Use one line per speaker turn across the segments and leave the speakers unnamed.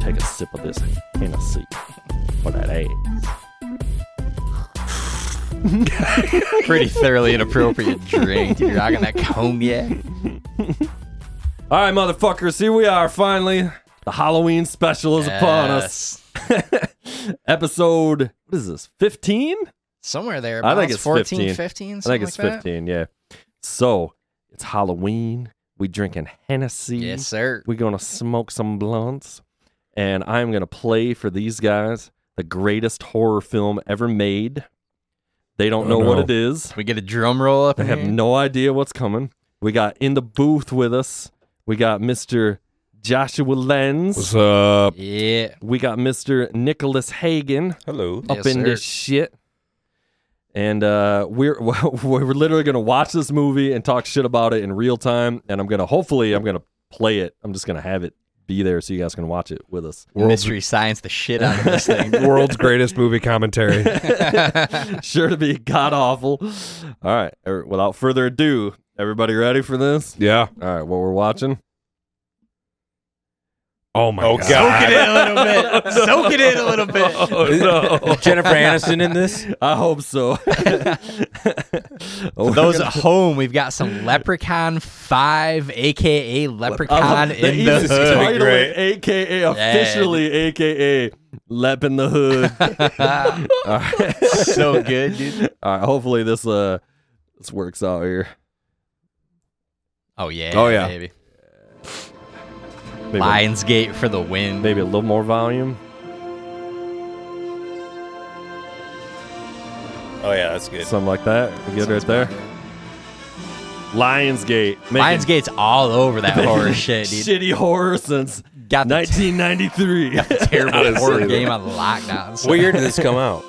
Take a sip of this Hennessy for that ass.
Pretty thoroughly inappropriate drink. You're rocking that cognac.
All right, motherfuckers, here we are finally. The Halloween special is upon
Uh,
us.
Yes.
Episode, what is this, 15?
Somewhere there.
I think
about
it's
14,
15.
15,
I think
something
it's
like that?
15, yeah. So, it's Halloween. We drinking Hennessy.
Yes, sir.
We're going to smoke some blunts. And I'm going to play for these guys the greatest horror film ever made. They don't
Oh,
know what
no.
it is.
We get a drum roll up
They
in
have
here.
no idea what's coming. We got in the booth with us. We got Mr. Joshua Lenz.
What's up?
yeah.
We got Mr. Nicholas Hagen
Hello.
up
Yes,
in
sir.
this shit. And uh, we're we're literally gonna watch this movie and talk shit about it in real time. And I'm gonna hopefully I'm gonna play it. I'm just gonna have it be there so you guys can watch it with us.
Mystery science the shit out of this thing.
World's greatest movie commentary.
sure to be god awful. All right. er, Without further ado, everybody ready for this?
Yeah.
All right. What we're watching?
Oh my
Oh,
god.
God.
Soak it in a little bit. Soak it in a little bit.
Oh,
Is Jennifer Aniston in this?
I hope so. Oh,
For those at home, we've got some Leprechaun 5, aka Leprechaun
Oh,
in the
easiest
Hood.
gonna be
title
great.
it, aka officially, aka Lep in the Hood. All right.
so good, dude.
All right. Hopefully this uh this works out here.
Oh yeah.
Oh, yeah.
Baby.
Maybe,
Lionsgate for the win.
maybe a little more volume.
Oh yeah, that's good.
Something like that. You good right there. Lionsgate. Making
Lionsgate's all over that horror shit, dude.
Shitty horror since
Got the
1993.
terrible horror
Honestly.
game on lockdown. So
What year did this come out?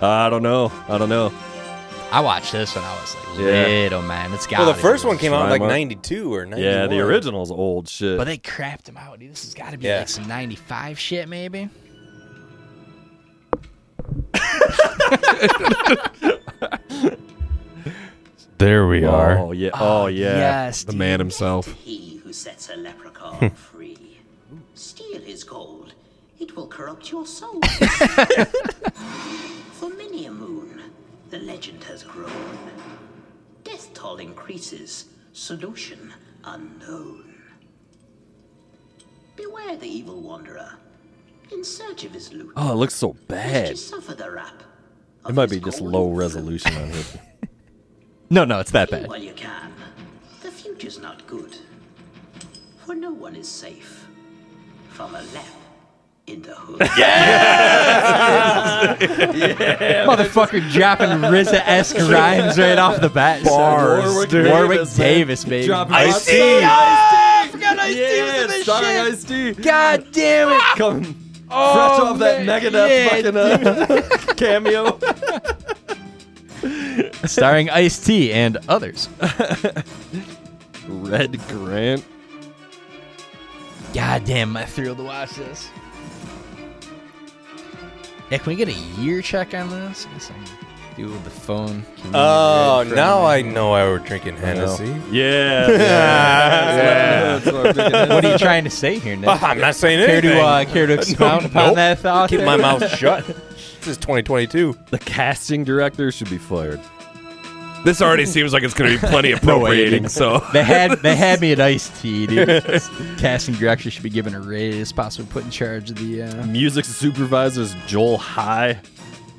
I don't know. I don't know.
I watched this when I was like
Yeah.
little man. It's got
Well, the first one came out in like
Slimer.
'92 or '91.
Yeah, the original's old shit.
But they crapped him out, dude. This has got to be
Yeah.
like some '95 shit, maybe.
There we
Oh yeah. Oh yeah.
Yes.
The
dude.
man himself.
He who sets a leprechaun
Hmm.
free. Steal his gold. It will corrupt your soul. For many a moon, the legend has grown. Death toll increases, solution unknown. Beware the evil wanderer, in search of his loot.
Oh, it looks so
lest you
bad.
suffer the rap.
It might be just low resolution on here.
No, no, it's that bad.
While you can, the future's not good. For no one is safe from a lap in the hood.
Motherfucker dropping RZA-esque rhymes right off the bat.
Bars,
Warwick,
dude.
Warwick
Davis, man.
Davis, baby.
Dropping
Ice-T.
Ice-T.
Ah, I forgot Ice-T was
Yeah,
in this
starring
shit.
Ice T.
God damn it!
Come fresh off that
man.
Megadeth
Yeah,
fucking uh, cameo.
Starring Ice T and others.
Red Grant.
God damn, I'm thrilled to watch this. Yeah, can we get a year check on this? I guess I can do it with the phone. Can
Oh,
you-
now I know I were drinking Hennessy.
Yeah. yeah. That's what I'm thinking.
What are you trying to say here, Nick?
I'm not saying
care
anything.
to uh, care to expound upon
nope.
that thought?
Keep my mouth shut. This is 2022.
the casting director should be fired.
This already seems like it's going to be plenty appropriating. so
They had they had me at iced tea, dude. Casting director should be given a raise, possibly put in charge of the uh,
Music supervisor is Joel High.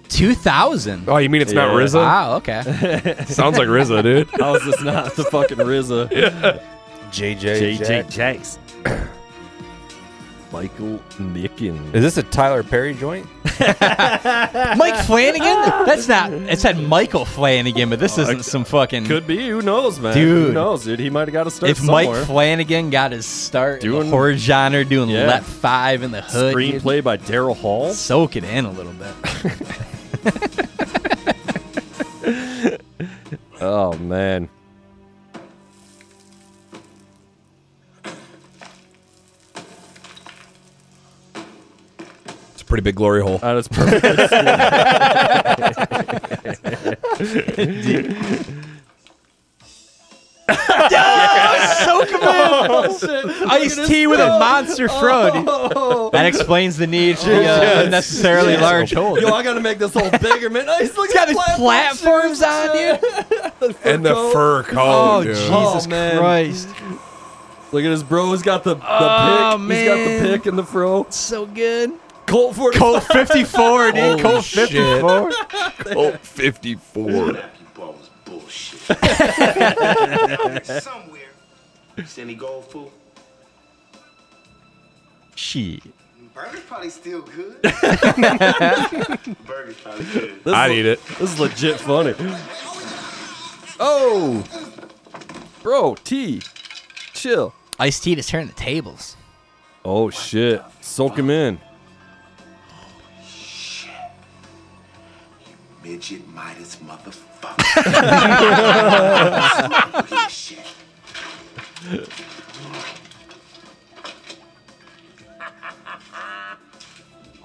2000.
Oh, you mean it's not
Yeah.
RZA?
Wow, okay.
Sounds like RZA, dude.
How is this not the fucking RZA?
JJ.
JJ
Jack.
Jakes. Michael Nickens.
Is this a Tyler Perry joint?
Mike Flanagan? That's not. It said Michael Flanagan, but this isn't some fucking.
Could be. Who knows, man? Who
Dude.
knows, dude? He might have got to start
if
somewhere.
Mike Flanagan got his start in
Doing-
the horror genre, doing
Yeah.
Let Five in the Hood, dude,
Screenplay by Daryl Hall.
soak it in a little bit.
Oh man.
It's pretty big glory hole.
That is perfect.
Iced tea with a monster throat.
Oh.
That explains the need for the uh, unnecessarily large hole.
Yo, I gotta make this whole bigger, man. Nice, look
He's got
at
his
the
platforms on, dude.
and the
coat.
fur coat.
Oh,
dude.
Jesus
Oh, man.
Christ.
Look at his bro. He's got the, the
Oh,
pick. He's got the
man.
pick and the fro.
So good.
Colt for
Colt 54, dude. Colt 54.
Oh, 54.
Crap, you ball was bullshit. Somewhere. Sandy Gold fool.
Shit.
Burger's probably still good. Burger's probably good.
This
I'd
is,
eat it.
This is legit funny. Oh, bro, T, chill.
Iced tea to turn the tables.
Oh shit, soak him in.
Midget Midas motherfucker. Shit.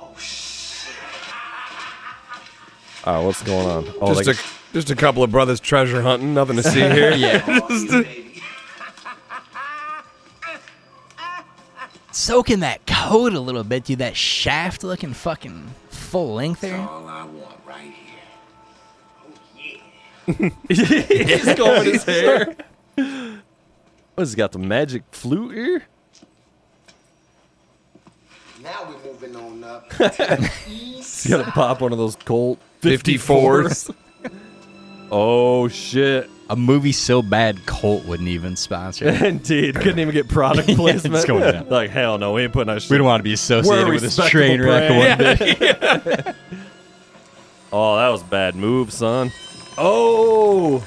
oh shit.
All right, what's going on? Oh,
Just,
like,
a, just a couple of brothers treasure hunting. Nothing to see here.
Yeah.
All you, baby.
Soaking that coat a little bit, dude. That shaft looking fucking full length there.
All I want right here. Oh yeah.
he's combing his hair. What's he got? The magic flute here?
Now we're moving on up.
He's gonna pop one of those Colt
54s.
oh shit.
A movie so bad Colt wouldn't even sponsor. it.
Indeed, couldn't even get product placement.
it's going down.
Like hell no, we ain't putting our shit.
we don't want to be associated
We're a
with this
respectable
train wreck
brand.
one day.
Oh, that was a bad move, son. Oh,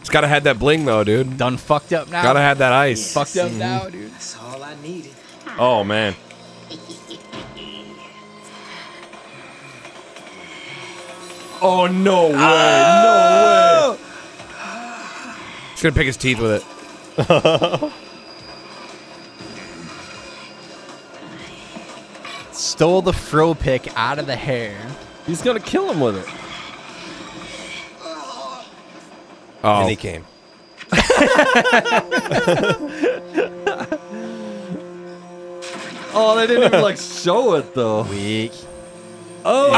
It's got to have that bling, though, dude.
Done fucked up now.
Got to have that ice.
fucked up now, dude.
That's all I needed.
oh man. Oh no way! No way!
He's going to pick his teeth with it.
Stole the fro pick out of the hair.
He's gonna kill him with it.
And
Oh,
he came.
Oh, they didn't even like show it though.
Weak.
Oh,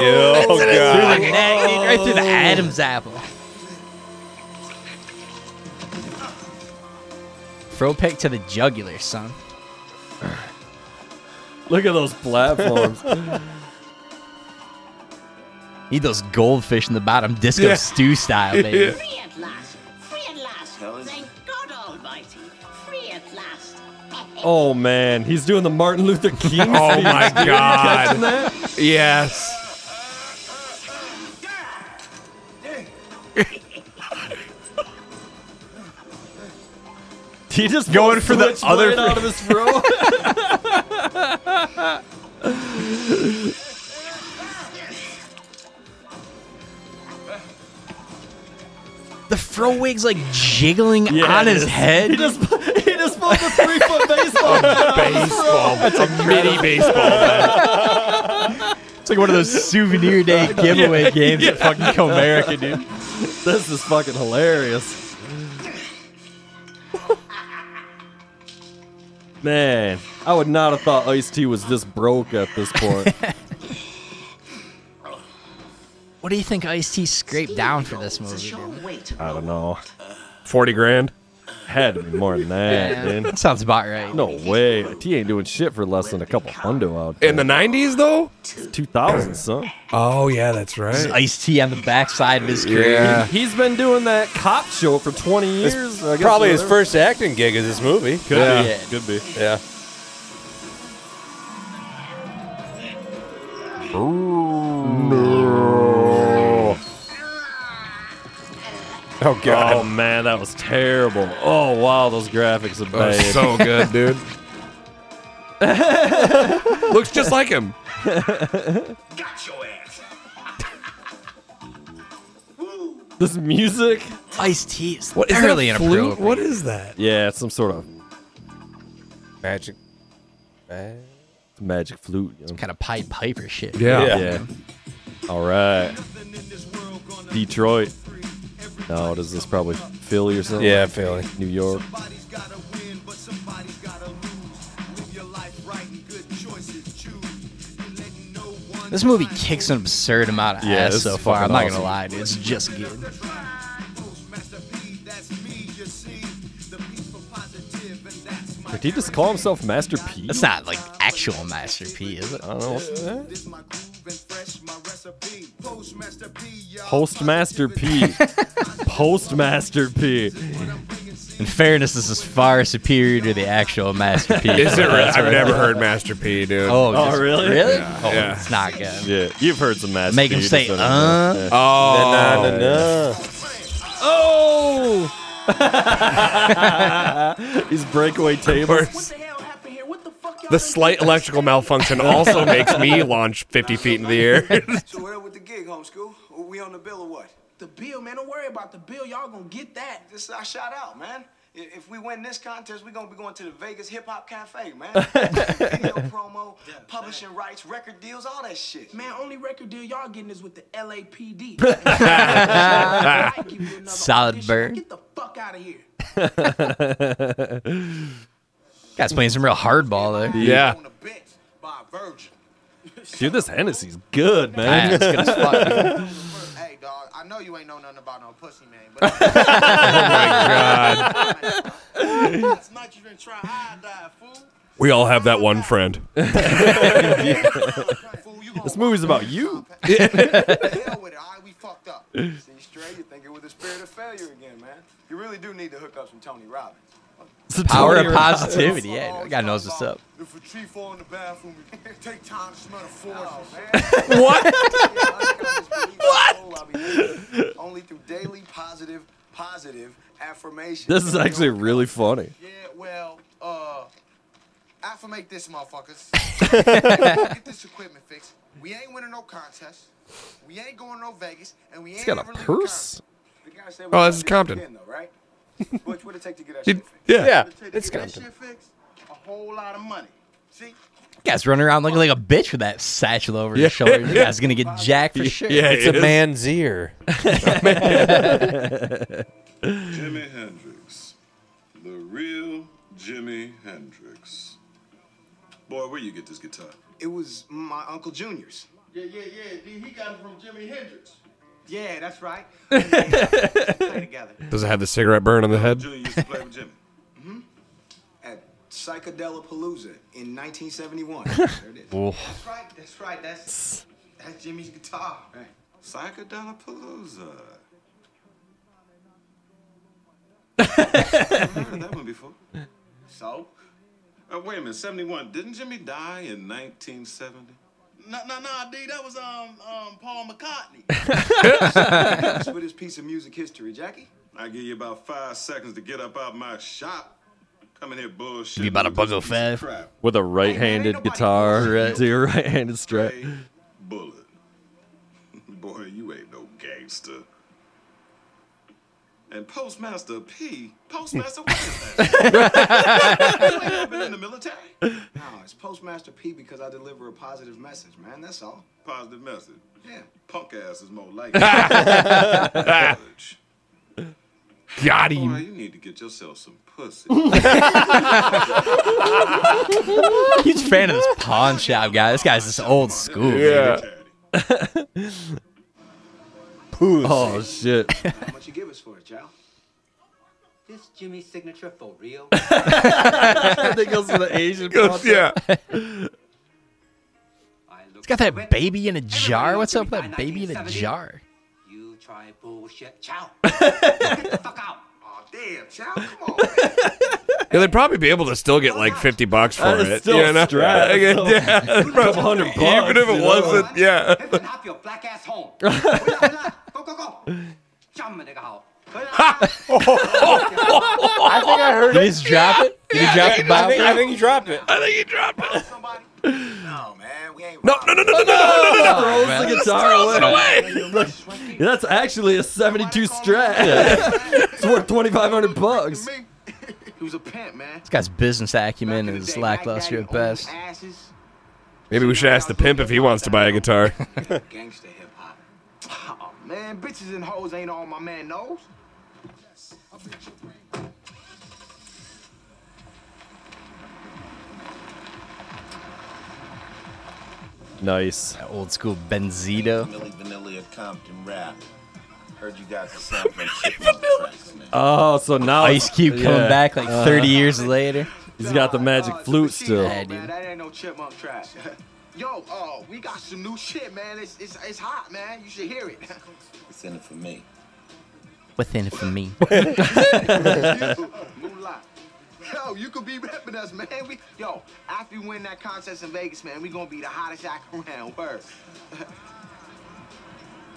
Oh, God.
right through the Adam's apple. Fro pick to the jugular, son.
look at those platforms.
Need those goldfish in the bottom, disco
Yeah.
stew style, baby.
Free at last! Free at last!
Helen?
Thank God Almighty! Free at last!
Oh man, he's doing the Martin Luther King.
oh
speech.
my God.
Catching that?
Yes.
He just
Going
pulled
for the
switch
other
blade out of his throat.
The fro wig's like jiggling
Yeah,
on
it
his
is.
head.
He just he just pulled the three foot baseball. bat out.
Baseball. That's a mini baseball.
it's like one of those souvenir day giveaway games at fucking Comerica, dude.
This is fucking hilarious. Man, I would not have thought Ice T was this broke at this point.
What do you think Ice T scraped down for this movie?
It's a
dude?
sure way to
I don't
roll.
know.
40 grand.
Had to be more than that, dude.
That sounds about right.
No way. T ain't doing shit for less than a couple hundo out
In
there.
the 90s, though?
Two thousand, son.
Oh, yeah, that's right.
Ice T on the backside of his career.
Yeah.
He's been doing that cop show for 20 years. I guess,
Probably his
whatever.
first acting gig is this movie.
Could
Yeah.
be.
Yeah.
Could be.
Yeah. Oh
Oh
god.
man, that was terrible. Oh wow, those graphics are
Oh,
bad.
so good, dude. Looks just like him.
Got your ass. Woo.
this music,
Ice T is what, thoroughly inappropriate.
What is that?
yeah, it's some sort of
Magic. Ma-
It's a magic flute. you know?
Kind of Pied Piper shit.
Yeah.
Yeah.
Yeah. All right. Detroit. No, does this probably Philly or something?
Yeah, Philly.
New York.
Somebody's gotta win, but somebody's gotta lose. Live your life right and good choices choose. You let no one
This movie kicks an absurd amount of
Yeah,
ass
this is
so far. I'm
fucking
not
awesome.
gonna lie, dude. It's just good.
Postmaster P, that's me, you see. The peace for positive, and that's my
Did he just call himself Master P?
That's not like actual Master P, is it?
I don't know.
This my groove and fresh, my recipe. Postmaster P, y'all.
Postmaster P. Postmaster P.
In fairness, this is far superior to the actual Master P.
Is it really? I've never heard Master P, dude.
Oh,
Oh,
just-
really?
Really? oh,
yeah.
it's not good.
Yeah, you've heard some Master
Make
P.
him
you
say,
just don't know.
uh.
Yeah.
Oh.
Na, na, na.
Oh! His Oh! breakaway table.
Worse. The slight electrical malfunction also makes me launch 50 feet into the air.
So where with the gig, homeschool? We on the bill or what?
The bill, man. Don't worry about the bill. Y'all gonna get that.
This is our shout out, man. I- If we win this contest, we're gonna be going to the Vegas Hip Hop Cafe, man. Video promo, publishing rights, record deals, all that shit.
Man, only record deal y'all getting is with the LAPD.
Solid burn.
Get the fuck out of here.
Guy's playing some real hardball there.
yeah.
On a bench by a virgin.
Dude, this Hennessy's good, man.
Yeah, it's good as fuck.
Hey, dog. I know you ain't know nothing about no pussy, man. But oh my god. That's nitrogen triiodide, fool.
We all have that one friend.
Fool, you gonna
This movie's about you.
hell with it? All right, we fucked up.
See, straight, you're thinking with the spirit of failure again, man. You really do need to hook up some Tony Robbins.
It's a
Power
Tony
of
Robbins.
positivity. Yeah, dude. guy knows what's up.
If a tree fall in the bathroom, we take time to smell the forest.
Oh,
What?
what? Only through daily positive, positive affirmation.
This is actually really funny.
Yeah, well, uh, affirmate this, motherfuckers. Get this equipment fixed. We ain't winning no contest. We ain't going no Vegas, and we ain't
He's got a
ever leaving
purse.
The guy said
Oh,
we gotta
this is
do it
Compton.
Again, though, right? Butch, what'd it take to get that
Did-
shit fixed?
yeah.
Yeah,
Compton.
it's
Get that
Compton.
shit fixed, a whole lot of money. See,
Guy's running around looking like a bitch with that satchel over his shoulder. That guy's gonna get jacked for sure.
Yeah,
It's a man's ear.
Jimi Hendrix. The real Jimi Hendrix. Boy, where you get this guitar?
It was my Uncle Junior's.
yeah, yeah, yeah. He got it from Jimi Hendrix.
Yeah, that's right.
Play together.
Does it have the cigarette burn on the head?
Junior used to play with Jimmy.
At Psychedelic Palooza in 1971. there it is.
That's right. That's right. That's that's Jimmy's guitar.
Right.
Psychedelapalooza. Never heard of that one before.
So,
Uh, wait a minute, 71. Didn't Jimmy die in 1970?
no, no, no, D. That was um um Paul McCartney.
That's with his piece of music history, Jackie.
I give you about five seconds to get up out my shop. Come in here, bullshit.
Be about a buck of five.
Crap.
With a right-handed guitar, to your right-handed strap.
Hey, bullet. Boy, you ain't no gangster. And Postmaster P, Postmaster, what is that? you ain't never been in the military.
No, it's Postmaster P because I deliver a positive message, man. That's all.
Positive message.
Yeah.
Punk ass is more like it.
Got
Boy,
him.
you need to get yourself some pussy.
Huge fan of this pawn shop guy. This guy's just old school. dude.
Yeah.
Oh shit!
How much you give us for it, child?
This Jimmy's signature for real.
I think goes to the Asian.
Yeah.
He's got that baby in a jar. What's up with that baby in a jar?
You try bullshit, chow. Get the fuck out.
Oh, damn, child. Come on, man.
Yeah, they'd probably be able to still get like 50 bucks for
It's
it.
still
you know?
strap,
Like,
so-
yeah, that's probably-
hundred
Even if
bucks, you
it
know?
wasn't, yeah.
Pimpin' hop your black ass home. Go, go, go. Jump, nigga, how.
I think I heard
Did he just drop it? Did he drop
I
the
think, I
bomb?
think you dropped it.
I think you dropped it.
Somebody? No, man. We ain't.
No, no, no, no, no, no, no, no, no.
Throws the guitar away. Yeah, that's actually a '72 Strat. it's worth 2,500 bucks.
He was a pimp, man.
This guy's business
Back
acumen
in the
is
day, my
lackluster
daddy
at best.
owned Asses,
Maybe we should ask the pimp if he wants to buy a guitar.
Gangsta hip hop. Oh man, bitches and hoes ain't all my man knows.
Nice.
That old school Benzito.
Millie Vanilli of Compton rap. Heard you guys are sampling chipmunk tracks, man.
Oh, so now
Ice Cube coming
Yeah.
back like 30 years later.
He's got the magic
Uh, it's
flute
the shit,
still.
Yeah,
Man,
dude.
that ain't no chipmunk trash. Yo, oh, we got some new shit, man. It's, it's, it's hot, man. You should hear it.
It's in it for me.
What's in it for me?
Moolah. Yo, you could be repping us, man. We, yo, after we win that contest in Vegas, man, we gonna be the hottest act around. Word.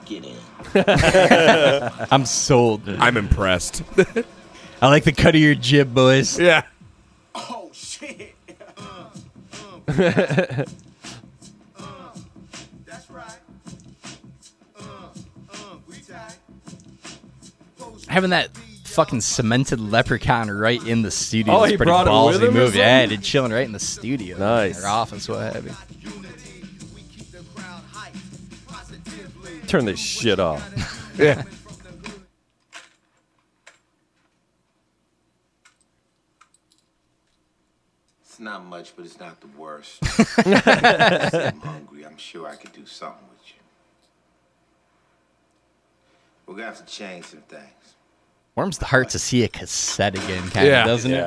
Get in.
I'm sold.
I'm impressed.
I like the cut of your jib, boys.
yeah.
Oh shit. That's right. we tight.
Having that fucking cemented leprechaun right in the studio.
Oh,
is
he
pretty
brought it
ballsy
with him or
move. Yeah,
something?
dude, chilling right in the studio.
Nice.
Or office, what have you.
Turn this shit off.
Yeah.
It's not much, but it's not the worst. I'm hungry. I'm sure I could do something with you. We're gonna have to change some things.
Warms the heart to see a cassette again, kind of,
Yeah.
doesn't it?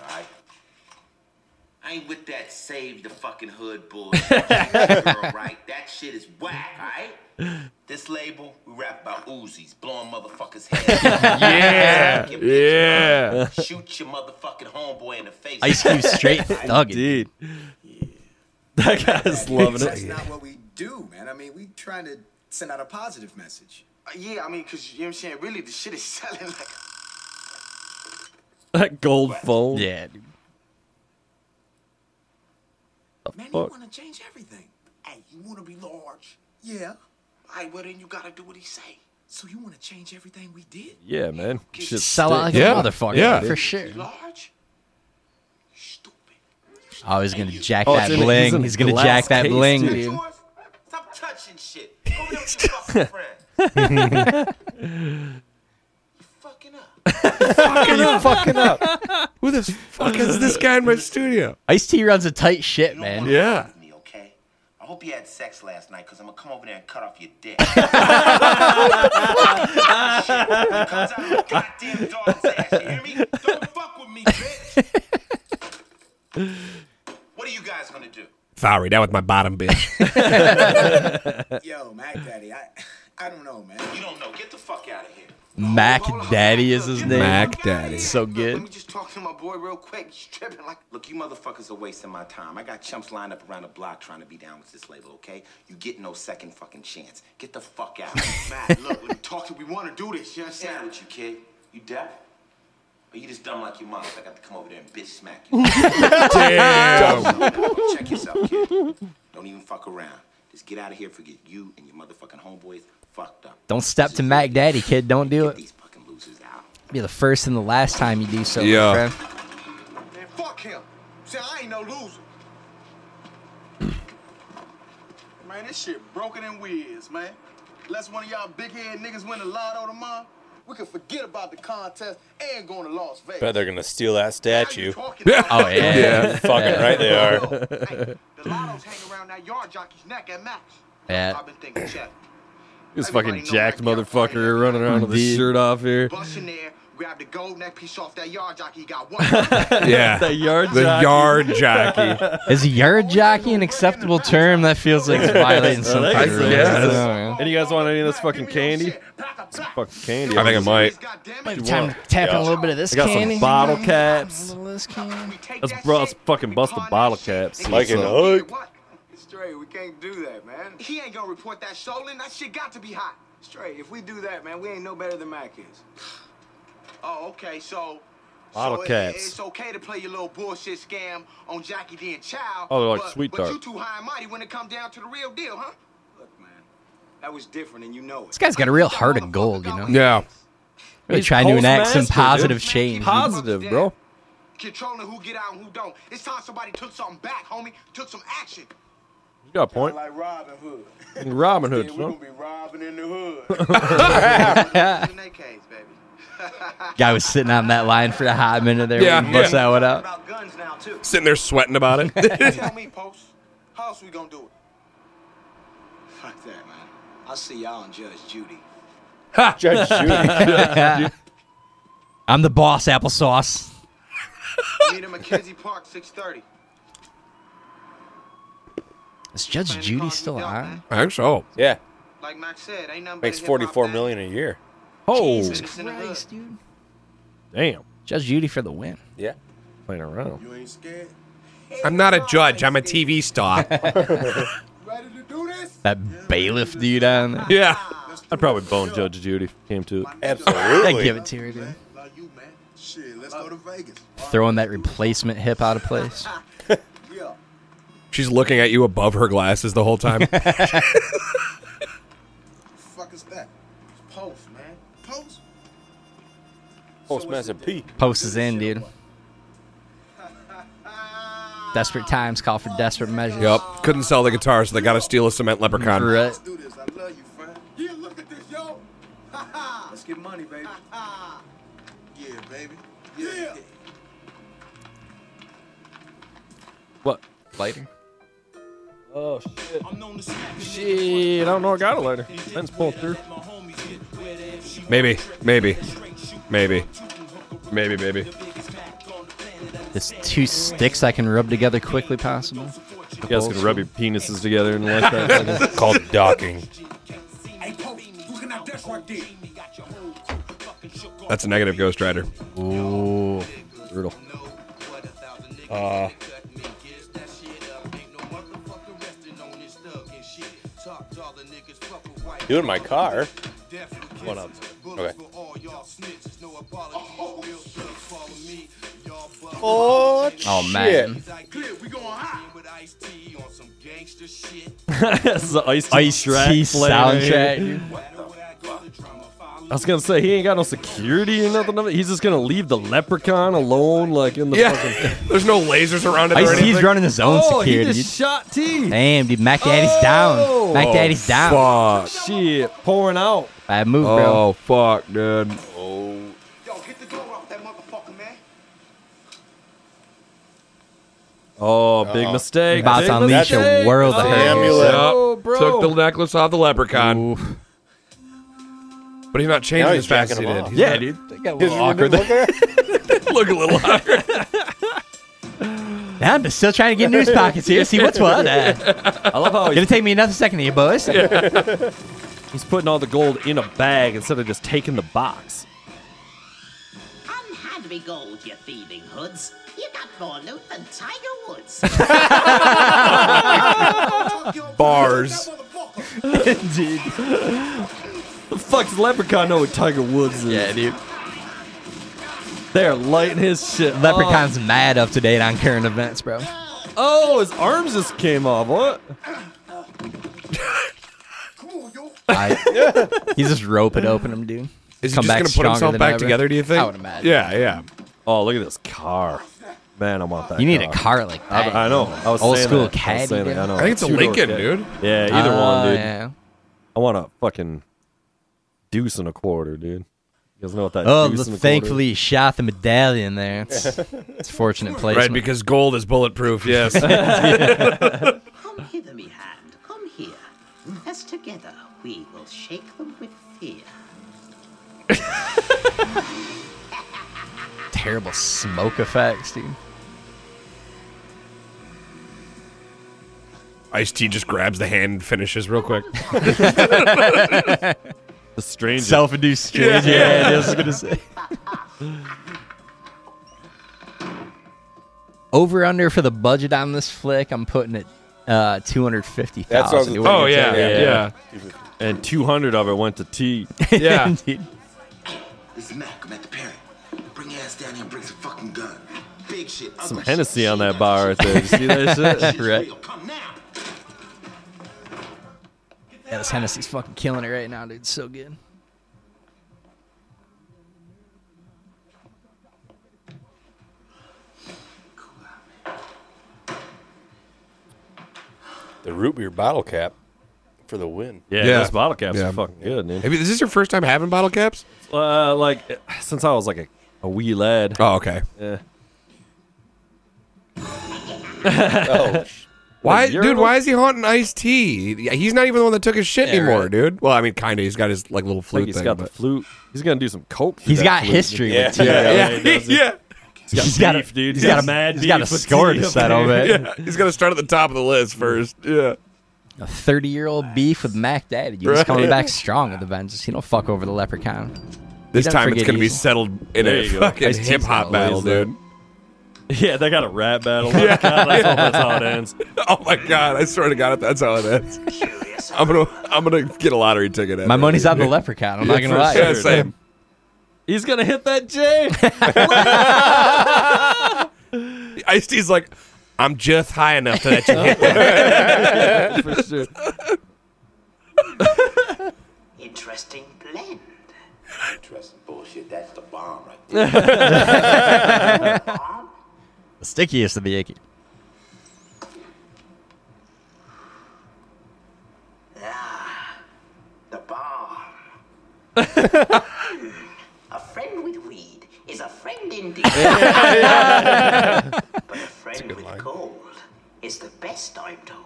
Alright? I ain't with that save the fucking hood bullshit, girl, right? That shit is whack, alright? This label, we rap about Uzis, blowing motherfuckers' heads.
Yeah. Yeah.
Shoot your motherfucking homeboy in the face.
Ice Cube straight thugging.
Dude. That guy's loving
That's
it.
not what we do, man. I mean, we trying to send out a positive message.
Uh, yeah, I mean, cause you know what I'm saying. Really, the shit is selling like.
That gold phone.
Yeah, dude.
Man,
Fuck.
you want to change everything.
Hey, you wanna be large?
Yeah.
Hey, well then you gotta do what he say.
So you want to change everything we did?
Yeah, man. Shit
Sell out like
stinks.
Yeah.
a motherfucker,
Yeah.
for sure.
Large? Stupid.
Oh, he's gonna jack
Oh,
that
it's in- he's
bling.
in a
He's gonna
glass
jack that
case,
bling,
dude.
dude.
Yours? Stop touching shit. Go over there with your fucking friend.
Fucking up.
Who the fuck is this guy in my studio?
Ice T runs a tight ship,
You don't
man.
wanna
Yeah.
fuck with Me, okay? I hope you had sex last night, cause I'm gonna come over there and cut off your dick. Shit, when it comes out of the goddamn dog's ass, you hear me? Don't fuck with me, bitch. What are you guys gonna do?
Sorry, that was my bottom bitch.
Yo, Mac Daddy, I, I don't know, man.
You don't know. Get the fuck out of here.
Mac
Hold on,
Daddy
hold
is
on,
his
get the
name.
Mac
fuck outta
Daddy.
here.
So
Look,
good.
Let me just talk to my boy real quick. He's tripping like.
Look, you motherfuckers are wasting my time. I got chumps lined up around the block trying to be down with this label, okay? You get no second fucking chance. Get the fuck out.
Matt, look, we talking. We want to do this. You
What's
understand?
that with you, kid? You deaf? Or you just dumb like your mom? so I got to come over there and bitch smack you.
Damn.
Check yourself, kid. Don't even fuck around. Just get out of here. Forget you and your motherfucking homeboys fucked up.
Don't step to Mac Daddy, kid. Don't do
Get
it.
these fucking losers out.
Be the first and the last time you do so,
Yeah.
my friend.
Man, fuck him. See, I ain't no loser. man, this shit broken and weird, man. Unless one of y'all big head niggas win the lotto tomorrow, we can forget about the contest and going to Las Vegas.
Bet they're gonna steal that statue.
Yeah.
Oh yeah.
Yeah.
Fucking right they are.
hey, the lotto's hanging around that yard jockey's neck at match.
Yeah.
I've been thinking, Chad.
This fucking jacked motherfucker running around with his
Indeed.
shirt off here.
Bust in there, grab the gold neck piece off that yard jockey. He got one.
Yeah.
That yard
The
jockey.
yard jockey.
Is yard jockey an acceptable term? That feels like it's violating some
I
kind of
think
rules.
so.
I don't know, man.
Any of you guys want any of this fucking candy?
Fuck.
Fucking candy.
I think I might.
Goddammit.
Time to tap in a little bit of this
I got
candy.
some bottle caps.
We take
Let's
that
bro- let's
shit,
fucking
we
bust the
pawn that
bottle
shit,
caps,
and
see
he
what's
said,
up.
"What?
Like
Straight, we can't do that, man. He ain't gonna report that stolen. That shit got to be hot. Straight, if we do that, man, we ain't no better than Mac is. Oh, okay, so.
Bottle
so it-
caps.
it's okay to play your little bullshit scam on Jackie D and Chow.
Oh, they're like
but,
sweet
But you
tart.
too high and mighty when it come down to the real deal, huh? Look, man, that was different, and you know it.
This guy's got a real heart of gold, you know.
Yeah.
Really
He's
trying to enact some
postmaster, dude.
positive change.
Positive, bro.
Controlling who get out and who don't. It's time somebody took something back, homie. Took some action.
got a point.
Like Robin Hood.
Robin Hood,
Yeah, we
huh?
gonna be robbing in the hood. In their case, baby.
Guy was sitting on that line for a hot minute there.
Yeah.
Yeah, bust
Yeah.
that one out.
Sitting there sweating about it.
Tell me, Post, how else we gonna do it?
Fuck that, man. I'll see y'all on Judge Judy.
Ha!
Judge
Judy.
I'm the boss, applesauce.
Meet at McKenzie Park, 6:30.
Is Judge Judy still on?
I think so.
Yeah.
Like Max said, ain't nothing.
Makes 44 million a year.
Oh,
Christ,
dude.
damn.
Judge Judy for the win.
Yeah.
Playing around.
You ain't scared.
I'm not a judge. I'm a TV star.
Ready to do this?
That bailiff dude on there.
Yeah.
I'd probably bone Judge Judy if it came to it.
Absolutely. I'd give it to her, dude.
Like you, man. Shit, let's go to Vegas.
Throwing that replacement hip out of place.
Yeah.
She's looking at you above her glasses the whole time.
Fuck is that? It's Post, man. Post.
Postmaster P.
Post is in, dude. Desperate times call for desperate measures.
Yep. Couldn't sell the guitar, so they got to steal a cement leprechaun.
Right.
Do this. I love you, friend. Yeah, look at this, yo. let's get money, baby. yeah, baby. Yeah.
What?
Lighter?
Oh shit. Shit, I don't know. I got a lighter. Ben's pulled through.
Maybe. Maybe. Maybe. Maybe, maybe.
There's two sticks I can rub together quickly, possible.
You guys can rub your penises together in the last
Called docking.
That's a negative Ghost Rider.
Ooh, brutal.
Uh,
You in my car. What up? Okay. Oh,
Oh, man.
this is an ice tea,
Ice
track
Tea
playing right here.
soundtrack, dude.
I was gonna say he ain't got no security or nothing. Of it. He's just gonna leave the leprechaun alone, like in the
yeah.
fucking.
There's no lasers around it or
Ice T's
anything.
running his own
oh,
security.
he just shot T.
Damn, dude. Mac Daddy's down.
Oh,
Mac Daddy's down.
Fuck.
Shit, pouring out.
Bad move, bro.
Oh, fuck, dude.
Yo, get the door off that motherfucker, man.
Oh, big
Uh-oh.
mistake.
About
big
to unleash a
mistake.
world
oh,
of hurt.
Oh,
Yep.
bro.
Took the necklace off the leprechaun.
Ooh.
But he's not
Now
changing
he's
as fast as
jacking
he
him
did.
off.
He's
yeah,
not-
dude.
Got a little awkward there.
Look a little awkward.
Now I'm just still trying to get news pockets here. See what's what.
Oh,
Uh,
I love how
gonna
he's,
take me another second here, boys.
he's putting all the gold in a bag instead of just taking the box.
Unhand me gold, you thieving hoods. You got more loot than Tiger Woods.
Bars.
Indeed.
The fuck's leprechaun know what Tiger Woods is?
Yeah, dude.
They're lighting his shit. up.
Oh.
Leprechaun's mad up to date on current events, bro.
Oh, his arms just came off. What?
I, he's just roping open him, dude.
Is he
Come
just
back
going to put
stronger
himself
than
back
ever.
together, do you think?
I would imagine.
Yeah, yeah.
Oh, look at this car. Man, I want that.
You need a car like
I,
that.
I know. I was
Old
saying
school
that. I,
caddy,
was saying that.
dude.
I, know.
I think it's a
Two-door
Lincoln,
caddy.
dude.
Yeah, either one,
Oh,
dude.
Yeah.
I want a fucking deuce and a quarter, dude. You guys know what that?
Oh,
deuce
the-
and a
thankfully he shot the medallion there. It's, it's a fortunate placement.
Right, because gold is bulletproof, yes.
Come hither, me hand. Come here. As together we will shake them with fear.
terrible smoke effects, dude.
Ice T just grabs the hand and finishes real quick.
quarter. the stranger.
Self-induced strain. Yeah, I was gonna say. Over under for the budget on this flick, I'm putting it uh, two hundred fifty
That's what I was
thousand.
Oh,
Oh, yeah,
yeah.
yeah. yeah.
and 200 of it went to T.
Oh, yeah.
This is Mac. I'm at the parent. Bring your ass down here and bring some fucking gun. Big shit.
Some Hennessy on that bar right there. You see that shit?
right.
Come now.
Yeah, this Hennessy's fucking killing it right now, dude. It's so good.
The The root beer bottle cap for the win.
Yeah,
Yeah.
those bottle caps
Yeah.
are fucking good, man.
Have you- is this your first time having bottle caps?
Uh, like eh, since I was like a, a wee lad.
Oh, okay.
Yeah.
Why,
Like, you're-
dude? Why is he haunting Ice T? He's not even the one that took his shit
Yeah,
anymore,
right.
dude. Well, I mean, kind of. He's got his like little
I think
flute
he's
thing.
got
but-
the flute. He's gonna do some coke.
He's got history with
yeah.
T.
Yeah,
Yeah.
yeah, he does it.
Yeah.
He's got
He's got a-
beef, dude.
he's got a-
mad.
he's got
beef
a
with
score to
T up
settle,
there.
man.
Yeah, he's got to start at the top of the list first. Yeah.
A 30 year old beef with Mac Daddy. He's
Right.
coming back strong with the vengeance. He don't fuck over the leprechaun. He
This
don't
time it's
forget
gonna be
easy.
settled in
There
a
you go.
fucking
Ice-T's
hip hop
not
battle,
losing.
dude.
Yeah, they got a rap battle. yeah. that's, all, that's how it ends.
Oh my god! I swear to God, if that's how it ends, I'm gonna I'm gonna get a lottery ticket. at
My
that,
money's on the
dude.
leprechaun. I'm
Yeah,
not going
for
to lie.
sure,
Yeah, same.
He's gonna hit that J.
Ice T's like, I'm just high enough to let you hit that.
for sure.
Interesting blend.
Interesting bullshit. That's the bomb right
The stickiest of the icky.
The bomb. a friend with weed is a friend indeed. but a friend with gold is the best I'm told.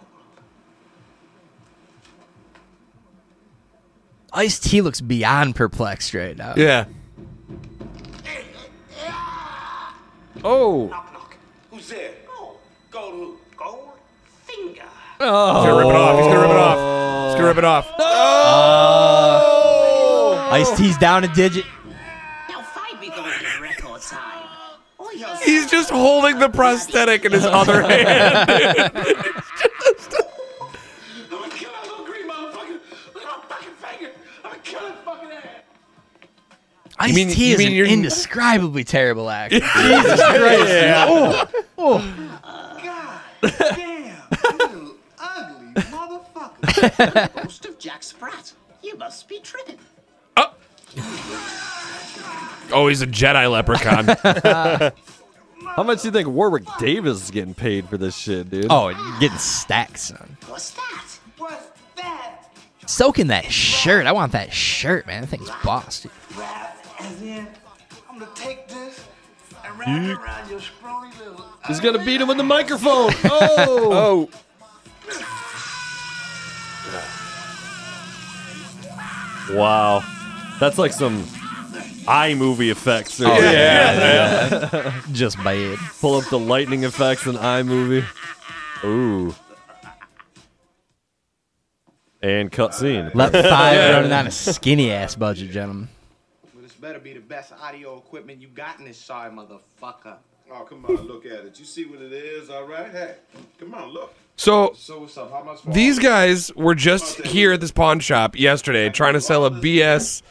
Ice T looks beyond perplexed right now.
Yeah.
Oh.
Knock knock. Who's there? Oh, gold who? Gold finger.
He's gonna rip it off. He's gonna rip it off. He's gonna rip it off.
Oh. Ice T's down a digit.
Now find me gold in record time. Or you'll
He's just holding the prosthetic in his other hand.
I'm gonna kill that little green motherfucker with my fucking finger. I'm gonna kill his fucking ass.
Ice
mean-
T
you
is
mean
an
you're-
indescribably terrible actor.
You ugly motherfucker.
Ghost of Jack Sprat. You must be tripping.
Oh, he's a Jedi leprechaun.
How much do you think Warwick Davis is getting paid for this shit, dude?
Oh, you're getting stacked, son.
What's that?
What's that?
Soaking that shirt. I want that shirt, man. That thing's boss, dude.
Wrap as in, I'm gonna take this and wrap it around your scrawny little.
He's gonna beat him with the microphone. Oh.
oh.
Wow. That's like some iMovie effects. or-
Just bad.
Pull up the lightning effects in iMovie. Ooh. And cutscene.
Left five running on a skinny ass budget, gentlemen.
Well, this better be the best audio equipment you got in this sorry motherfucker.
Oh, come on, look at it. You see what it is, all right? Hey, come on, look.
So
So what's up? How much?
these guys were just here at this pawn shop yesterday trying to sell a BS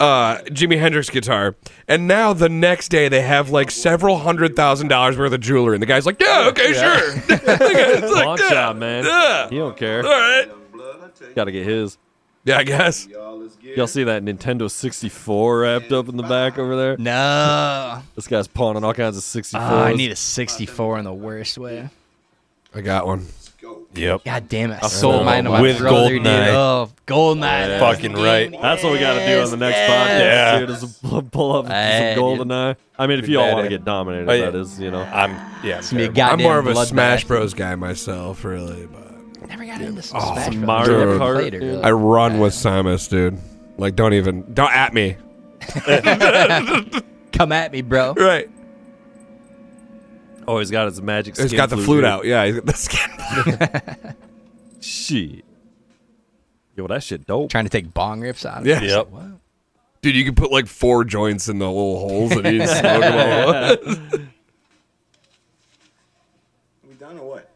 uh, Jimi Hendrix guitar, and now the next day they have like several hundred thousand dollars worth of jewelry. And the guy's like, "Yeah, okay, sure." It's like,
Pawn
"Yeah,
shop, man.
Yeah.
He don't
All
care.
right.
Blood, I tell you,
Gotta get his.
Yeah, I guess.
y'all is getting.
Y'all see that Nintendo 64 wrapped up in the back over there?
No. Oh,
This guy's pawning all kinds of 64s.
Ah, I need a 64 in the worst way.
I got one.
Yep.
God damn it. I
know.
sold mine to my
With
brother, dude.
Goldeneye.
Oh, Goldeneye.
Yeah.
Fucking right.
That's what we got to do on the next
yes.
podcast, dude. Is pull- pull up
Yeah,
some golden
dude.
eye. I mean, if
Good
you all
bad,
want to
eh?
get dominated,
Oh, yeah.
that is, you know.
I'm yeah.
gonna be a
terrible.
goddamn
I'm more of a
bloodbath.
Smash Bros guy myself, really, but
Never got into Smash Bros.
Mario
Never
Kart,
played it,
dude.
really.
I run with Samus, dude. Like, don't even don't at me.
Come at me, bro.
Right.
Oh, he's got his magic.
He's
skin
got the flute
dude.
out. Yeah, he's got the skin.
Shit. Yo, that shit dope.
Trying to take bong rips out of
Yeah.
it.
Yep.
Dude, you can put like four joints in the little holes and he's smoking all over.
We done or what?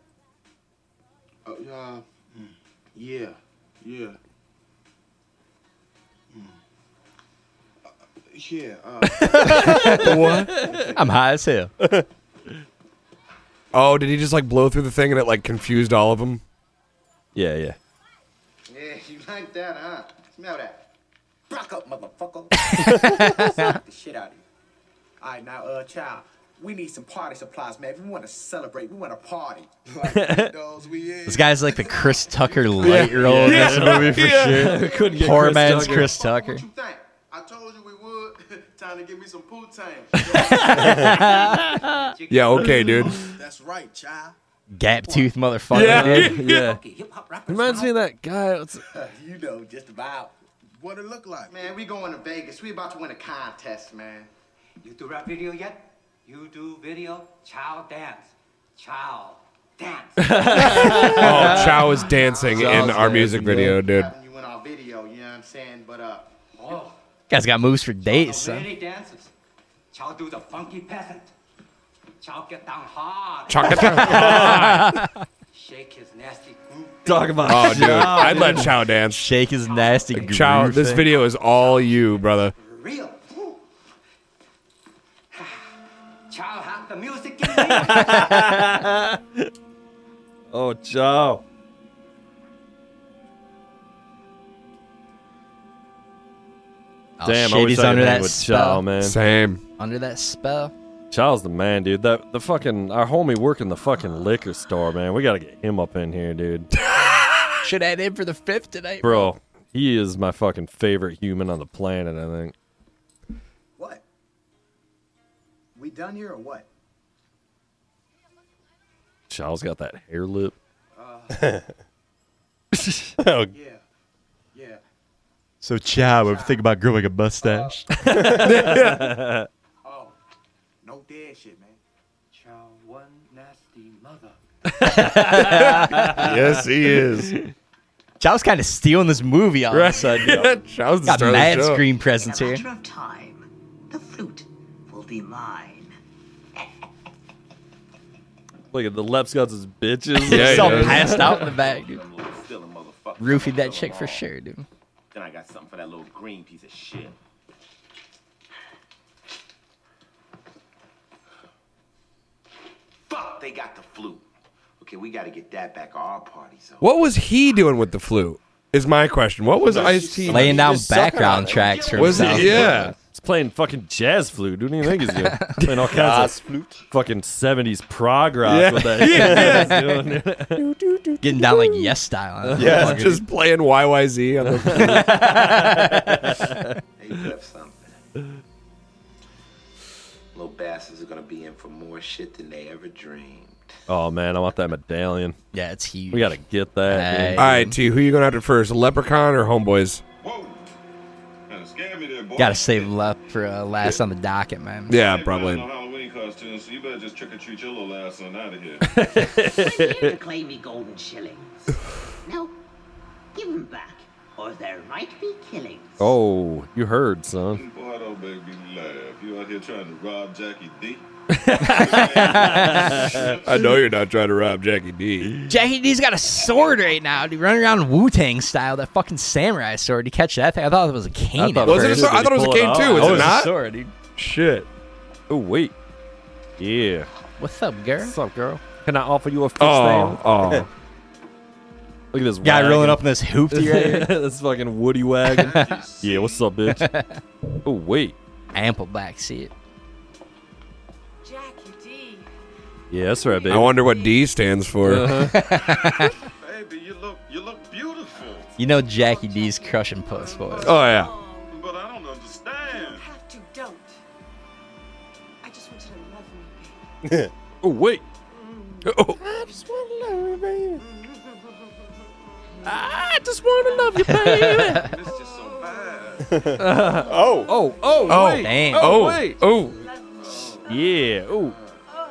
Hmm.
Uh, uh, yeah, yeah.
Hmm.
Mm. Uh, Yeah, uh,
I'm high as hell.
Oh, did he just like blow through the thing and it like confused all of them?
Yeah, yeah.
Yeah, you like that, huh? Smell that. Rock up, motherfucker. Slap the shit out of you. All right, now, uh, child, We need some party supplies, man. We want to celebrate. We want to party.
This guy's like the Chris Tucker light role in
Yeah.
this movie for
Yeah.
sure.
Couldn't get
Poor
Chris
man's
Tucker.
Chris Tucker.
Yeah, okay, dude.
Gap tooth motherfucker. dude.
Reminds me of that guy. What's,
you know just about what it look like. Man, we going to Vegas. We about to win a contest, man.
You do rap video yet? You do video? Chow dance. Chow dance.
Oh, Chow is dancing in our music video, dude.
You in our video, you know what I'm saying? But uh,
Oh,
Guy's got moves for days,
the
son.
really dances. Chow do the funky peasant. Chow get down hard.
Chow get down hard.
Shake his nasty groove.
Talk about
Oh, dude,
Chow,
I'd let
dude.
Chow dance.
Shake his nasty groove
Chow, this
thing.
video is all you, brother.
real. Ooh. Chow have the music in me.
Oh, Chow.
Oh,
Damn, I
shit,
wish
he's
I could
under
hang
that
with Chow,
spell.
man.
Same.
Under that spell.
Chow's the man, dude. That the fucking our homie working the fucking liquor store, man. We gotta get him up in here, dude.
Should add in for the fifth tonight,
Bro, he is my fucking favorite human on the planet. I think.
what? We done here or what?
Chow's got that hair lip.
Yeah.
So Chow, I'm thinking about growing a mustache.
Uh, Oh, no dead shit, man.
Chow one nasty mother.
Yes, he is.
Chow's kind of stealing this movie all of
Right.
a sudden.
Yeah, Chow's the
got
star of the
mad
show.
screen presence
In a
here.
matter of time, the flute will be mine.
Look at the Leps got his bitches.
Yeah, he
He's all
does.
passed out in the back, dude.
Them little silly motherfuckers.
Roofied that chick for sure, dude.
Then I got something for that little green piece of shit.
Fuck, they got the flu. Okay, we gotta get that back our party zone.
What was he doing with the flute? Is my question. What was Ice T?
Laying down background tracks for
Was
himself.
it? Yeah.
He's playing fucking jazz flute. Who do you think he's doing? playing all kinds of fucking seventies prog rock
Yeah.
with that.
Yeah.
he's doing, dude.
Getting down like yes style.
Yeah, just playing YYZ on the
They left something. Little bastards are gonna be in for more shit than they ever dreamed.
Oh man, I want that medallion.
Yeah, it's huge.
We gotta get that.
All right, T, who you going after first? Leprechaun or Homeboys?
Whoa! Kinda scared me there, boy.
Gotta save left for uh, last on the docket, man.
Yeah,
Everybody in
probably.
a Halloween costume, so you better just trick or treat your little ass on out of here.
I'm here to claim me golden shillings.
No, give them back, or there might be killings.
dude. Oh, you heard, son.
boy, don't make me laugh. You out here trying to rob Jackie D?
I know you're not trying to rob Jackie D.
Jackie D's got a sword right now, dude, running around Wu Tang style, that fucking samurai sword. Did you catch that thing? I thought it was a cane.
thought
at
it
Was it a
first.
sword? I thought it was a
Pull it
cane
out.
too. Is
Oh,
it
it's a
not?
sword, dude.
Shit.
Oh wait. Yeah.
What's up, girl?
What's up, girl? Can I offer you a fist
Oh, oh.
Look at this
Guy
wagon.
rolling up in this hoopty right here.
this fucking Woody wagon. yeah, what's up, bitch? oh wait.
Ample back seat.
Jackie D.
Yeah, that's right, baby.
I wonder what D stands for.
Baby, you look you look beautiful,
You know Jackie D's crushing puss, boys.
Oh, yeah.
but I don't understand.
Have to don't. I just want you to love me, baby.
oh wait.
Oh,
Ah, I just wanna love you, baby.
Missed you so bad.
oh, oh,
oh,
wait.
dang.
Oh,
oh,
wait.
oh.
Yeah. Oh.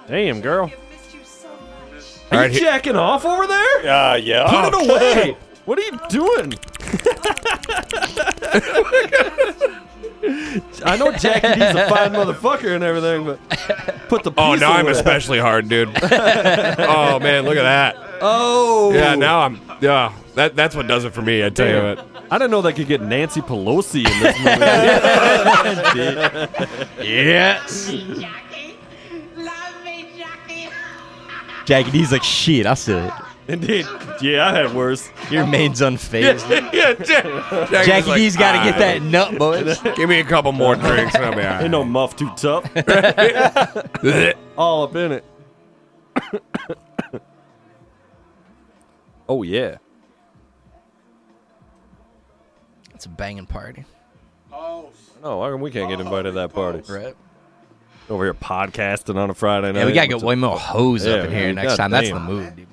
Damn, girl.
I missed you so much.
Are
right,
you
he-
jacking off over there?
Uh, yeah.
Put it away. What are you doing? I know Jackie D's a fine motherfucker and everything, but put the
Oh,
piece
now I'm
away.
especially hard, dude. oh man, look at that.
Oh,
Yeah, now I'm. Yeah, that that's what does it for me. I tell you what.
I didn't know they could get Nancy Pelosi in this movie.
Yes.
Love me, Jackie.
Jackie D's like, shit, I'll sit.
Indeed. Yeah, I had worse.
Your maid's unfazed.
yeah, yeah, Jack- Jack
Jackie
is like,
D's got to get that
"Ah,
nut, boys.
Give me a couple more drinks and I'll be all right.
Ain't no muff too tough. All up in it. oh yeah.
It's a banging party.
No, why come we can't get invited to that party?
Right.
Over here podcasting on a Friday night.
Yeah, we got to get
What's
way more hoes
Yeah,
up in here
dude,
next time. That's the
goddamn.
move, dude.
up?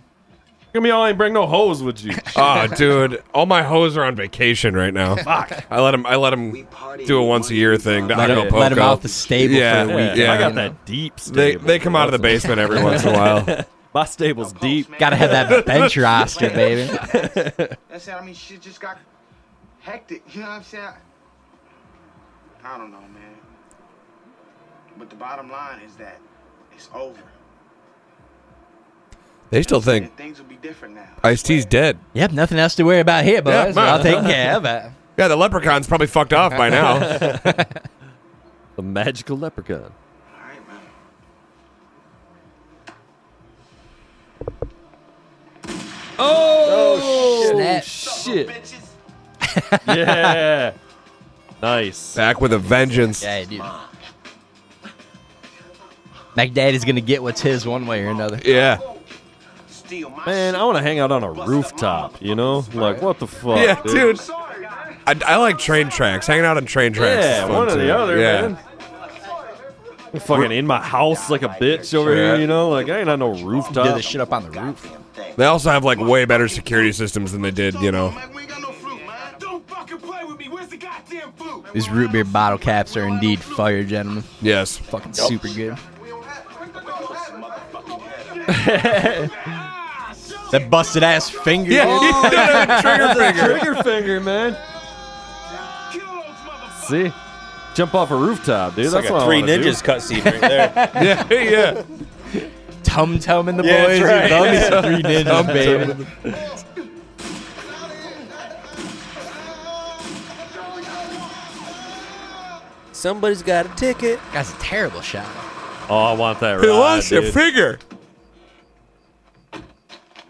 Give me all ain't bring no hose with you.
Oh, dude, all my hoes are on vacation right now. Fuck. I let them. I let them do a once a year thing. To
Let 'em-
Acapulco.
let 'em out the stable for
Yeah,
a week,
Yeah,
I got
you know.
that deep stable.
They they come out of the basement every once in a while.
My stable's deep.
Got to have that bench roster, baby.
That's it. I mean, shit just got hectic. You know what I'm saying? I don't know, man. But the bottom line is that it's over.
They still think
And things will be different now.
Ice T's dead.
Yep, nothing else to worry about here, boys.
Yeah, man.
I'll take care of it.
Yeah, the leprechaun's probably fucked off by now.
The magical leprechaun.
All right, man.
Snap.
Oh, Shit. yeah. Nice.
Back with a vengeance.
Yeah, dude. McDaddy's going to get what's his one way or another.
Yeah.
Steal my
Man, I want to hang out on a rooftop, you know? Like, what the fuck?
Yeah, dude. I, I like train tracks. Hanging out on train tracks. is
Yeah,
fun,
one or
too.
the other,
yeah.
man. I'm fucking in my house like a bitch over here,
Yeah.
you know? Like, I ain't on no
Do
rooftop.
this shit up on the roof.
They also have like way better security systems than they did, you know.
Don't fucking play with me. Where's the goddamn food?
These root beer bottle caps are indeed fire, gentlemen.
Yes.
Fucking super good. that busted ass finger. Oh,
Yeah. trigger finger.
Trigger finger, man. See? Jump off a rooftop, dude. That's
like
what
a
I
Three
wanna do.
Ninjas cutscene right there.
Yeah, yeah.
Tum tum in the
Yeah,
boys.
that's right.
Thumb is a three ninjas, baby.
Somebody's got a ticket.
That's a terrible shot.
Oh, I want that
He
ride,
lost your
dude.
finger.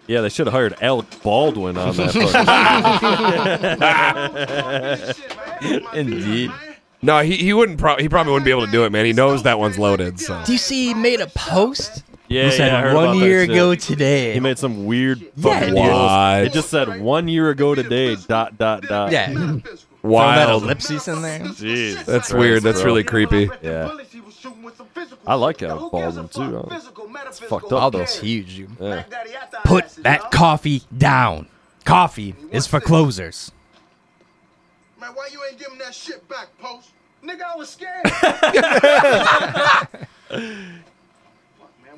Yeah, they should have hired Alec Baldwin on that. fucking-
Indeed.
No, he, he wouldn't. Pro- he probably wouldn't be able to do it, man. He knows that one's loaded. So
Do you see he made a post?
yeah,
he said
yeah, I heard
one
about that
year
shit.
ago today.
He made some weird
Yeah,
fucking
dude.
yeah,
Why?
It just said one year ago today. Dot dot dot.
yeah. Throw that
wild.
ellipsis in there.
Jeez,
That's
Christ,
weird. That's
bro.
really creepy.
Yeah.
I
I like Alec Baldwin too. huh?
Fucked up. Aldo's huge. dude.
Yeah.
Put that coffee down. Coffee is for closers.
Man, why you ain't giving that shit back, Post?
Nigga, I was scared. Fuck, man,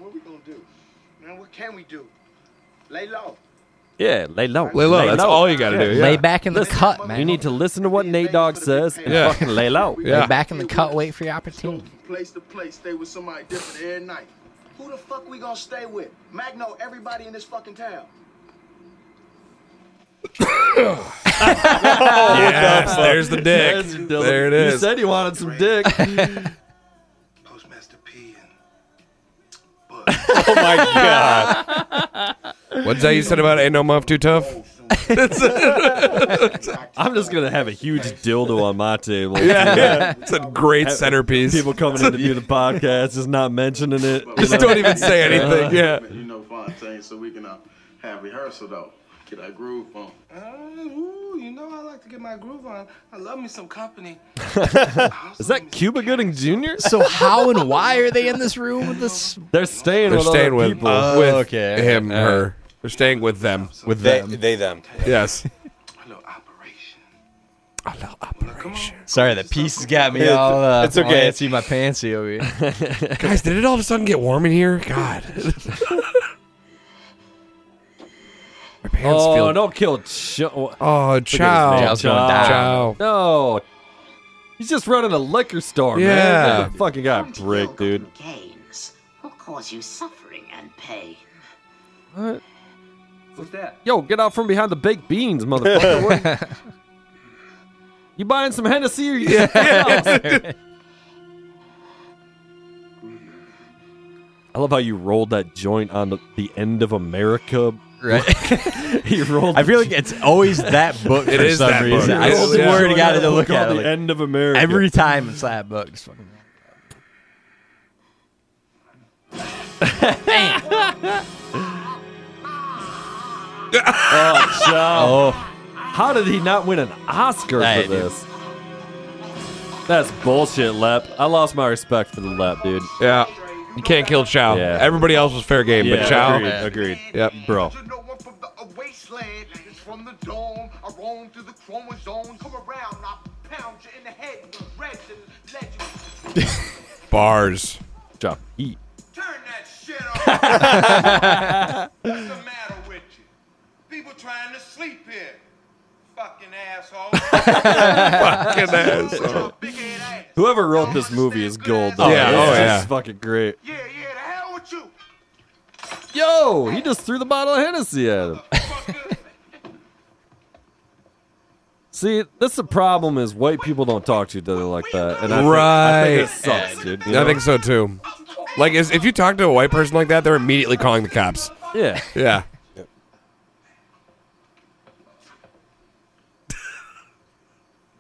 what we gonna do? Man, what can we do? Lay low.
Yeah, lay low.
Lay low. That's all you got to do. Yeah.
Lay back in the cut, man.
You need to listen to what Nate Dogg says and
Yeah.
fucking lay low.
Yeah.
Lay back in the cut. Wait for your opportunity.
From place to place, stay with somebody different every night.
Who the fuck we gonna stay with? Magno, everybody in this fucking town.
Yes, there's the dick.
That's ridiculous.
There it
You
is.
said you wanted some dick.
Postmaster P and
Oh my god. What's that you said about ain't no muff too tough?
I'm just gonna have a huge dildo on my table.
Yeah, it's a great centerpiece.
People coming in to do the podcast, just not mentioning it.
just don't even say anything. Yeah.
you know Fontaine, so we can uh, have rehearsal though. Get our groove on.
ooh, you know I like to get my groove on. I love me some company.
Is that Cuba Gooding Jr.?
So how and why are they in this room with this?
They're staying
They're
with
staying
other
with, uh,
people.
with
okay.
him, her. They're staying with them.
With Oh, Uh, they, them. They them.
Yes.
A little operation.
Sorry, the pieces got me all. Uh, it's okay. I see my pantsy over here.
Guys, did it all of a sudden get warm in here? God. My pants
oh,
feel.
don't kill. Cho-
Oh,
name.
chow.
Chow's going
Chow.
down.
Chow.
No. He's just running a liquor store,
Yeah.
man. That fucking got brick, dude.
Gains will cause you suffering and pain.
What's that?
Yo, get out from behind the baked beans, motherfucker. What- you buying some Hennessy or you I love how you rolled that joint on the, the end of America
Right.
he rolled.
I feel like it's always that book for
It is
some
that book.
reason. I
It is, yeah.
swear to God, I had to look
Called
at it.
The
like,
End of America.
Every time it's that book. Just fucking.
oh, child. How did he not win an Oscar
Hey,
for
dude.
this? That's bullshit, Lep. I lost my respect for the Lep, dude.
Yeah. You can't kill Chow.
Yeah.
Everybody else was fair game,
Yeah,
but Chow.
agreed, agreed.
Yep.
Bro.
uh, wasteland is from the dome. I roam through the chromosome. Come around, I pound you in the head with reds and legends.
Bars.
Chop. Eat.
Turn that shit off. What's the matter with you? People trying to sleep here. Fucking asshole.
Fucking asshole.
Whoever wrote this movie is gold. Though.
Yeah,
This
oh,
is
yeah.
fucking great. Yeah, yeah. The hell with you. Yo, he just threw the bottle of Hennessy at him. See, that's the problem is white people don't talk to each other like that, and I think, I think it
Right.
sucks, dude. you
I
know?
think so too. Like, is, if you talk to a white person like that, they're immediately calling the cops.
Yeah.
Yeah.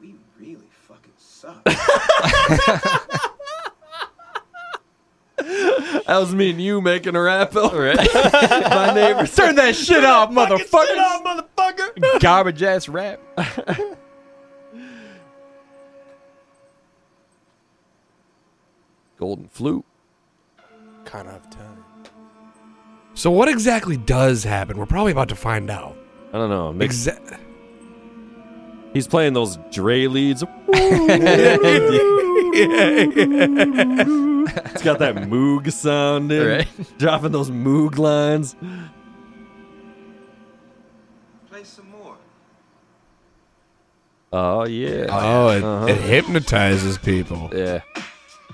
We really fucking suck.
That was me and you making a rap, all right? My neighbors.
Turn that shit off, motherfucker!
motherfucker.
Garbage ass rap.
Golden flute.
Kind of time. So what exactly does happen? We're probably about to find out.
I don't know. Mix-
Exactly.
He's playing those Dre leads. It's got that moog sound, dude.
Right.
Dropping those moog lines.
Play some more.
Oh yeah.
Oh, it,
Uh-huh.
it hypnotizes people.
Yeah.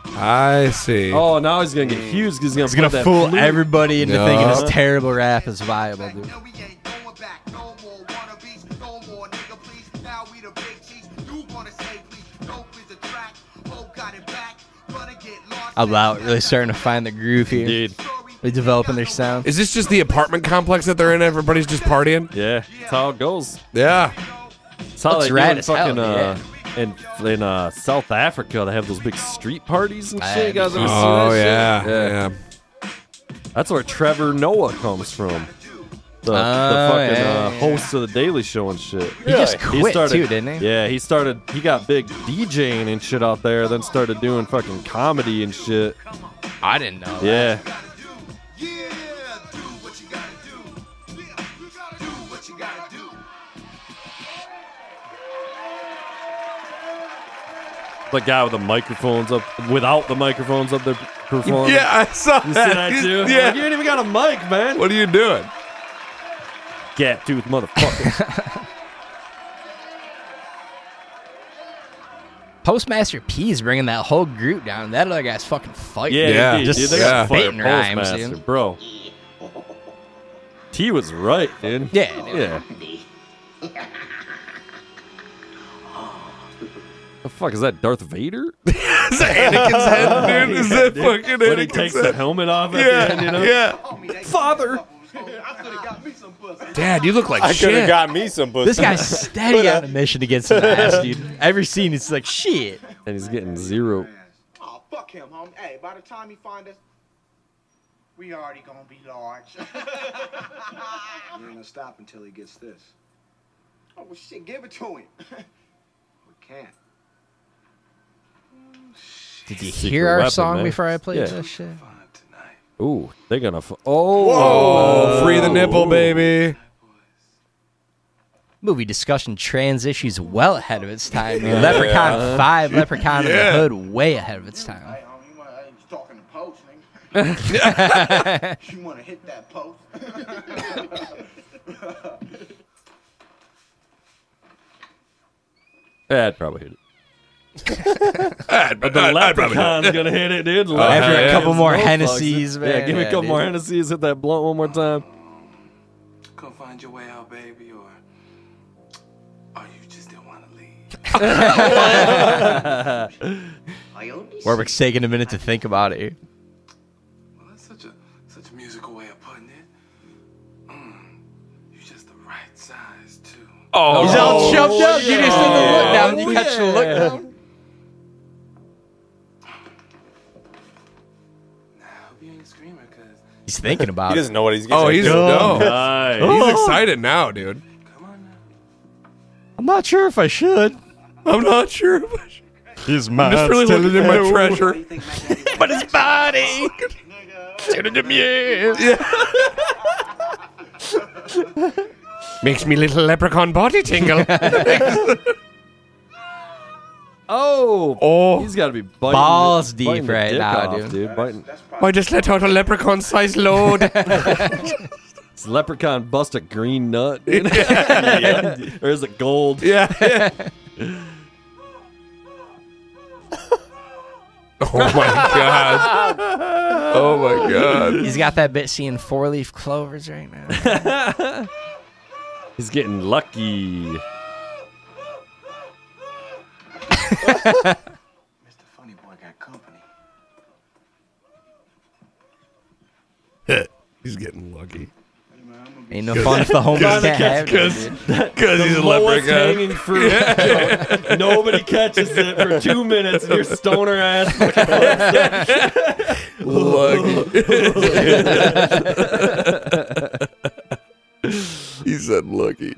I see.
Oh, now he's gonna get huge. 'cause He's gonna,
It's Mm. gonna
play that
fool
flute.
everybody into
No.
thinking this terrible rap is viable, dude.
No, we ain't going back. No more wannabes. No more nigga, please. Now we the big cheese. You wanna say please? Dope is the track. Hope got it back. Gonna get lost.
Out loud, really starting to find the groove here.
Dude.
They're developing their sound.
Is this just the apartment complex that they're in? Everybody's just partying.
Yeah. That's how it goes.
Yeah.
That's how
Looks
they do
rad
in
as hell,
fucking uh, in in uh, South Africa. They have those big street parties and shit. You guys ever
Oh
see that
yeah.
shit? Yeah.
Yeah.
That's where Trevor Noah comes from. The, the
Oh,
fucking
yeah,
uh,
yeah.
host of the Daily Show and shit.
He just quit
started,
too, didn't he?
Yeah, he started. He got big DJing and shit out there. Then started doing fucking comedy and shit.
I didn't know. that.
Yeah,
Yeah, do what you gotta do. Yeah, you gotta do what you gotta do.
the guy with the microphones up, without the microphones up there performing.
Yeah, I saw
you see
that.
that too? Like, you
Yeah.
ain't even got a mic, man.
What are you doing?
Gap tooth motherfucker.
Postmaster P is bringing that whole group down. That other guy's fucking fighting.
Yeah,
Yeah.
Indeed,
Just
dude, they got
spitting
fucking
rhymes,
Postmaster,
dude.
bro. T was right, dude.
Yeah, dude.
yeah. The fuck is that, Darth Vader?
Is that Anakin's head, dude? Is that fucking
Oh, when he
Anakin's
takes the
head?
helmet off at
yeah.
the end, you know?
Yeah.
Father!
Dad, you look like
I could
shit.
have got me some pussy.
This guy's steady on a mission to get some ass, dude. Every scene, it's like shit.
And he's getting zero.
Oh, fuck him, homie. Hey, by the time he find us, we already gonna be large.
We're gonna stop until he gets this.
oh, well, shit, give it to him.
We can't.
Did you
Secret
hear our
weapon,
song
man.
before I played
Yeah.
this shit?
Fun tonight.
Ooh, they're gonna. F- oh!
Oh, free the nipple, baby.
Movie discussion trans issues well ahead of its time. dude. Leprechaun 5, Leprechaun in
Yeah.
the Hood way ahead of its time.
Hey, homie, you wanna, hey, you talking to Post, nigga. you wanna hit that post?
Yeah, I'd probably hit it.
I'd,
The leprechaun's gonna hit it, dude.
After a
Oh, yeah.
couple
Leprechaun's
more
motherfucks.
Hennessy's, man.
Yeah, give me a couple
dude.
more Hennessy's. Hit that blunt one more time.
Come find your way out, baby, or or you just didn't want to leave.
I only
Warwick's taking a minute to think about it. here.
Well, that's such a such a musical way of putting it. Mm.
Oh,
He's all chumped up. You just did the look down. You
Oh,
catch the look
yeah.
down. He's thinking about
He
it.
doesn't know what he's getting
Oh, he's no.
Oh.
He's excited now, dude.
I'm not sure if I should.
I'm not sure.
His
I'm just really looking at my treasure.
but his body.
Turn into me. Makes me little leprechaun body tingle.
Oh,
oh,
he's got to be biting
Balls
the, biting
deep
the
right
dick
now,
off,
dude.
Biting.
I just let out a leprechaun sized load.
Does leprechaun bust a green nut?
Yeah.
or is it gold?
Yeah. oh my god. Oh my god.
He's got that bit seeing four leaf clovers right now.
He's getting lucky.
he's getting lucky.
Ain't no fun if the homies
Cause-
can't have it,
cause-
dude.
cause
The
he's a
lowest
leprechaun.
hanging fruit. Nobody catches it for two minutes, and your stoner ass.
lucky. he said lucky.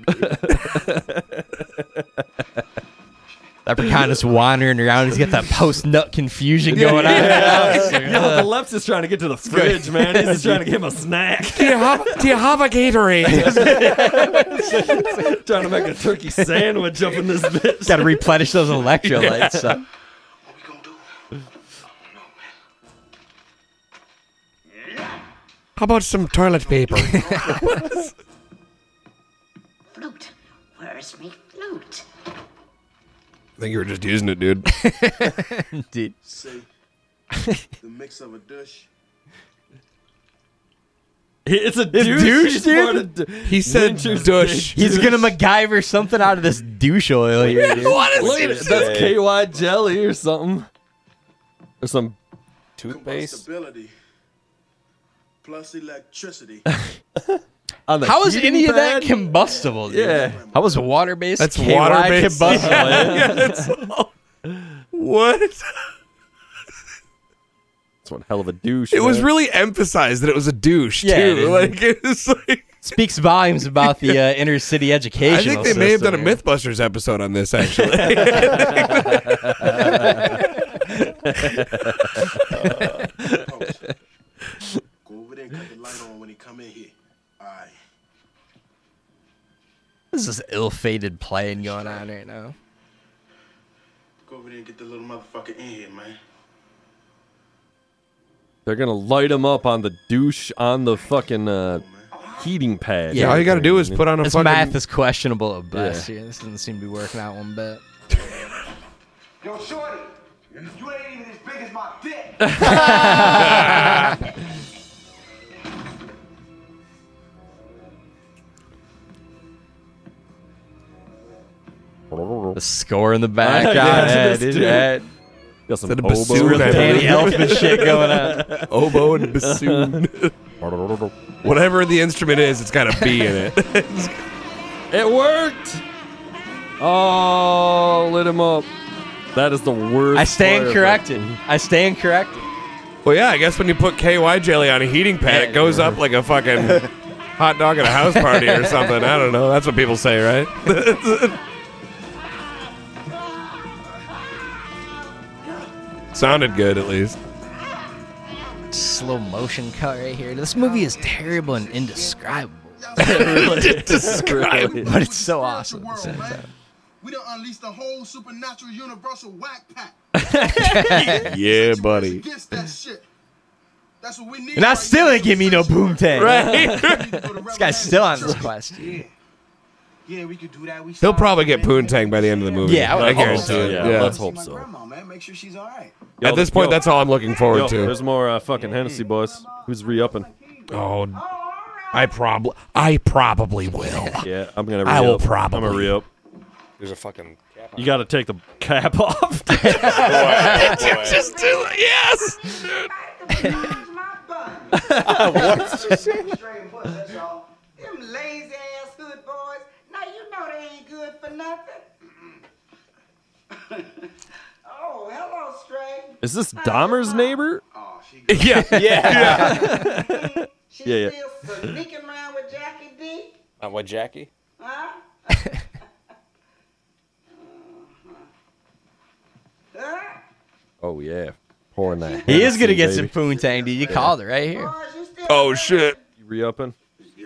Leprechaun is wandering around. He's got that post nut confusion going on.
Yo, the leps is trying to get to the fridge, man. He's just trying to give him a snack.
Do you have Do you have a Gatorade?
trying to make a turkey sandwich up in this bitch.
Got to replenish those electrolytes.
Yeah.
How about some toilet paper?
Flute. Where's me flute?
I think you were just using it, dude.
Dude.
See, the mix of a douche.
It's a douche,
douche,
part
dude.
of d-
He said
Nature's
douche. He's
douche.
gonna MacGyver something out of this douche oil here. Dude.
Look at it. That's KY jelly or something. Or some toothpaste.
Stability plus electricity.
On the
How is
heating
any of that
pad?
combustible? Dude?
Yeah.
How was water based?
That's water-based.
Combustible.
Yeah. Yeah,
that's What?
That's one hell of a douche.
It was
man.
really emphasized that it was a douche
Yeah,
too.
dude.
Like it was like
Speaks volumes about the uh, inner city education.
I think they may have done a MythBusters episode on this actually.
Go over there and cut the light on when he come in here. Alright.
This is ill-fated playing going on right now.
Go over there and get the little motherfucker in here, man.
They're gonna light him up on the douche on the fucking uh, heating pad.
Yeah, all you gotta do is put on a
This
fucking-
math is questionable at best.
Yeah.
Here. This doesn't seem to be working out one bit.
Yo, shorty, you ain't even as big as my dick.
The score in the back.
Yeah,
God,
this
dude,
dude.
that-
Got some
Is that a
oboe.
bassoon? Real Danny Elfman shit going on.
Oboe and bassoon. Whatever the instrument is, it's got a B in it.
It worked. Oh, lit him up. That is the worst.
I stand
fire
corrected. I stand corrected.
well, yeah, I guess when you put KY jelly on a heating pad, it goes up like a fucking hot dog at a house party or something. I don't know. That's what people say, right? Sounded good, at least.
Slow motion cut right here. This movie is terrible and indescribable.
Really?
But it's so awesome at the same time.
We done unleashed the whole supernatural universal whack pack.
yeah, buddy.
Against that shit. That's what we need.
And I still ain't give me no boom tag.
Right.
this guy's still on this quest.
Yeah, we could do that. We
He'll probably get poontang by the end of the movie.
Yeah, I would hope
guarantee
so.
it.
Yeah, let's hope
my
so.
grandma, man. Make sure she's alright.
Yo,
At this point,
yo.
that's all I'm looking forward
Yo,
to.
There's more uh, fucking Hennessy boys. Who's re-upping?
Oh, I probably, I probably will.
Yeah, I'm gonna. Re-up.
I will
I'm gonna
probably.
re-up.
There's a fucking cap on
You got to take the cap off.
Just do it. Yes.
Them lazy ass hood boys. Now you know they ain't good.
Oh, hello, Stray.
Is this Dahmer's neighbor?
yeah.
Yeah.
yeah.
Yeah, yeah.
Still sneaking around with Jackie D?
Uh, what, Jackie?
Huh? huh?
Oh yeah, pouring that.
He is gonna
Hennessy,
get some
baby.
poontang, dude. You called it right here.
Oh shit.
You re-upping?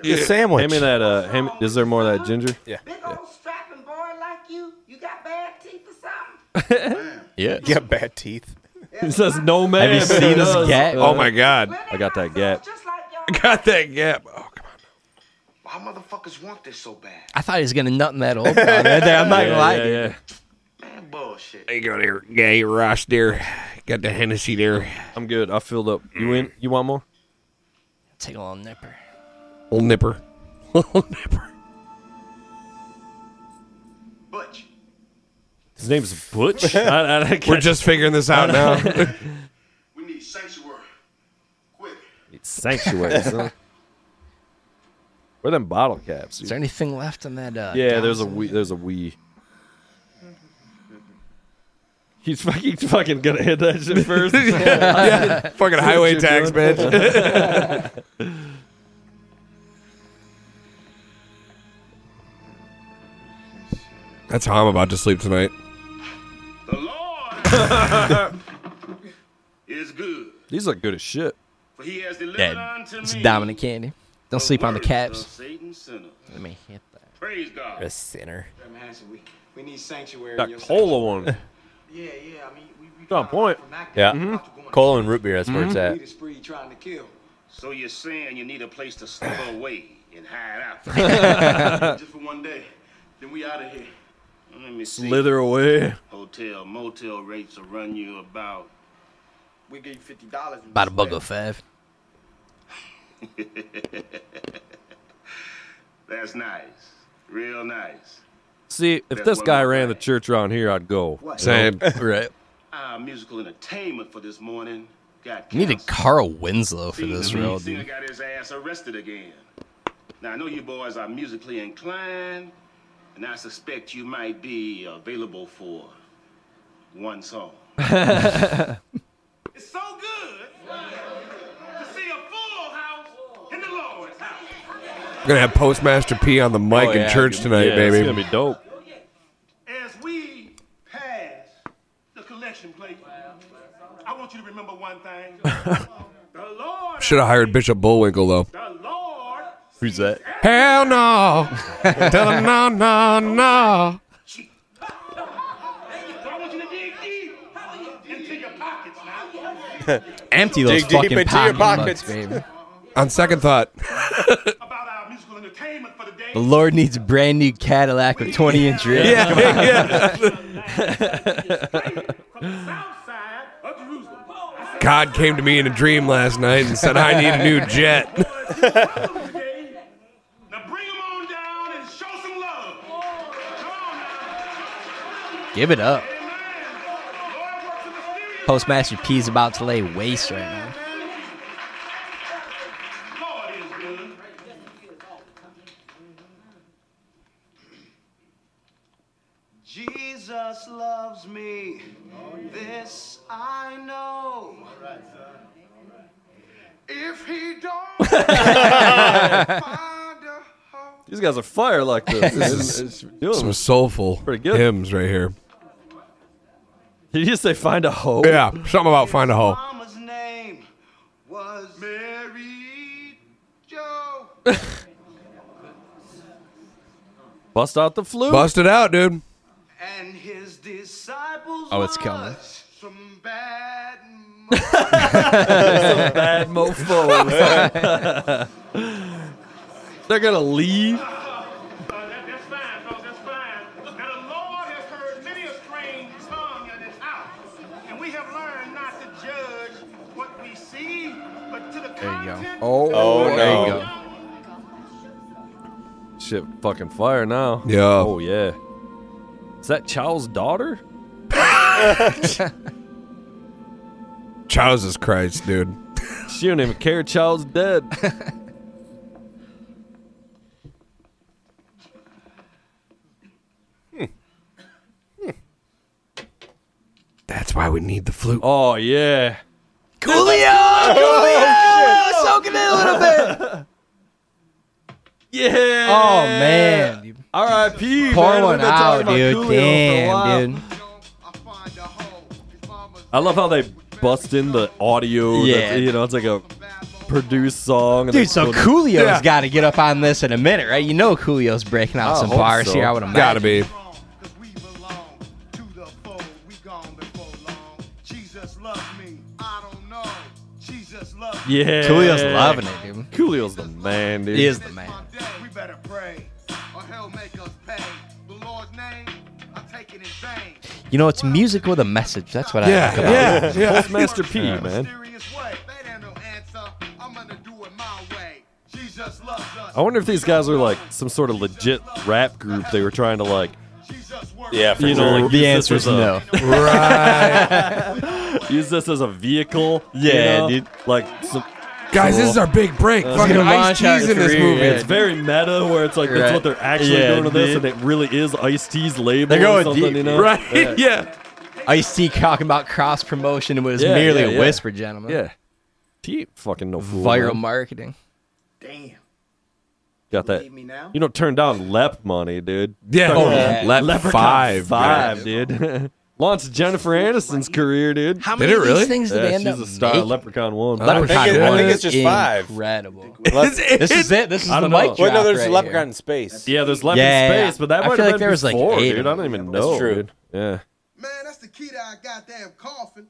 Yeah. sandwich.
Hand me that. Uh, hand me- is there more of that ginger?
Yeah.
Big old strapping boy like you, you got bad teeth or something?
Yeah.
You got bad teeth.
He says no man.
Have you
but he
seen this
does.
gap?
Oh my god.
I got that gap.
I got that gap. Oh,
Why motherfuckers want this so bad?
I thought he was gonna nut in that old broad right there. I'm not gonna lie. dude.
Man, bullshit.
there you go there. Gay Ross there. Got the Hennessy there.
I'm good. I filled up. You in? You want more?
Take a little nipper.
Old nipper. Old nipper.
Butch.
His name's Butch. I, I, I
We're
can't-
just figuring this out now.
We need sanctuary.
It's sanctuary. son. Where them bottle caps? dude?
Is there anything left in that? Uh,
yeah, there's a
Dawson?
we. There's a we. He's fucking fucking gonna hit that shit first.
Yeah. Fucking highway tax, bitch. That's how I'm about to sleep tonight.
The Lord is good,
These look good as shit.
for he has delivered
Yeah,
unto
it's
me
Dominic Candy. Don't sleep on the
of
caps.
Satan's sinners.
Let me hit that.
Praise God.
sinner.
Graham Hanson, we, we need sanctuary. in
That
your
cola one.
Yeah, yeah. I mean, we, we
It's on point.
Yeah. Cola and root beer, that's where it's
we
at.
need a spree trying to kill.
So you're saying you need a place to slip away and hide out?
Just for one day, then we out of here.
Let me see.
Slither away.
Hotel, motel rates will run you about.
We give you fifty dollars.
About a bug of five.
That's nice, real nice.
See, if
That's
this
one
guy
more
ran the church around here, I'd go.
What?
Same.
Right.
Ah,
Our musical entertainment for this morning got.
You needed
canceled.
Carl Winslow for
See,
this
the
Mm-hmm.
lead
role,
singer
dude.
got his ass arrested again. Now I know you boys are musically inclined, and I suspect you might be available for one song.
It's so good to see a full house in the Lord's house.
We're gonna have Postmaster P on the mic
Oh,
in
yeah,
church
dude.
tonight,
Yeah,
baby.
It's gonna be dope.
As we pass the collection plate, I want you to remember one thing. the Lord,
Should have hired Bishop Bullwinkle though.
the Lord
Who's that?
Hell no! Tell him no, no, no.
So I want you to dig deep into your pockets now.
Empty those
Dig deep
fucking
into your
pocket
pockets.
bucks, baby.
On second thought,
About our musical entertainment for the day.
The Lord needs a brand new Cadillac with 20 inch rims.
Yeah,
Come on.
God came to me in a dream last night and said I need a new jet.
Now bring them on down and show some love.
Give it up. Postmaster P's about to lay waste right now.
Lord is good.
Jesus loves me. This I know. If he don't, find a home.
These guys are fire like this.
This
It's-
is
it's doing
some
it.
soulful
Pretty good.
hymns right here.
Did you say find a hoe?
Yeah, something about find a hole.
Mama's name was Mary Joe.
Bust out the flute.
Bust it out, dude.
And his disciples
Oh, it's coming.
was some bad
Some bad mofos. They're gonna leave.
Uh, that- that's fine, folks, that's fine. Now the Lord has heard many a strange tongue in this house, and we have learned not to judge what we see, but to the
There you go.
Oh,
Oh, no.
There you go.
Shit, fucking fire now.
Yeah.
Oh yeah. Is that Chow's daughter?
Jesus Christ, dude.
She don't even care. Chow's dead.
That's why we need the flute.
Oh yeah.
Coolio! Coolio! Soak it in a little bit.
Yeah.
Oh, man.
R.I.P.
Pour
man. We've
one
been talking
out,
about
dude.
Coolio for a while.
Damn, dude.
I love how they bust in the audio.
Yeah.
that's- you know, it's like a produced song. and they
Dude, so
put it-
Coolio's
Yeah.
got to get up on this in a minute, right? You know Coolio's breaking out
I
some
hope
bars
so.
here. I would imagine.
Gotta be.
Yeah.
Coolio's loving it, dude.
Coolio's the man, dude.
He is the man.
We better pray, or he'll make us pay. The Lord's name, I take it in vain.
You know, it's music with a message. That's what I
Yeah,
like about
yeah,
it.
yeah.
Postmaster P, man. I wonder if these guys are like some sort of legit rap group they were trying to like.
Yeah, for
you know,
sure.
like
The
use this
answer
as
is
a-
no.
Use this as a vehicle. you
Yeah,
know?
dude.
Like some.
Guys, this
Cool.
is our big break.
Let's
Fucking
get a
Ice
launch out
T's in this
career,
movie.
yeah.
It's very meta, where it's like that's
Right.
what they're actually
Yeah,
doing to this,
dude.
and it really is Ice T's label.
They're
or
going
something,
deep,
you know?
Right? Yeah.
Ice T talking about cross promotion. It was
Yeah,
merely
yeah,
a
yeah.
whisper, gentlemen.
Yeah. T ain't fucking no fool.
Viral
man.
marketing.
Damn.
Got that?
Leave me now?
You don't turn down Lep money, dude.
Yeah.
Fucking
Oh, yeah. Lep
Leprechaun
five,
five, dude. Launched Jennifer Aniston's career, dude.
How
Did
many
it
of
really?
these things do
Yeah,
they end
she's
up
a star. of
making?
Leprechaun one.
Leprechaun
I think it- I
one
think
is
it's just five.
Incredible.
Lep-
This is it. This is
I
the
don't know.
mic
Wait,
drop
no, there's a
right here.
leprechaun in space.
Yeah, there's Lep
Yeah,
in
yeah,
space,
yeah.
but that
I
might
feel
have
like
been
there was, like,
before,
eight
dude. I
of
don't even
That's
know,
true.
dude. Yeah.
Man, that's the key to our goddamn coffin.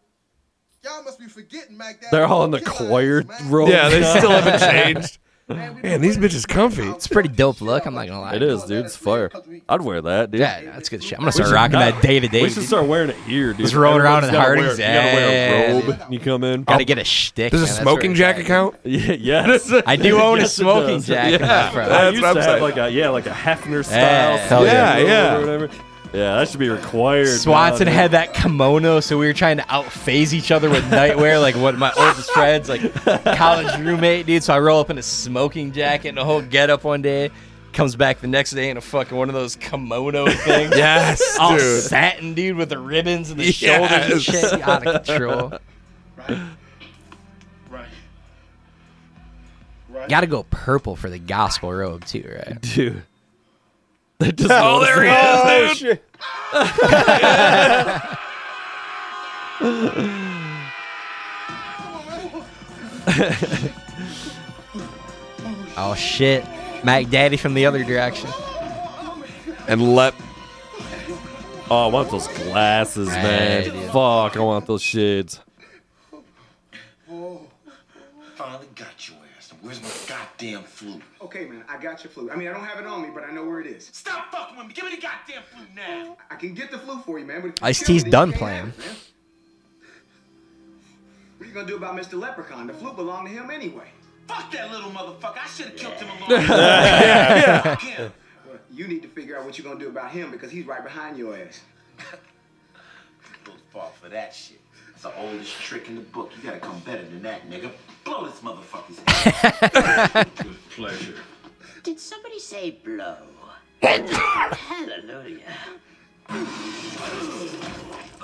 Y'all must be forgetting, Mac. that
They're all in the
killer
choir
is, man.
robes.
Yeah, they
now.
still haven't changed.
Man, we
Man, these bitches comfy.
It's a pretty dope look. I'm not gonna lie.
It is, dude. It's fire. I'd wear that, dude.
Yeah, that's good shit. I'm gonna
We
start
should
rocking
not-
that day to day.
We should start wearing it here, dude.
Just rolling around in Hardee's.
Everyone's gotta wear- You gotta wear a
Yeah,
robe.
dude.
when You come in.
Gotta get a shtick.
Does a
man. That's
smoking
where
jacket
it's
count?
Yeah, yes.
at. I do own
Yes,
a
it
smoking
does.
jacket.
Yeah.
my friend.
I
That's what
used to
I'm
have
saying.
like a yeah, like a Hefner
Yeah.
style.
Hell
yeah.
robe
Yeah.
Or whatever. Yeah, that should be required. now,
Swanson
dude.
had that kimono, so we were trying to outphase each other with nightwear. Like one of my oldest friends, like college roommate, dude. So I roll up in a smoking jacket and a whole get up one day. Comes back the next day in a fucking one of those kimono things.
Yes,
All
dude.
satin, dude, with the ribbons and the shoulders and
Yes.
shit. Out of control.
Right. Right.
Gotta go purple for the gospel robe, too, right?
dude. They just oh, there he
Oh, shit.
Oh, shit. Mac Daddy from the other direction.
And Lep.
Oh, I want those glasses, man.
Hey, dude.
Fuck, I want those shades.
Finally got your ass. Where's my goddamn flute?
Okay, man, I got your flute. I mean, I don't have it on me, but I know where it is.
Stop fucking with me. Give me the goddamn flute now.
I can get the flute for you, man. But if you
Ice-T's
kill me, then
done
you can't
playing.
have it, man. What are you gonna do about Mr. Leprechaun? The flute belonged to him anyway.
Fuck that little motherfucker. I should have killed him a long time ago. Fuck him.
Well, you need to figure out what you're gonna do about him because he's right behind your ass.
Don't fall for that shit. It's the oldest trick in the book. You gotta come better than that, nigga. Blow this motherfucker's head.
With pleasure.
Did somebody say blow? Hallelujah.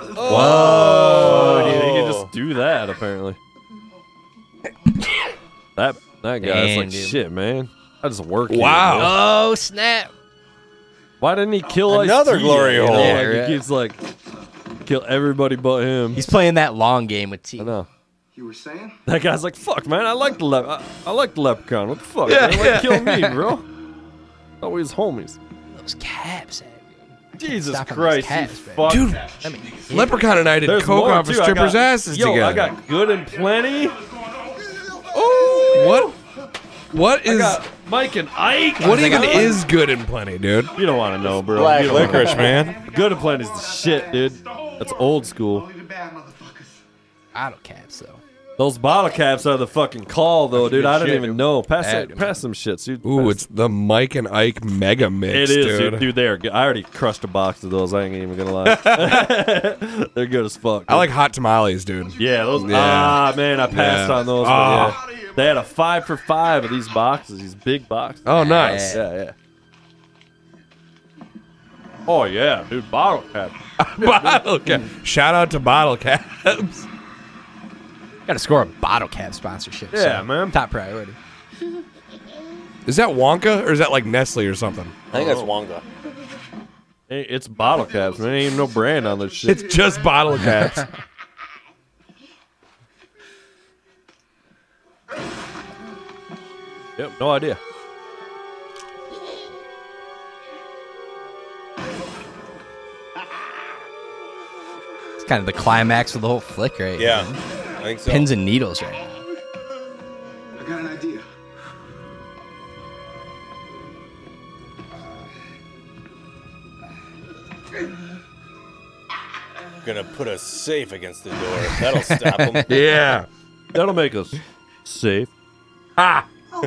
Oh, dude, they can just do that apparently. that that guy's
Damn,
like
dude.
shit, man. I just work. here,
Wow.
man.
Oh, snap.
Why didn't he kill
Another
Ice-T,
glory
you know?
hole.
Like,
Yeah,
He keeps like kill everybody but him.
He's playing that long game with T.
I know.
You were saying?
That guy's like, fuck, man. I like the lep. I, I like the leprechaun. What the fuck?
Yeah,
man? Why'd you
yeah.
kill me, bro. Oh, we was homies.
Those caps, eh,
Jesus
Stop on those
Christ, you
caps, man.
fuck.
Dude,
dude. I mean,
Leprechaun and I did
There's
coke
more
off a
too. I
stripper's
got-
asses
Yo,
together.
I got good and plenty.
what? What
I
is?
got Mike and Ike.
What
I
even
got-
is good and plenty, dude?
You don't want to know, bro.
Black
You don't wanna
licorice, man.
know. Good and plenty's the shit, dude. That's old school.
Only the bad motherfuckers.
auto caps, though.
Those bottle caps are the fucking call, though, dude. I didn't
shit,
even know. Pass,
Yeah,
it-
dude.
pass some shit, dude.
Ooh,
Pass-
it's the Mike and Ike mega mix,
It is,
dude.
dude. Dude, they are good. I already crushed a box of those. I ain't even gonna lie. They're good as fuck. dude.
I like hot tamales, dude.
Yeah, those.
Yeah.
Ah, man, I passed
Yeah.
on those. but
Ah.
yeah. They had a five for five of these boxes, these big boxes.
Oh, nice.
Yeah, yeah. Oh yeah, dude, bottle cap.
bottle cap. Shout out to bottle caps.
Got to score a bottle cap sponsorship.
Yeah,
so man. Top priority.
Is that Wonka or is that like Nestle or something?
I think that's Wonka. It's bottle caps, man. Ain't even no brand on this shit.
It's just bottle caps.
yep, no idea.
It's kind of the climax of the whole flick, right?
Yeah,
now.
I think so.
Pins and needles, right? now.
I got an idea.
Gonna put a safe against the door. That'll stop him.
that'll make us safe.
Ha!
Oh,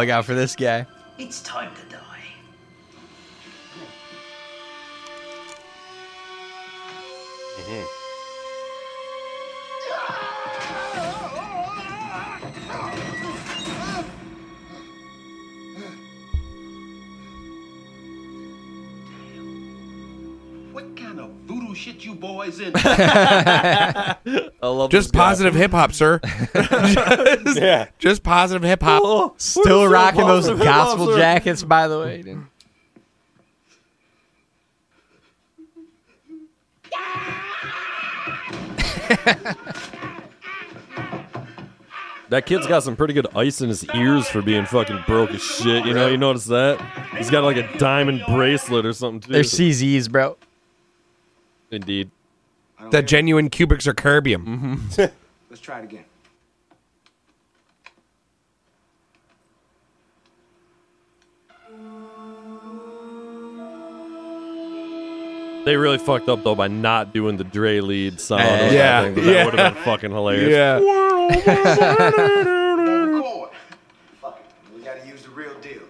look out for this guy.
It's time to die.
What kind of voodoo shit you boys in?
just positive hip hop, sir. just,
Yeah.
just positive hip hop.
Still rocking those gospel jackets, by the way. dude.
That kid's got some pretty good ice in his ears for being fucking broke as shit. You know, you notice that? He's got like a diamond bracelet or something too.
They're CZs, bro.
Indeed.
That genuine cubic zircurbium. Mm-hmm.
Let's try it again.
They really fucked up though by not doing the Dre lead sound. or something,
Eh, Yeah,
but That
yeah.
would have been fucking hilarious.
Yeah.
Record. Fuck it. We gotta use the real deal.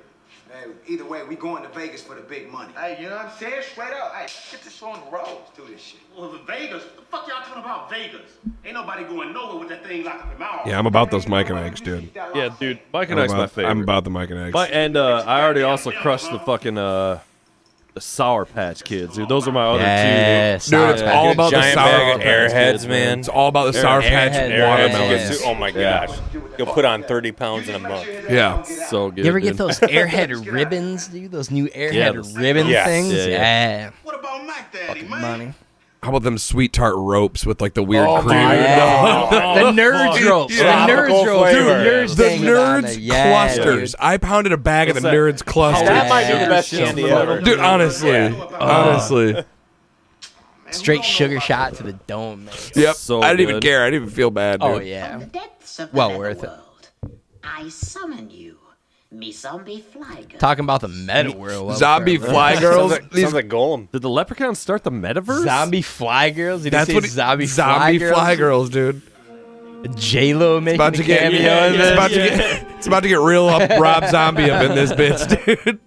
Hey, either way, we going to Vegas for the big money. Hey, you know what I'm saying? Straight up. Hey, let's get this on the road. Let's do this shit.
Well, the Vegas. The fuck y'all talking about Vegas? Ain't nobody going nowhere with that thing locked up in my office.
Yeah, I'm about those Mike and Ike's, dude.
Yeah, dude. Mike and
Oh, I'm
Ike's my
about-
favorite.
I'm about the Mike and Ike's.
My- and uh, I already also crushed the fucking uh, the Sour Patch Kids, dude. Those are my other
Yes,
two.
Dude, it's all about the
giant
sour
bag of
Patch
airheads,
Kids,
man.
man.
It's all about the sour patch watermelons.
Oh my
Yeah.
gosh, you'll put on thirty pounds in a month.
Yeah.
So good.
You ever get
dude.
those airhead ribbons, dude? Those new airhead
those-
ribbon
Yes.
things?
Yeah,
Yeah.
yeah.
What about Mike Daddy, man?
Money.
How about them sweet tart ropes with like the weird
Oh,
cream?
my
No.
God. The nerds
Dude,
ropes. The
yeah.
nerds ropes.
Dude,
The nerds
the
dangling on there.
nerds
Yeah,
clusters. I pounded a bag of
What's
the
that?
nerds clusters.
That might be the best candy ever.
Dude, honestly, honestly,
Straight sugar shot to the dome, man.
yep.
So
I didn't even
good.
care. I didn't even feel bad. Dude.
Oh, yeah.
Depths of the
Well
nether
worth it.
world, I summon you, me zombie fly girl.
Talking about the meta world. up
Zombie
there, bro.
fly girls.
Sounds like,
these-
sounds like Golem.
Did the Leprechaun start the metaverse?
Zombie fly girls? Did
that's
he say
what
zombie,
zombie
fly,
fly
girls?
girls, dude.
J Lo making
About
a
to get,
cameo in
it's
this.
about to get, it's about to get real up Rob Zombie up in this bitch, dude.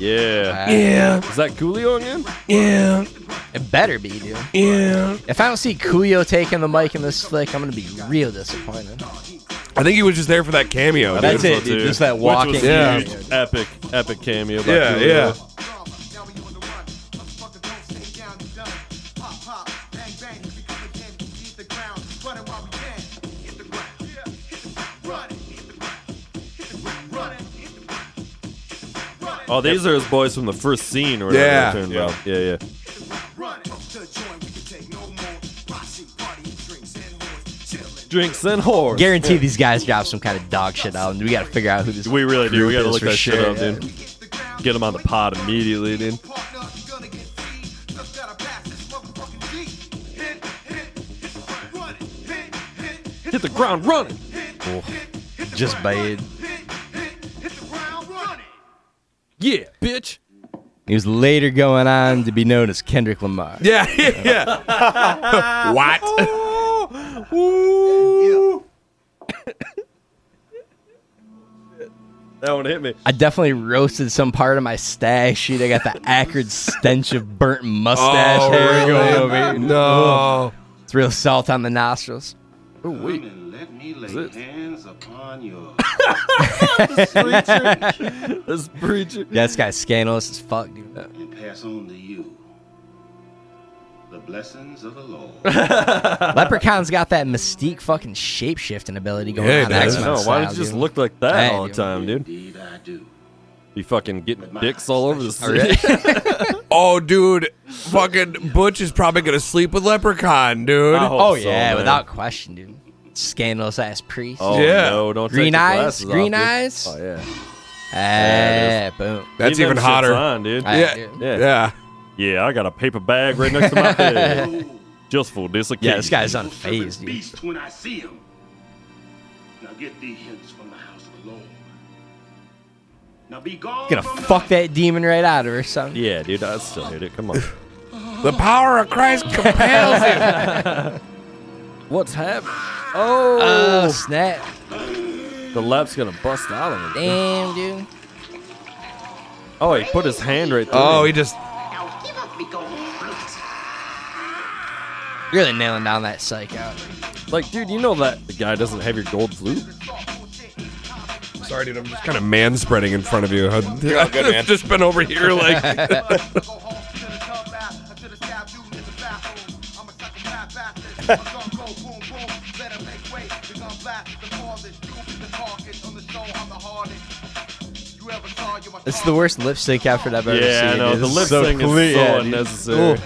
Yeah.
Yeah,
Is that Coolio again?
yeah,
It better be, dude.
yeah.
If I don't see Kuyo taking the mic in this flick, I'm gonna be real disappointed.
I think he was just there for that cameo. Dude.
That's it, dude. Just that walking.
Which was
Yeah.
huge, epic, epic cameo. By
Yeah,
Coolio.
yeah.
Oh, these are his boys from the first scene, or whatever
Yeah.
they're turned out. Yeah, yeah. Drinks and whores.
Guarantee these guys drop some kind of dog shit out, and we gotta figure out who this.
We really do. We gotta
group is
look
for
that shit
sure.
up, dude. Get him on the pod immediately, dude. Hit the ground running.
Just bad.
Yeah, bitch.
He was later going on to be known as Kendrick Lamar.
Yeah, yeah. what?
That one hit me.
I definitely roasted some part of my stash sheet. I got the acrid stench of burnt
Oh,
mustache hair going over.
Oh, No.
It's real salt on the nostrils.
Oh wait.
and let me lay hands upon your.
This preacher.
Yeah, this guy's scandalous as fuck, dude.
and pass on to you the blessings of the Lord.
Leprechaun's got that mystique fucking shapeshifting ability going on. X-Men
No, why
style,
does it just
dude.
look like that
Hey,
all the
dude.
time, dude? Indeed, I do. Be fucking getting dicks all over the city.
oh, dude, fucking Butch is probably gonna sleep with Leprechaun, dude.
I hope Oh, so, yeah, man. without question, dude. Scandalous ass priest.
Oh, Yeah. no,
don't take
green
the
eyes,
glasses off,
green
dude.
eyes.
Oh, yeah.
Eh, boom.
That's
Leave
even
them shits
hotter.
on, dude.
Yeah. Yeah.
yeah, yeah, I got a paper bag right next to my bed, just for this occasion.
Yeah, this guy's unfazed, dude.
beast when I see him. Now get thee hence from the house of the Lord. Now be gone.
Gonna fuck that demon right out of her, son.
Yeah, dude, I still hit it. Come on.
The power of Christ compels him.
What's happening? Oh,
Oh, snap.
the lap's gonna bust out of it.
Damn, dude.
Oh, he put his hand right. Through
Oh,
it.
he just
Really nailing down that psycho.
like, dude, you know that the guy doesn't have your gold flute.
Sorry, dude. I'm just kind of man spreading in front of you. I've
good, man.
just been over here like.
It's the worst lip sync effort I've ever
Yeah, I
seen.
know,
dude.
the
It's
lip
so
sync is
clean.
so
Yeah, dude.
unnecessary.
Ooh.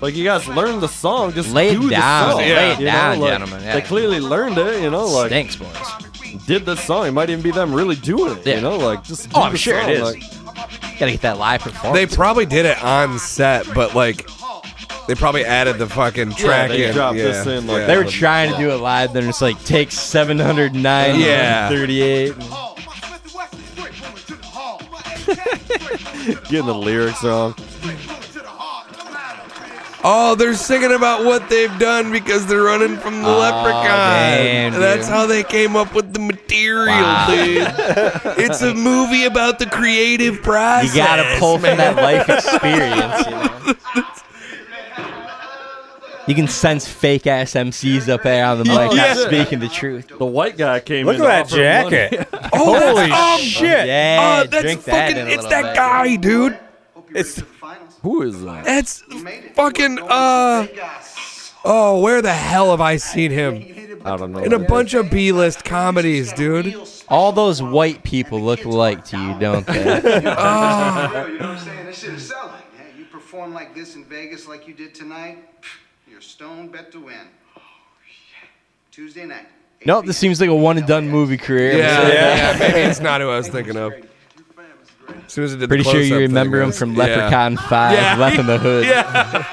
Like you guys learned the song, just
Lay it
do the
down.
song.
Lay it
You know,
down,
like,
gentlemen. Yeah.
They clearly learned it, you know. Like
Stinks, boys.
Did the song? It might even be them really doing it.
Yeah.
You know, like just.
Oh,
do
I'm
the
sure it
song,
is.
like-
Gotta get that live performance.
They probably did it on set, but like they probably added the fucking track
they
in.
dropped
yeah.
this in, like,
yeah.
They were trying to do it live, then it's like take 709
Yeah.
38.
Getting the lyrics wrong.
Oh, they're singing about what they've done because they're running from the
Oh,
leprechaun.
damn, dude.
That's how they came up with the material,
Wow.
dude. it's a movie about the creative process.
You gotta pull from that
man.
life experience, you know. You can sense fake ass MCs up there on the mic
Yeah.
not speaking the truth.
The white guy came
Look
in.
at
to
that
offer money.
Oh, that's- oh,
shit.
Yeah,
oh, that's
drink that
fucking.
in a
it's
little
that
bit.
guy, dude.
It's
Who is that?
That's fucking. Uh. Oh, where the hell have I seen him?
I don't know.
In a bunch of B-list comedies, dude.
Oh.
All those white people look alike to you, don't they?
Oh.
You know what I'm saying? This shit is selling. Yeah, you perform like this in Vegas like you did tonight, you're stone bet to win. Tuesday night.
nope, this seems like a one and done movie career.
Yeah,
I'm sorry.
yeah, yeah, maybe it's not who I was thinking of. As soon as I did the
Pretty sure you
close-up
remember
thing,
him from
yeah.
Leprechaun 5,
Yeah.
Left in the Hood.
Yeah.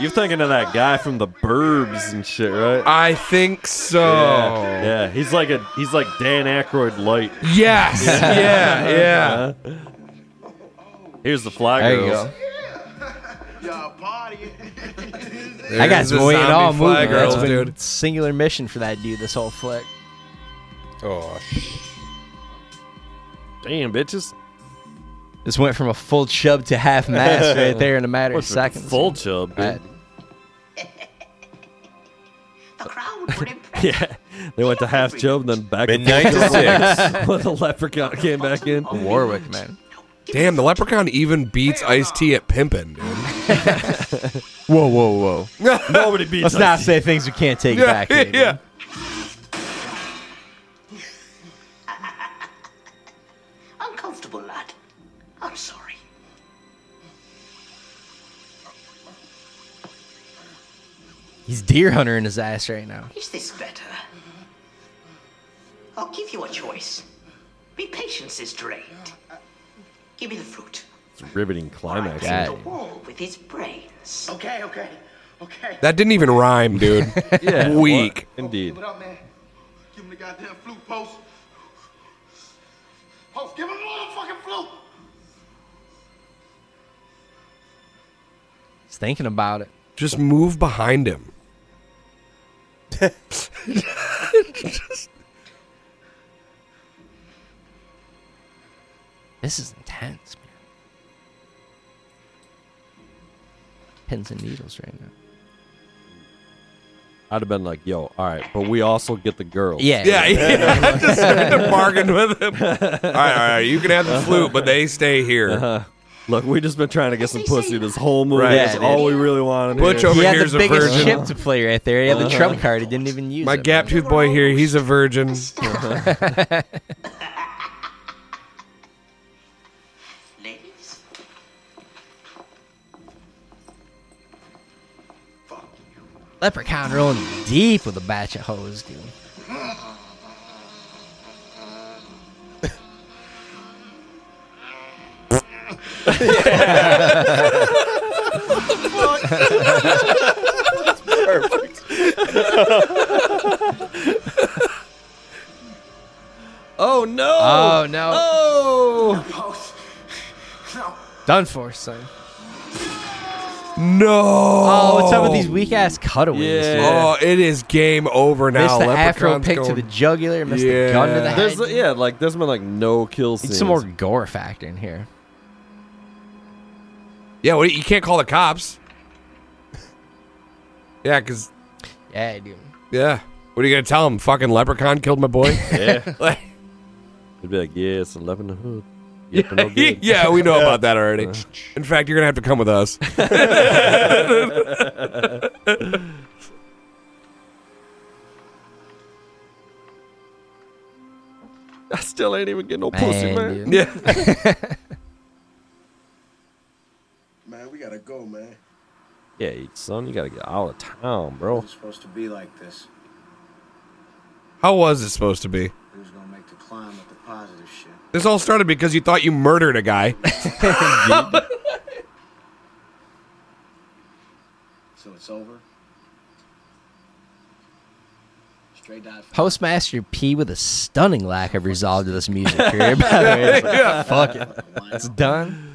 You're thinking of that guy from the Burbs and shit, right?
I think so.
Yeah, yeah. He's like a he's like Dan Aykroyd light.
Yes. yeah. Yeah.
Here's the fly
There you
girls.
go. I got some weight in all movie.
Girls,
That's been
dude.
singular mission for that dude this whole flick.
Oh, sh-
Damn, bitches.
This went from a full chub to half mass right there in a matter of
What's a
seconds.
Full chub, dude.
Right.
The crowd were impressed.
Yeah, they went to half chub and then back to
Midnight
full
to
chub. When the leprechaun came back in.
Warwick, man.
Damn, the leprechaun even beats Ice T at pimpin', dude.
Whoa, whoa, whoa.
Nobody beats
Let's
us.
not say things we can't take back.
yeah.
Here,
yeah.
dude.
Uncomfortable, lad. I'm sorry.
He's deer hunter in his ass right now.
Is this better? I'll give you a choice. Me patience is drained. Give me the fruit.
It's a riveting climax.
God.
The wall with his brains.
Okay, okay, okay.
That didn't even rhyme, dude.
Yeah,
Weak.
what- Indeed.
What up, man? Give him the goddamn flute, Post. Post, give him the motherfucking flute.
He's thinking about it.
Just move behind him.
This is intense, man. Pins and needles right now.
I'd have been like, "Yo, all right," but we also get the girls.
Yeah, yeah. yeah. I just had to bargain with him. All right, all right. You can have the flute, but they stay here.
Uh-huh. Look, we just been trying to get some pussy this whole movie.
Right. Yeah,
That's all
dude.
we really wanted.
Butch
here.
over
He
here
had
is
the
a
biggest
virgin.
chip to play right there. He had the
Uh-huh.
trump card. He didn't even use
My
it.
gap tooth boy here, he's a virgin.
Ladies?
Leprechaun rolling deep with a batch of hoes, dude.
oh no!
Oh, no.
Oh!
Done for, son.
No.
Oh, what's up with these weak ass cutaways?
Oh, it is game over now.
Missed the afro
Leprechaun's
pick to
going-
the jugular. Missed the gun to the head.
There's yeah, like there's been like no kill
Need
scenes.
some more gore factor in here.
Yeah, well, you can't call the cops. Yeah, because
Yeah, dude.
yeah, what are you gonna tell them? Fucking leprechaun killed my boy.
Yeah.
Like-
It'd be like, yeah, it's eleven in the hood. Yep, no good.
yeah, we know about that already. In fact, you're gonna have to come with us.
I still ain't even getting no
Man,
pussy, man.
dude.
Yeah.
Man, we gotta go, man.
yeah, son, you gotta get out of town, bro.
It's supposed to be like this.
How was it supposed to be?
We was gonna make the climb with the positive shit.
This all started because you thought you murdered a guy.
So it's over. Straight dive.
Postmaster P with a stunning lack of resolve to this music career. By the way, It's like,
Yeah.
fuck it, it's done.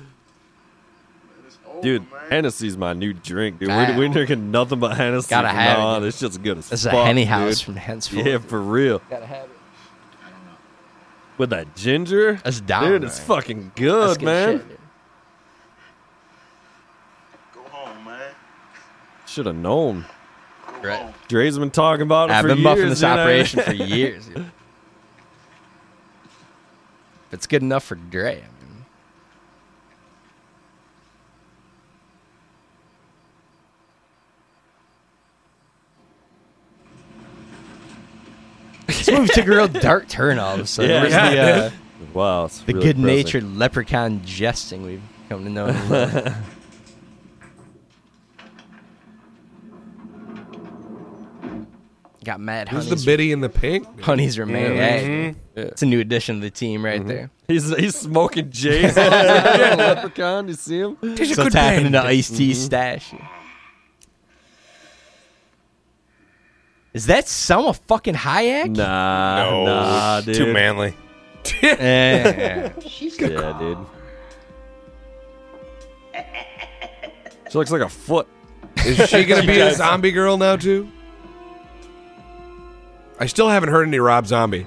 Dude,
Oh,
Hennessy's my new drink, dude.
Wow.
We're, we're drinking nothing but Hennessy.
Gotta
from
have
now
it,
on.
dude.
This shit's good as
This is a
fuck.
Henny house
dude.
from henceforth,
Yeah,
dude.
for real.
Gotta have it.
With that ginger, that's
down,
dude. It's
man.
fucking good,
That's good
man.
shit, dude.
Go home, man.
Should have known.
Right.
Dre's been talking about it
I've
for
been
years.
buffing this
you know?
operation for years. dude. If it's good enough for Dre, I mean, this movie took a real dark turn all of a sudden.
Yeah.
Where's
Yeah,
the, uh,
dude. Wow, it's
the
really
good-natured leprechaun jesting we've come to know. and love. Got mad.
Who's the
honeys-
biddy in the pink?
Honeys remain.
Yeah.
Hey,
Mhm.
It's a new addition to the team right there.
He's he's smoking J's. on the leprechaun, you see him?
That's what's happening to Ice T stash. Is that Selma fucking Hayek?
Nah,
No,
nah, dude.
too manly.
Yeah.
yeah, dude. She looks like a foot.
Is she gonna
She
be a
does.
zombie girl now too? I still haven't heard any Rob Zombie.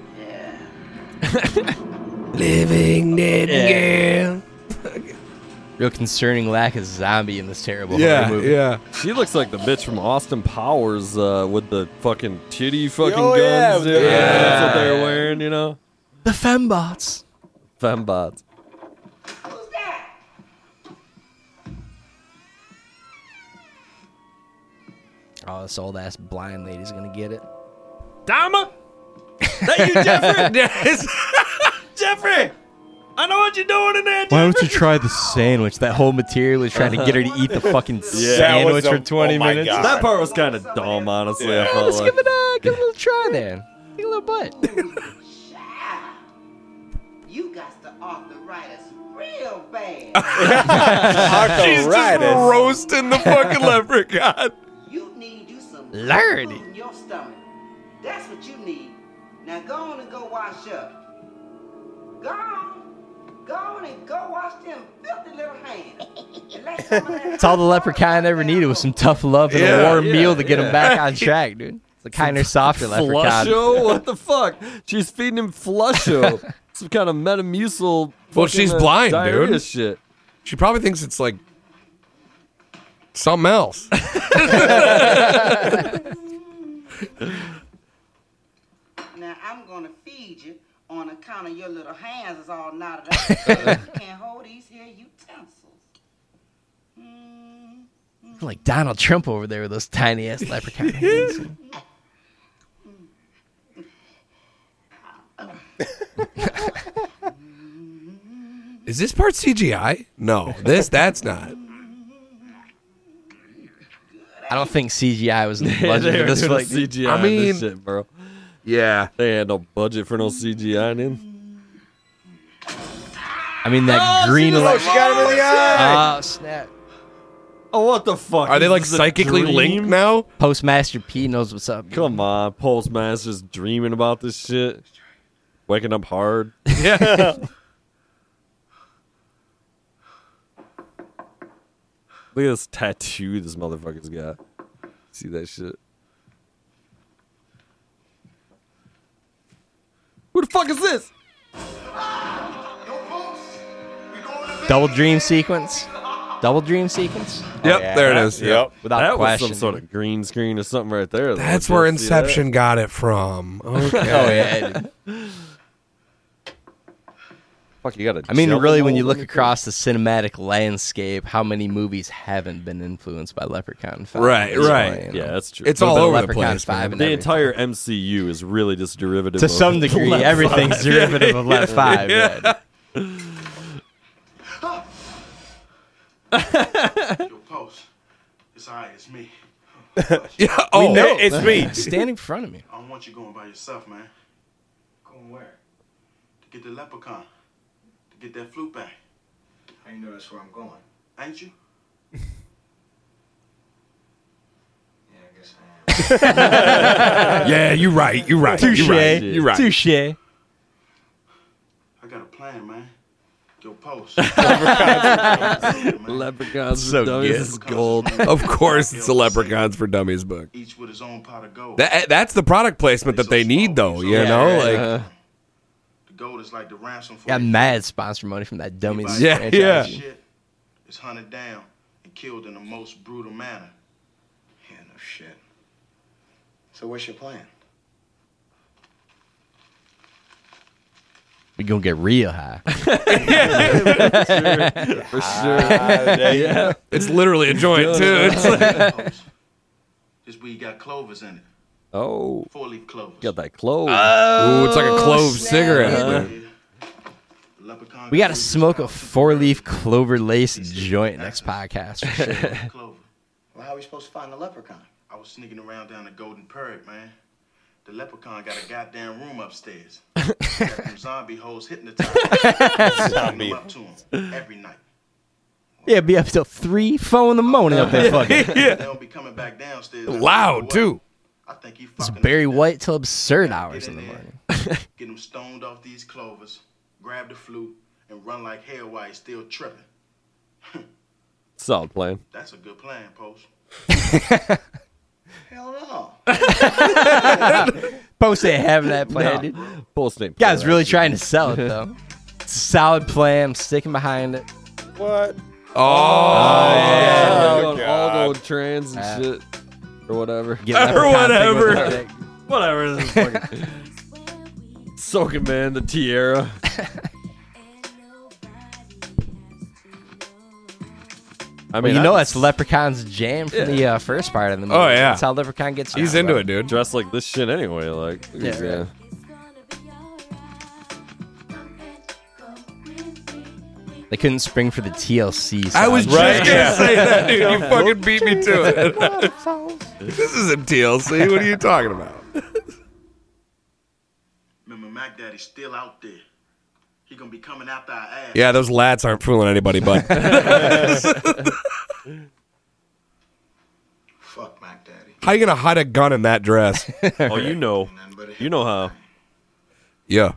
Living dead
Yeah. Real concerning lack of zombie in this terrible horror
Yeah,
movie.
yeah.
She looks like the bitch from Austin Powers uh, with the fucking titty fucking
Oh, yeah,
guns.
with
dude.
the-
That's what
Yeah.
they're wearing, you know?
The fembots.
Fembots.
Oh, this old ass blind lady's gonna get it.
Dama? That you, Jeffrey? Jeffrey! I know what you're doing in there,
Why don't you try the sandwich? That whole material is trying to get her to eat the fucking
Yeah. That was
sandwich
a-
for 20
oh my
minutes.
God. That part was kind of dumb, honestly. I felt
Let's
like.
give it a, give it a little try there. Take a little butt.
You got the arthritis real bad.
She's just
Arthritis.
roasting the fucking leprechaun.
You need you some
Lord.
food in your stomach. That's what you need. Now go on and go wash up. Go on. Go on and go wash them filthy little hands. And let some of that
It's all the leprechaun ever needed was some tough love and
Yeah,
a warm
yeah,
meal to get
yeah.
him back on track, dude. It's a kinder, softer leprechaun.
Flusho? What the fuck? She's feeding him Flusho. Some kind of Metamucil.
Well,
fucking,
she's
uh,
blind,
diarrhea
dude.
Shit.
She probably thinks it's like something else.
Now I'm gonna feed you on account of your little hands is all knotted up. you can't hold these here utensils. Mm,
like Donald Trump over there with those tiny ass leprechaun hands.
Is this part CGI? No, this that's not.
I don't think CGI was in the budget for this. Like,
CGI.
I
this
mean-
shit, bro.
Yeah,
they had no budget for no CGI. Then
I mean that green.
Oh,
light-
she got him in the eye!
Oh snap!
oh, what the fuck?
Are they
Is
like
this a
psychically
dream?
linked now?
Postmaster P knows what's up.
Come on, Postmaster's dreaming about this shit, waking up hard.
Yeah.
Look at this tattoo this motherfucker's got. See that shit? Who the fuck is this?
Double dream sequence. Double dream sequence.
Yep, there it is. Yep.
Without
that
question.
was some sort of green screen or something right there. though.
That's
Did
where
you see that?
Inception got it from. Okay.
Oh yeah.
Fuck, you got to.
I mean, really, when you look across the cinematic landscape, how many movies haven't been influenced by Leprechaun Five?
Right,
at this
right.
point, you know?
Yeah, that's true.
It's
Would've
all
been
over the
Leprechaun
place,
Five.
man.
and
the
everything.
entire MCU is really just derivative
to
of
some degree,
Left
everything's
Five.
derivative of Left Five.
Yeah.
yeah.
Your pulse. It's all right. It's me.
Yeah, oh,
We know.
it- it's me.
Stand in front of me.
I don't want you going by yourself, man. Going where? To get the leprechaun. To get that flute back. How you know that's where I'm going? Ain't you? yeah, I guess I am.
yeah, you're right. You're right. You're right. You're right.
Touche.
I got a plan, man. Your pulse.
Leprechauns
So
so dummies
good.
is gold.
Of course, it's the Leprechauns for Dummies book.
Each with his own pot of gold.
That that's the product placement that they need, though. You know, like
the gold is like the ransom for
uh, Got
the
mad sponsor money from that dummy.
Anybody
Yeah,
that
yeah.
does shit is hunted down and killed in the most brutal manner. Yeah, no shit.
So what's your plan?
We gonna get real high.
For sure. yeah.
it's literally a joint too. It's like-
This weed got clovers in it.
Oh,
Four leaf clovers.
got that clove.
ooh, it's like a clove cigarette. man.
Leprechaun
We gotta
clovers.
smoke a four-leaf clover lace joint next podcast. For sure.
clover.
Well, how are we supposed to find the leprechaun?
I was sneaking around down the Golden Parrot, man. The leprechaun got a goddamn room upstairs. got them zombie hoes hypnotized. zombie. Up to him every night.
Yeah, be up till three, four in the morning up there. Fucking.
Yeah. They don't be coming back downstairs.
Loud too.
I think he
It's
fucking
Barry
uh,
White till absurd hours in the morning.
get him stoned off these clovers, grab the flute, and run like hell while he's still tripping.
Solid plan.
That's a good plan, Post.
Hell no.
Post ain't having that plan, dude.
Full snake.
Guy's really trying to sell it though. It's a solid plan. I'm sticking behind it.
What?
yeah,
Oh,
going all going trans and
Ah.
shit or whatever.
Get leprechaun thing with
whatever.
the dick.
whatever. This is fucking... Soaking man, the tiara. I mean,
Well, you know
I
that's Leprechaun's jam from
Yeah.
the uh, first part of the movie.
Oh, yeah.
that's how Leprechaun gets.
He's
down,
into
bro.
it, dude.
dressed like this shit anyway. Like, look at this
Yeah,
guy.
right. They couldn't spring for the TLC.
I
song.
was just
Right,
gonna
yeah.
say that, dude. You fucking beat me to it. this isn't TLC. What are you talking about?
Remember, Mac Daddy's still out there. He gonna be coming after our ass.
Yeah, those lats aren't fooling anybody, but
Fuck Mac Daddy.
how you gonna hide a gun in that dress?
Oh, you know,
Nothing but a
you know how.
Yeah.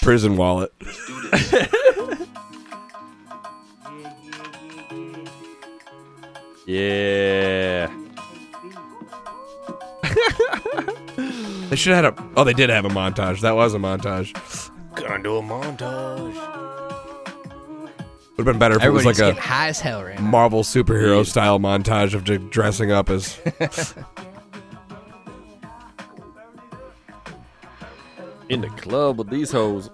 Prison wallet.
Yeah.
They should have had a. Oh, they did have a montage. That was a montage.
Gonna do a montage.
Would have been better if it was
Everybody's
like a
getting high as hell right now.
Marvel superhero style montage of just dressing up as.
In the club with these hoes.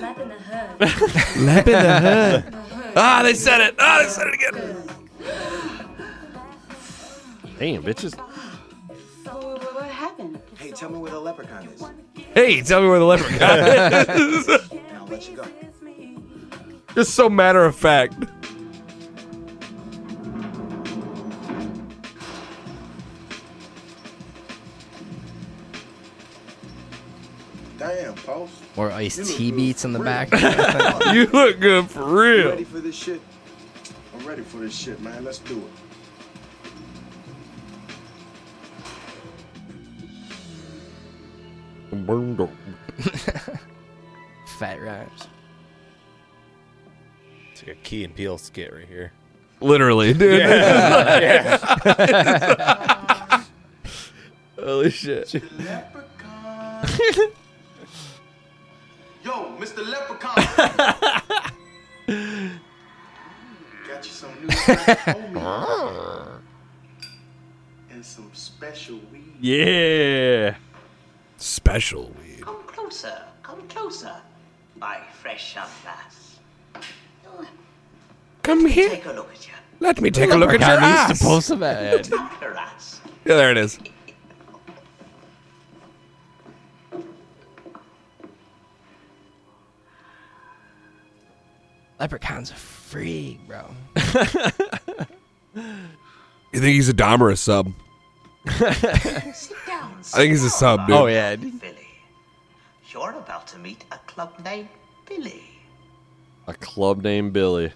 Lap in the hood.
Lap in the hood.
Ah, they said it. Ah, they said it again. Damn, bitches.
So what, what happened? Hey, tell me where the leprechaun is.
Hey, tell me where the leprechaun is.
I'll let you go.
just so matter of fact.
Damn, Pulse.
More
You
iced
look
tea
good.
beats in the back.
you look good for
You ready for this shit? I'm ready for this shit, man. Let's do it.
Fat rhymes.
It's like a Key and Peele skit right here.
Literally, dude.
Yeah.
Yeah.
Holy shit.
Yo, Mr. Leprechaun.
Got you some new homies.
and some special weed.
Yeah.
Special.
Come closer, come closer, my fresh young lass.
Come here.
Take a look at you.
Let me take a look at your
Leprechaun
ass.
needs to pull some ad.
Look at her ass.
Yeah, there it is.
Leprechaun's a freak, bro.
You think he's a Dom or a sub?
Sit down.
I think he's a sub, dude.
Oh, yeah.
Billy. You're about to meet a club named Billy.
A club named Billy.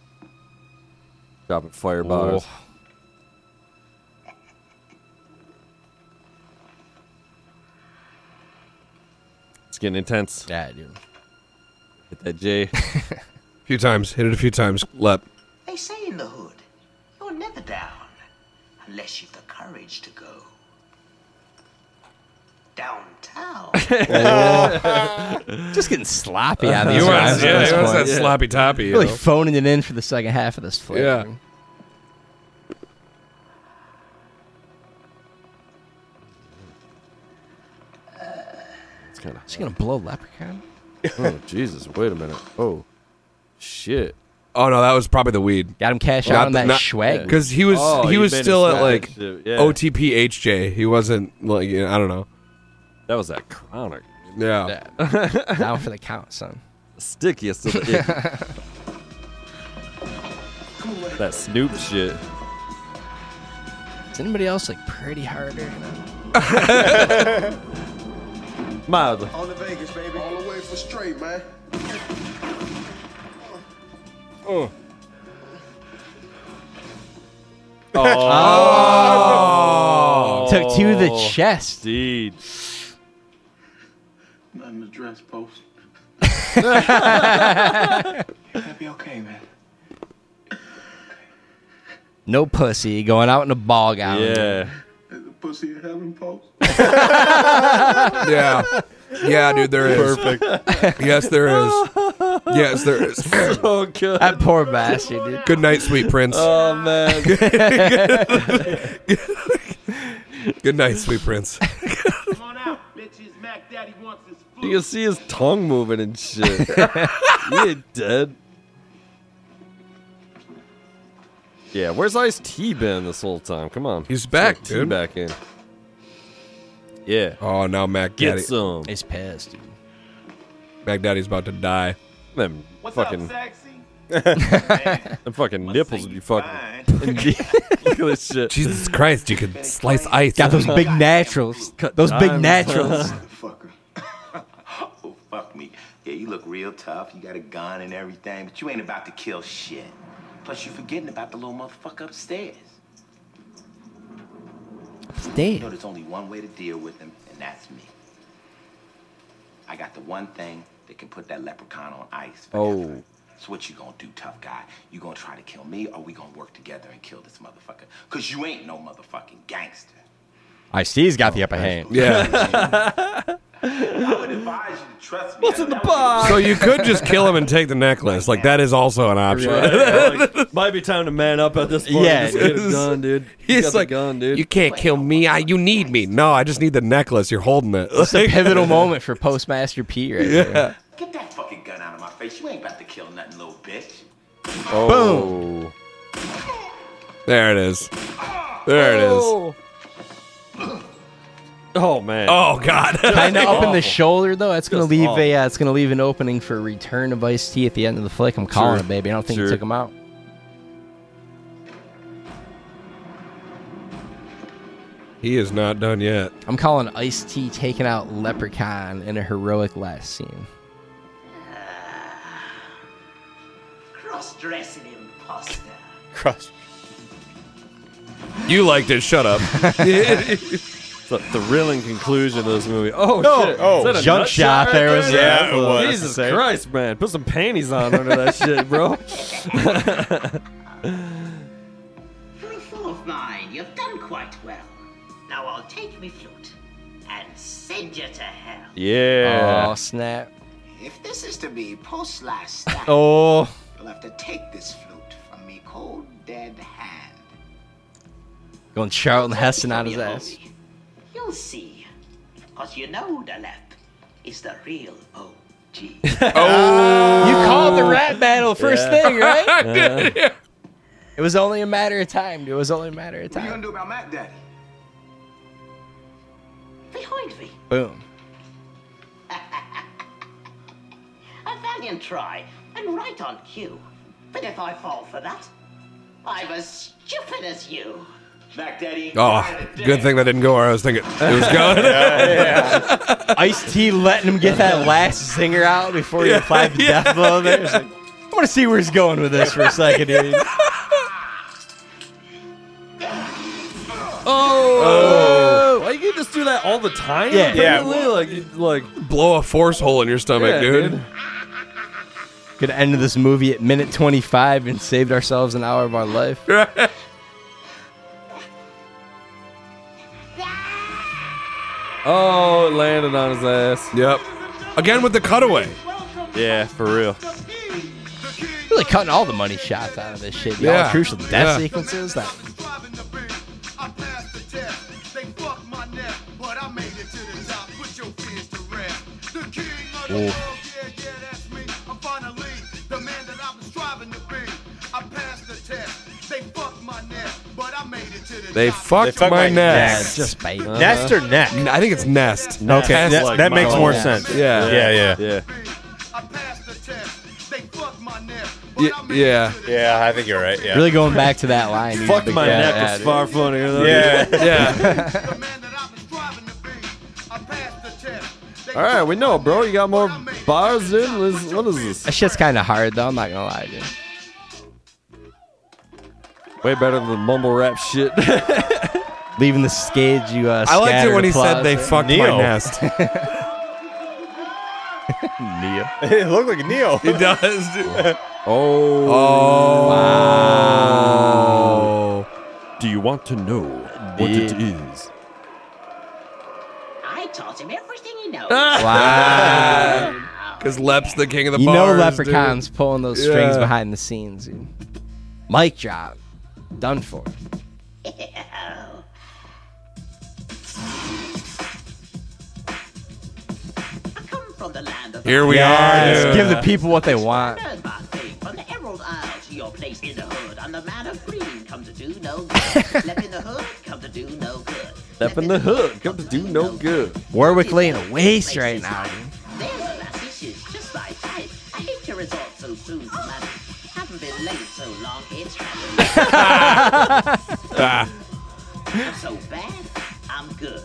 Dropping fire
Oh.
bars. It's getting intense.
Yeah, dude.
Hit that J.
A few times. Hit it a few times. Lep.
They say in the hood, you're never down unless you've the courage to go downtown.
Just getting sloppy on
He
these
was-
rhymes at
yeah,
this
he was
point.
that sloppy toppy, you
Really
know?
phoning it in for the second half of this flick.
Yeah.
dude.
It's kind of.
Is she gonna blow Leprechaun?
Oh Jesus! Wait a minute. Oh, shit.
Oh no, that was probably the weed.
Got him cash out on that swag.
because he was
Oh,
he
you
was
made a
still at
swag.
like
Yeah.
OTPHJ. He wasn't like you know, I don't know.
That was that chronic.
Yeah.
Down for the count, son.
Stickiest of the icky. That Snoop shit.
Is anybody else like pretty harder? You know?
Mildly.
On the Vegas, baby. All the way for straight, man.
Oh.
Oh. Took two to the chest.
Indeed.
Nothing to dress post.
That'd
be okay, man.
no pussy going out in a bog out.
Yeah.
Pussy in heaven post.
yeah. Yeah, dude, there is. Perfect. yes, there is. Yes, there is. Oh,
so good.
That poor bastard, dude.
Good night, sweet prince.
Oh man.
Good night, sweet prince.
Come on out, bitches. Mac Daddy wants his
You can see his tongue moving and shit. he ain't dead. Yeah, where's Ice T been this whole time? Come on,
he's back, dude.
Back in. Yeah.
Oh, now Mac
Get
Daddy.
some.
He's pissed. Dude.
Mac Daddy's about to die.
Them
What's
fucking
up, sexy?
them fucking nipples would be fucking. Indeed. Look at this shit.
Jesus Christ, you could slice ice.
Got those big naturals.
Cut
those big
dimes.
naturals.
Oh, fuck me. Yeah, you look real tough. You got a gun and everything, but you ain't about to kill shit. Plus, you forgetting about the little motherfucker upstairs. You know,
Damn.
there's only one way to deal with him, and that's me. I got the one thing that can put that leprechaun on ice.
Oh.
So what you gonna do, tough guy? You gonna try to kill me, or we gonna work together and kill this motherfucker? Cause you ain't no motherfucking gangster.
I see he's got the upper hand.
Yeah.
I would advise you to trust me.
What's in the box?
So you could just kill him and take the necklace. Like that is also an option.
Yeah, like, might be time to man up at this point.
Yeah,
Yeah, just get it
it's-
done, dude. You got
He's
the
like,
gun, dude.
you can't kill me. I, you need me. No, I just need the necklace. You're holding it.
It's a pivotal moment for Postmaster P right
Yeah.
there.
Get that fucking gun out of my face. You ain't about to kill nothing, little bitch.
Boom. There it is. There it is.
Oh man.
Oh god.
Kind of up in the shoulder though. That's gonna
Just
leave
awful.
a. Uh, it's gonna leave an opening for return of Ice T at the end of the flick. I'm calling
Sure.
it, baby. I don't think
Sure.
he took him out.
He is not done yet.
I'm calling Ice T taking out Leprechaun in a heroic last scene.
Cross-dressing imposter.
Crust. You liked it. Shut up.
It's a thrilling conclusion of this movie. Oh,
No.
shit.
Oh,
Is that a
jump
nut
shot there was-
there?
yeah, it was.
Jesus
That's the same.
Christ, man. Put some panties on under that shit, bro.
For a fool of mine, you've done quite well. Now I'll take me flute and send you to hell.
yeah.
Oh snap.
If this is to be post last stand,
Oh.
you'll have to take this flute from me cold dead hand.
Going Charlton Heston on his ass.
You'll see. Cause you know the lap is the real OG.
You called the rat battle first
Yeah.
thing, right?
I did, yeah.
It was only a matter of time. dude. It was only a matter of
What you
time.
gonna do about Mac Daddy?
Behind me,
Boom.
a valiant try, and right on cue. But if I fall for that, I'm as stupid as you.
Mac Daddy.
Oh, good thing that didn't go where I was thinking it was going.
Ice T letting him get that last zinger out before he applied the death blow there. It's like, I want to see where he's going with this for a second, dude.
Oh. Why you can just do that all the time?
Yeah.
Yeah.
apparently? Like, you- like,
Blow a force hole in your stomach,
Yeah,
dude.
dude.
Could have ended this movie at minute 25 and saved ourselves an hour of our life.
oh, it landed on his ass.
Yep. Again with the cutaway.
Yeah, for real.
Really cutting all the money shots out of this shit. dude. All
Yeah.
the crucial death
Yeah.
sequences. That
They fucked,
fucked my
my, nest.
nest.
just bait.
Nest
Uh,
or neck?
N- I think it's nest. Okay,
That,
like
that
my
makes
whole
more
nest.
sense.
Yeah.
Yeah, yeah.
Yeah.
Y- yeah,
Yeah, I think you're right. Yeah.
Really going back to that line. dude.
Fuck my
Yeah,
neck
yeah,
was
dude.
far funnier though.
Yeah.
yeah. All right,
we know, bro. You got more bars, dude. What is
That
this?
shit's kind of hard, though. I'm not going to lie, dude.
Way better than the mumble rap shit.
Leaving the stage, you uh,
I liked it
scattered
when he said
applause.
they fucked my
Neo.
nest.
it looked like Neo.
He does, dude.
oh.
Oh.
Do you want to know what it is?
I taught him everything he knows.
Ah!
Wow. Because Lep's the king of the
You know,
bars,
Leprechaun's pulling those strings
Yeah.
behind the scenes. Dude. Mic drop. Done for.
I come from the land of
Dude. Here we
Yes,
are, dude.
Give the people what they want.
Learn my thing from the Emerald Isle to your place in the hood. I'm the man of green, come to do no good. Left in the hood, come to do no good.
Up in the hood. Come to do no good.
Warwick laying waste right now. dude.
There's a lassie, she's just my type. I hate to resort so soon to magic. Haven't been late so long, it's happened. I'm so bad, I'm good.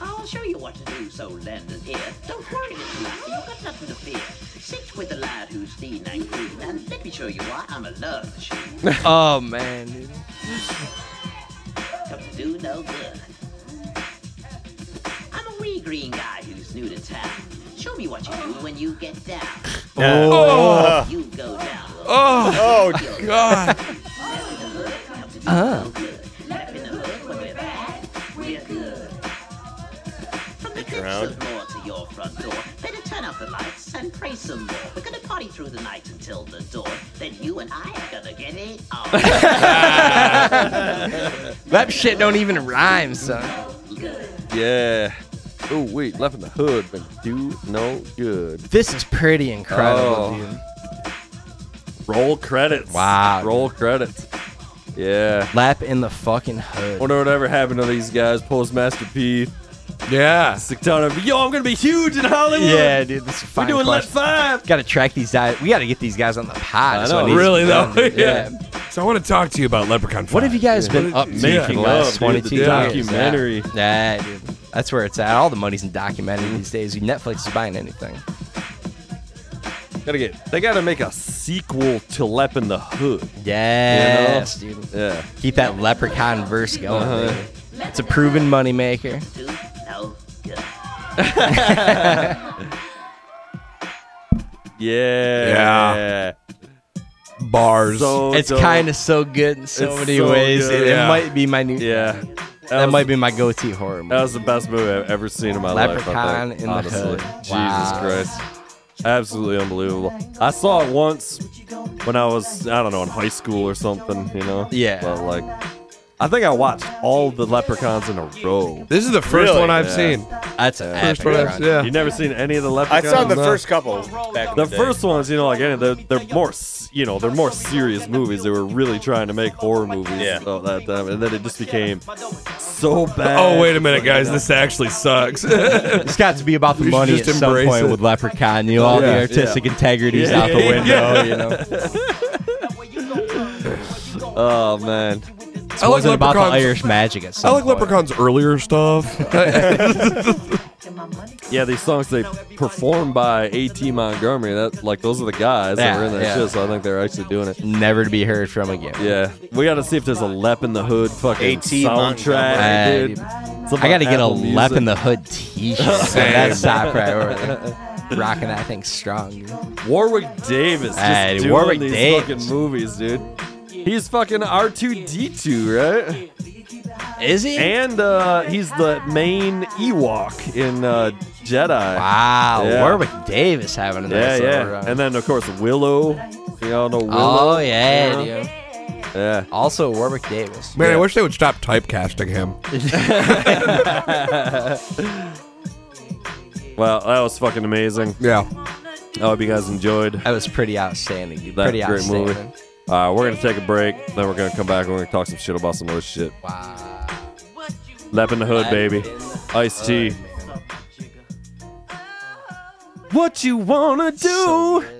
I'll show you what to do, so lend an ear. Don't worry, little lassie, you've got nothing to fear. Sit with the lad who's lean and green, and let me show you why I'm a love machine.
Oh, man. Dude.
Come to do no good. I'm a wee green guy who's new to town. Show me what you do when you get down.
Oh.
You go down.
Oh, God.
Oh.
Left in the hood when we're bad, we're good. From the good until the door, then you and I are gonna get it on.
that shit don't even rhyme, son.
Yeah. Oh wait, left in the hood, but do no good.
This is pretty
Oh.
incredible,
dude. Roll credits.
Wow.
Roll credits. Yeah.
Lap in the fucking hood.
Wonder whatever happened to these guys. Postmaster P.
Yeah.
Sick ton of yo. I'm gonna be huge in Hollywood.
Yeah, dude, this is fine.
We're doing let
question.
five.
Got to track these guys. We got to get these guys on the pod.
I
is what
know.
needs to
Really
be
though.
done, dude.
yeah. So I want to talk to you about Leprechaun.
What have you guys been up to for
Making
the
love, dude,
last 22
the
years?
documentary.
Yeah. Yeah, dude. That's where it's at. All the money's in documentary these days. Netflix is buying anything.
Gotta get. They gotta make a sequel to Lep in the Hood.
Yes, dude.
Yeah.
Keep that leprechaun verse going.
Uh-huh.
baby. It's a proven moneymaker.
Do no good.
Yeah.
Bars.
So
it's
dope.
kind of so good in so
Oh, It's
many
so
ways.
good.
It, it
Yeah.
might be my new.
Yeah.
That,
was-
might be my go-to horror movie.
That was the best movie I've ever seen in my life. I
Leprechaun
think,
in the
honestly.
Hood.
Jesus
Wow.
Christ. Absolutely unbelievable. I saw it once when I was, I don't know, in high school or something, you know?
Yeah.
But, like, I think I watched all the leprechauns in a row.
This is the first
Really?
one I've
Yeah.
seen.
That's an
First
epic
one I've
run.
seen, yeah.
You never seen any of the
I
leprechauns?
saw the
No.
first couple back in
The
day.
first ones, you know, like any, they're, they're more, s- you know, they're more serious movies. They were really trying to make horror movies
Yeah.
all that time, and then it just became so bad.
Oh wait a minute, guys. This actually sucks.
It's got to be about the
We should
money
just
at some
embrace
point
it.
with Leprechaun. You know, all
Yeah,
the artistic
yeah.
integrity's
Yeah,
out the
yeah,
window.
yeah.
You know, it
Oh man,
I like
wasn't about the
leprechauns.
Irish magic at
I
some
like
point.
leprechauns earlier stuff.
yeah, these songs they performed by A.T. Montgomery. That like those are the guys that
Yeah,
were in that
yeah.
shit. So I think they're actually doing it.
Never to be heard from again.
Yeah, we got to see if there's a Lep in the Hood fucking
A.T.
soundtrack,
Montgomery.
dude.
I got to get a Lep in the Hood t-shirt.
Same.
That's top priority. Rocking that thing strong. dude.
Warwick Davis just
Hey,
doing
Warwick
these
Davis.
fucking movies, dude. He's fucking R2D2, right?
Is he?
And uh, he's the main Ewok in uh, Jedi.
wow,
Yeah.
Warwick Davis having a
Yeah,
nice
yeah.
little run.
And then of course Willow. You all know Willow.
oh yeah, dude.
Yeah.
Also Warwick Davis.
Man, I wish they would stop typecasting him.
Well, that was fucking amazing.
Yeah.
I hope you guys enjoyed.
That was pretty outstanding. Dude.
That's
pretty
a great
outstanding.
movie. Uh, we're gonna take a break, then we're gonna come back and we're gonna talk some shit about some other shit.
Wow.
Lap in the hood, baby. Ice tea. What you wanna do?
So good.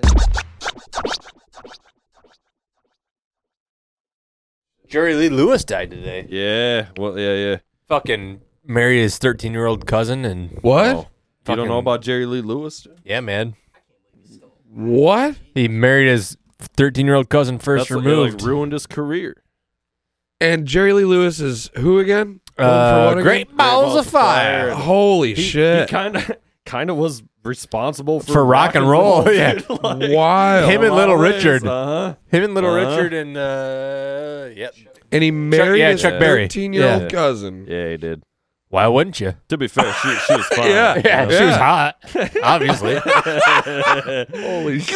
Jerry Lee Lewis died today.
yeah. Well, yeah, yeah.
Fucking married his 13 year old cousin and.
What?
Oh. You don't know
Fucking-
about Jerry Lee Lewis?
Yeah, man.
What?
He married his 13 year old cousin first
That's what- it, like,
removed.
ruined his career.
And Jerry Lee Lewis is who again? Going for
Uh,
what again?
great balls of fire.
Holy
He-
shit!
He kind of kind of was responsible for,
For rock and roll, yeah.
dude.
Wild.
Him and Little Richard.
Uh-huh.
Him and Little
Uh-huh.
Richard and. Uh, yep.
and he married
yeah,
his
Chuck Berry.
13 year old
Yeah.
cousin.
Yeah, he did.
Why wouldn't you?
To be fair, she, she was fine.
Yeah.
Yeah, she was
Yeah.
hot, obviously.
Holy shit!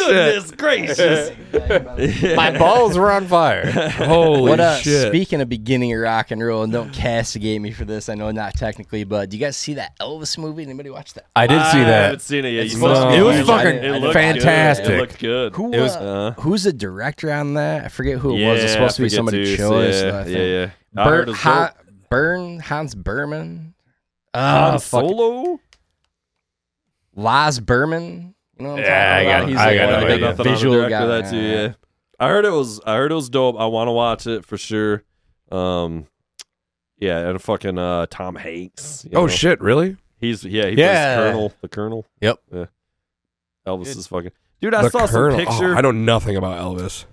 Goodness gracious.
My balls were on fire.
Holy
what uh,
shit!
speaking of beginning of rock and roll, and don't castigate me for this. I know not technically, but do you guys see that Elvis movie? Anybody watch that?
I did see
I
that.
haven't seen it yet.
It's
You
supposed
must
to
be
be
right.
It was fucking
It looked
fantastic.
Good. It looked good.
Who
It was-
uh,
Uh-huh.
who's the director on that? I forget who it was.
Yeah,
It's supposed to
I
be
forget
somebody
too.
chose.
Yeah,
I think.
yeah, yeah. I heard
Bert,
it's
ha-
dope.
Bern Hans Berman.
Han
Oh, fuck.
Uh, Solo?
Laz Berman. You know what I'm
Yeah,
talking
I
about?
got-
He's
I
like
got
one
no
of
I
the
got
idea.
nothing on the
visual
director
guy.
that too, yeah. I heard it was I heard it was dope. I want to watch it for sure. Um yeah, and fucking uh Tom Hanks. you
oh
know.
shit! Really?
He's yeah, he
Yeah.
plays Colonel, the Colonel.
Yep.
Yeah. Elvis is fucking Dude, I
the
saw
Colonel.
some picture.
Oh, I don't nothing about Elvis.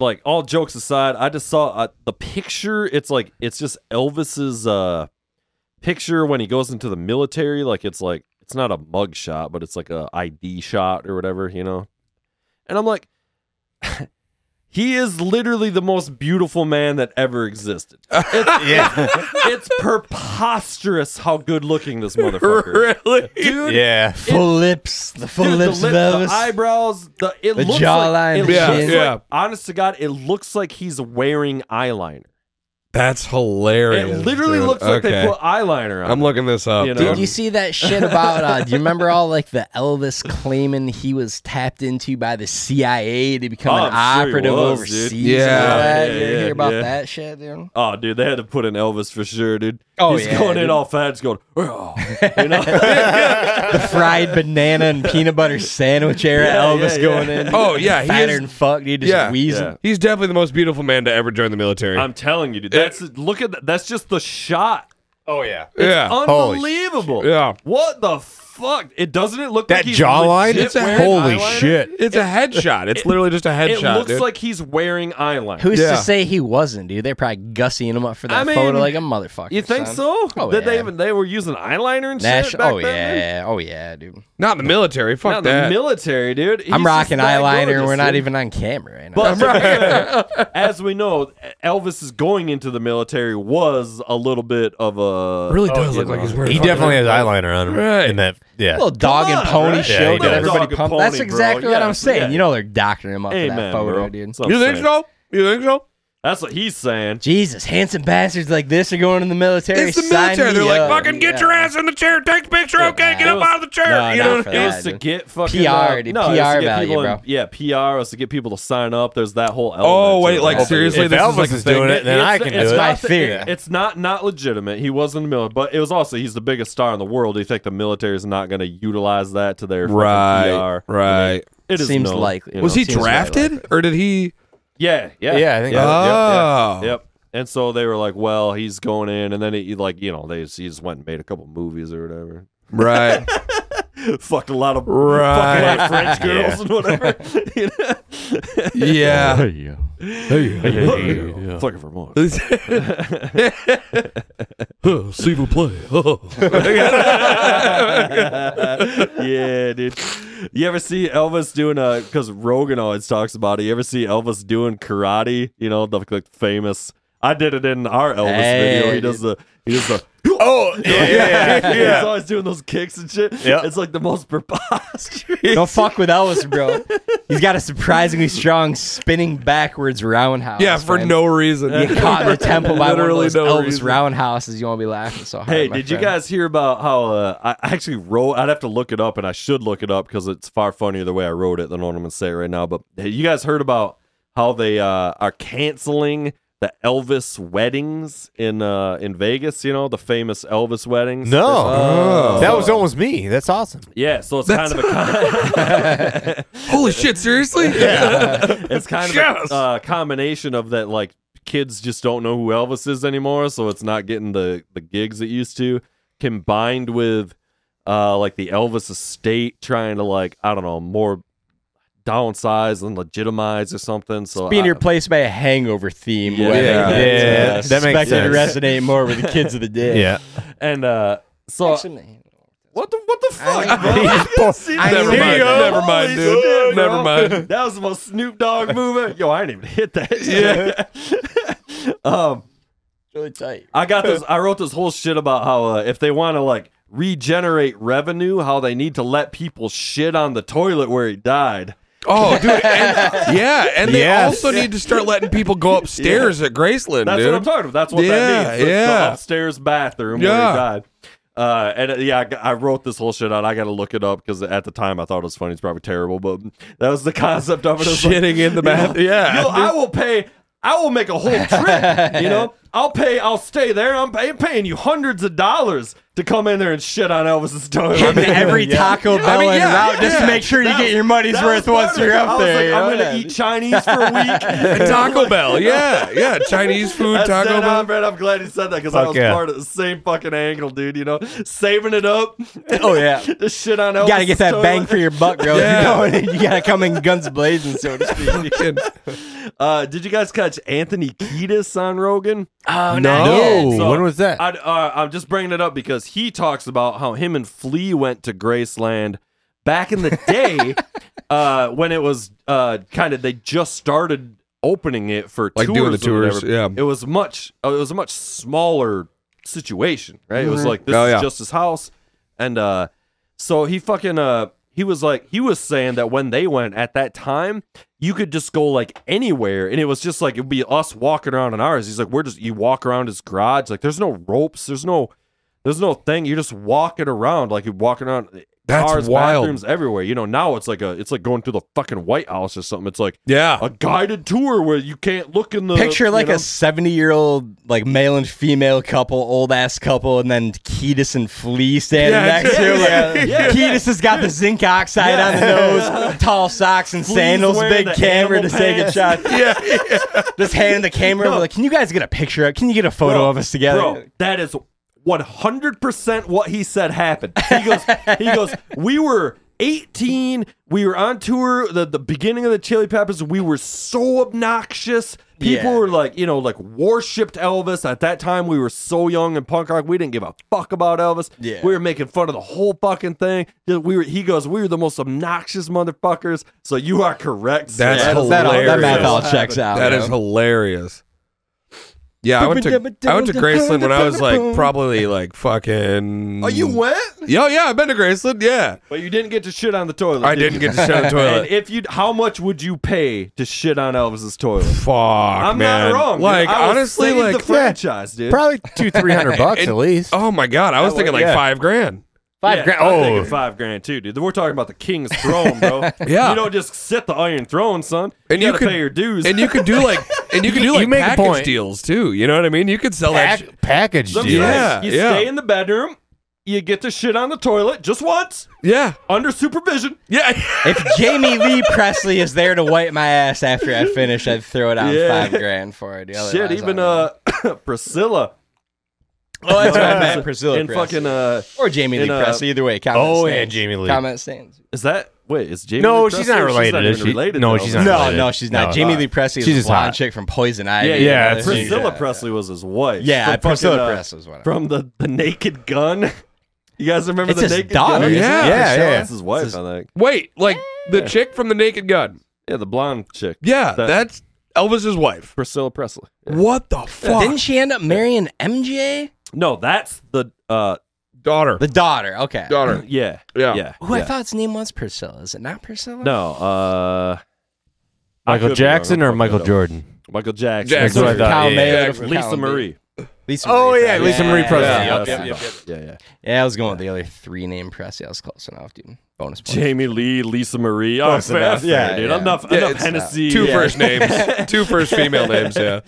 like all jokes aside, I just saw uh, the picture. It's like it's just Elvis's uh picture when he goes into the military. Like it's like it's not a mug shot, but it's like a ID shot or whatever, you know. And I'm like, He is literally the most beautiful man that ever existed. It's, it's preposterous how good looking this motherfucker. is.
Really?
dude?
Yeah, full lips, the full
Dude,
lips,
the, lip, the
Velvis.
eyebrows, the it
The
looks
jawline,
Like, it
the
looks
chin.
like-
Yeah.
honest to God, it looks like he's wearing eyeliner.
That's hilarious.
It literally
dude.
looks like they
Okay.
put eyeliner on.
I'm looking this up.
You know?
Did you see that shit about? Uh, do you remember all like the Elvis claiming he was tapped into by the CIA to become
Oh,
an
I'm sure he
operative
was,
overseas? and
dude.
all
Yeah.
that?
Yeah,
you ever
yeah,
hear about
yeah.
that shit, dude?
Oh, dude, they had to put in Elvis for sure, dude.
Oh,
he's
yeah,
going in
dude.
all fat, going, "Oh." you know,
The fried banana and peanut butter sandwich era
Yeah,
Elvis
yeah,
going
yeah.
in.
Oh yeah,
fatter than fuck, dude, just
yeah,
wheezing.
yeah. He's definitely the most beautiful man to ever join the military.
I'm telling you, dude. That's look at that. That's just the shot.
Oh yeah,
It's
yeah,
unbelievable.
Yeah.
What the fuck? It doesn't it look
That
like he's
jawline?
legit
It's a-
wearing
holy
eyeliner?
shit.
It's a headshot. It's
it-
literally just a
It
headshot.
looks
dude.
like he's wearing eyeliner.
Who's
Yeah.
to say he wasn't, dude? They're probably gussying him up for that
I mean,
photo like a motherfucker.
You think
son.
so?
Oh,
Did
yeah.
they even they were using eyeliner and
Nash-
shit back
oh yeah,
then? man?
oh yeah, dude.
not in the military. Fuck
Not in
that.
the military, dude. He's
I'm
just
rocking
that
eyeliner.
gorgeous,
and We're not
dude.
even on camera right now.
But as we know, Elvis is going into the military was a little bit of a Oh,
Really does look like he's wearing
He definitely has eyeliner on him.
Right.
In that, yeah.
little dog
Come
and
on,
pony
right?
Yeah,
show.
he
get
does.
Dog
everybody
and
pumped.
pony,
That's
bro.
exactly what
Yeah,
I'm saying.
yeah.
You know they're doctoring him up for
Amen,
that photo,
bro.
dude.
So-
You
I'm
think
saying.
so? You think so?
That's what he's saying.
Jesus, handsome bastards like this are going in the military.
It's the
Sign
military.
me
They're like,
up.
fucking get your ass in the chair, take a picture, okay, get up out of the chair.
No,
you
not
know,
for
It
that.
was to
dude.
get fucking
PR,
uh,
dude.
no, it was
PR
to get
value,
people in-
bro.
yeah, PR was to get people to sign up. There's that whole element.
Oh,
to
wait,
it.
like,
It's-
seriously,
if
this is
Elvis
like
is,
a thing.
doing it, then
it's-
I can do
it's
it.
not
My
the-
theory.
it- It's not not legitimate. He was in the military, but it was also he's the biggest star in the world. Do you think the military is not going to utilize that to their fucking
Right,
PR? I mean,
right.
it is
Seems
known,
likely.
you
was
know.
he
seems right,
drafted or did he?
Yeah, yeah,
Yeah, I think
Yep,
that-
yep,
Oh.
yep, yep. And so they were like, "Well, he's going in," and then he like, you know, they just, he just went and made a couple movies or whatever.
Right.
Fucked a lot of fucking
Right.
lot of French girls and whatever. You know?
yeah.
you
Fucking Vermont.
See who play.
yeah, dude. You ever see Elvis doing a? Because Rogan always talks about it. You ever see Elvis doing karate? You know the, the famous. I did it in our Elvis
Hey,
video. He
dude.
does the. He does the.
Oh, yeah, yeah,
He's
yeah.
always doing those kicks and shit.
Yep.
It's like the most preposterous.
Don't fuck with Elvis, bro. He's got a surprisingly strong spinning backwards roundhouse.
yeah, for
friend.
no reason.
You caught in the temple by one of
Literally
those
no
Elvis
reason.
roundhouses. You won't be laughing so hard.
Hey,
my
did you
friend.
guys hear about how uh, I I actually wrote? I'd have to look it up, and I should look it up because it's far funnier the way I wrote it than what I'm going to say right now. But hey, you guys heard about how they uh, are canceling the Elvis weddings in uh, in Vegas? You know, the famous Elvis weddings.
No,
There's-
that was almost me. That's awesome.
yeah. So it's kind of a con-
Holy shit, seriously? Yeah.
it's kind of
Yes.
a uh, combination of that like kids just don't know who Elvis is anymore, so it's not getting the the gigs it used to, combined with uh like the Elvis estate trying to like I don't know more downsize and legitimize or something. So
being
I-
replaced by a hangover theme?
Yeah.
wedding.
Yeah.
Yeah, that makes
uh, Expected
sense.
to resonate more with the kids of the day.
Yeah.
and uh so what the what the fuck? bro?
never
Here
mind.
you go.
Never mind,
Holy
dude.
shit, bro.
never mind.
That was the most Snoop Dogg movement. Yo, I didn't even hit that. Yeah. um
really tight.
I got this. I wrote this whole shit about how uh, if they want to like regenerate revenue, how they need to let people shit on the toilet where he died.
Oh, dude. And, yeah, and they
Yes.
also need to start letting people go upstairs at Graceland,
That's
dude.
what I'm talking about. That's what
Yeah,
that means. The- The,
yeah.
upstairs bathroom where
Yeah.
he died. Uh, and uh, yeah, I, g- I wrote this whole shit out. I got to look it up because at the time I thought it was funny. It's probably terrible, but that was the concept of it. It was like,
Shitting in the bath.
Yo,
Yeah.
I will pay. I will make a whole trip. You know, I'll pay. I'll stay there. I'm pay, paying you hundreds of dollars to come in there and shit on Elvis's toilet.
Hitting every Taco Bell
mean,
and
yeah,
route just
yeah.
to make sure you get your money's
That
worth
was part
once
of it.
you're
I
up
was
there. you know?
Like, I'm gonna
Yeah.
eat Chinese for a week.
And Taco Bell. Yeah. Yeah. Chinese food,
That's
Taco
dead on,
Bell.
Brad. I'm glad you said that because I
Fuck
was
yeah.
part of the same fucking angle, dude. You know, saving it up.
Oh, yeah.
the shit on Elvis.
You gotta get that bang for your buck, bro.
Yeah.
If you're going in, you gotta come in guns blazing, so to speak.
Uh, did you guys catch Anthony Kiedis on Rogan?
Oh,
No.
So,
when was that?
I'd, uh, I'm just bringing it up because he talks about how him and Flea went to Graceland back in the day uh, when it was uh, kind of they just started opening it for
Like
tours
doing the
or
tours,
whatever,
yeah.
it was much uh, it was a much smaller situation, right? It was
Mhm.
like this
Oh,
is
yeah.
just his house, and uh, so he fucking uh he was like he was saying that when they went at that time, you could just go like anywhere, and it was just like it'd be us walking around in ours. He's like we're just you walk around his garage like there's no ropes, there's no there's no thing. You're just walking around like you're walking around. eh,
That's
cars,
wild.
bathrooms everywhere. You know, now it's like a it's like going through the fucking White House or something. It's like
yeah,
a guided tour where you can't look in the
Picture like
you know?
a 70 year old, like male and female couple, old ass couple, and then Ketis and Flea standing
Yeah,
next to
yeah,
him.
yeah.
Ketis has got the zinc oxide
Yeah.
on the nose, tall socks and
Flea's
sandals,
wearing
big
the
camera
animal
to take a
pants.
shot.
yeah,
Just handing the camera over, like, can you guys get a picture? of- Can you get a photo
Bro,
of us together?
Bro, that is 100% what he said happened. He goes, he goes, we were 18, we were on tour, the, the beginning of the Chili Peppers, we were so obnoxious. People
Yeah.
were like, you know, like worshipped Elvis. At that time, we were so young and punk rock, we didn't give a fuck about Elvis.
Yeah.
We were making fun of the whole fucking thing. We were, he goes, we were the most obnoxious motherfuckers. So you are correct. sir.
That's
That is-
that all- that
hilarious.
math all checks out,
That
you
is
know?
hilarious. Yeah, I went to I went to Graceland when I was like probably like fucking.
Oh, you went?
Yo, yeah, I've been to Graceland. Yeah,
But you didn't get to shit on the toilet.
I
did
didn't
you?
get to shit on the toilet.
And if you, how much would you pay to shit on Elvis's toilet?
Fuck,
I'm
man.
not wrong.
Like
dude. I will
honestly,
save
like
the franchise, dude.
Probably two, three hundred bucks
And-
at least.
Oh my god, I was
That
thinking
would-
like
yeah.
five grand.
Five
Yeah,
grand-
I'm
oh.
thinking five grand too, dude. We're talking about the king's throne, bro.
Yeah.
you don't just sit the Iron Throne, son.
And
you,
you
gotta
could-
pay your dues.
And you could do like, and you could do
You
like
make a
package
point.
deals too. You know what I mean? You could
oh,
sell that.
Pack-
shit.
package
Some
deal.
Yeah,
you
yeah.
stay in the bedroom. You get to shit on the toilet just once
yeah,
under supervision.
yeah.
if Jamie Lee Presley is there to wipe my ass after I finish, I'd throw it out
Yeah.
five grand for it.
Shit,
Otherwise,
even
I
uh, Priscilla.
Oh, that's right, man. Priscilla
in
Presley.
fucking uh,
Or Jamie Lee
in, uh,
Presley. Either way, comment
oh,
stands.
yeah, Jamie Lee.
Comment stands.
Is that wait? Is Jamie?
No,
Lee
she's
Presley?
not related,
She's not
is
even
she?
related.
No,
to
she's
Elvis.
not
No,
related.
no, she's not.
No.
Jamie Lee Presley
She's
is
just
a blonde
hot.
chick from Poison Ivy.
Yeah,
you
yeah,
know,
that's
she's-
Priscilla
yeah.
Presley was his wife.
Yeah, uh,
From
Priscilla
fucking, uh,
Presley was one of
from the the Naked Gun. You guys remember
It's
the
his
Naked
daughter,
Gun?
isn't it?
Yeah,
yeah,
Priscilla,
yeah.
That's his wife, I think.
Wait, like the chick from the Naked Gun.
Yeah, the blonde chick.
Yeah,
That-
that's Elvis's wife.
Priscilla Presley. Yeah.
What the fuck?
Didn't she end up marrying MJ?
No, that's the uh
Daughter.
The daughter. Okay.
daughter.
yeah.
Yeah.
Yeah.
Who I
yeah.
thought his name was Priscilla. Is it not Priscilla?
No, uh I
Michael
could be wrong.
Jackson
I'm
or
fucking
Michael
it up.
Jordan?
Michael Jackson.
Jackson. That's what I
Sorry.
thought,
Kyle
yeah,
Mayer,
yeah.
different
Lisa
Kyle
Marie.
Lisa
Oh,
Marie
yeah,
Presley.
Lisa Marie Presley.
Yeah,
Yeah,
that's
yep,
what I
yep,
thought.
yep. yeah, yeah.
Yeah, I was going with the other three name Presley. I was close enough, dude. Bonus points.
Jamie Lee, Lisa Marie. Oh,
Close
fair,
enough.
fair,
Yeah,
dude.
yeah.
Enough,
Yeah,
enough
it's
Hennessy.
Two
Yeah.
first names. Two first female names, yeah.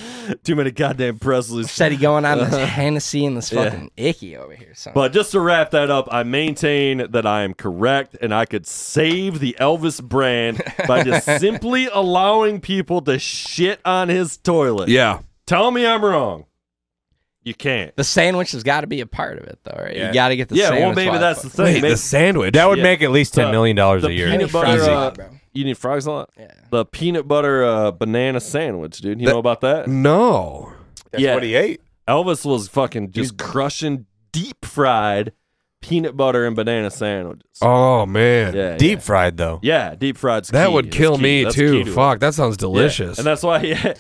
Too many goddamn Presleys.
Steady going on this Hennessy and this fucking icky over here. Son.
Uh-huh. But just to wrap that up, I maintain that I am correct and I could save the Elvis brand by just simply allowing people to shit on his toilet.
Yeah.
Tell me I'm wrong. You can't.
the sandwich has got to be a part of it, though, right?
Yeah.
You got to get the
yeah,
sandwich.
well, maybe
while
that's the
fucking-
thing.
Wait,
Maybe
the sandwich.
That would
Yeah. Uh,
make at least ten million dollars
the
a year.
peanut
Easy.
butter. uh,
Bro.
you need frogs a lot.
Yeah.
The peanut butter uh, banana sandwich, dude. You know about that?
Mm. no.
yeah,
he ate.
Elvis was fucking just crushing deep fried peanut butter and banana sandwiches.
Oh man.
yeah,
Deep fried though.
Yeah, yeah deep fried.
That would kill me too. Fuck, that sounds delicious.
And that's why he had,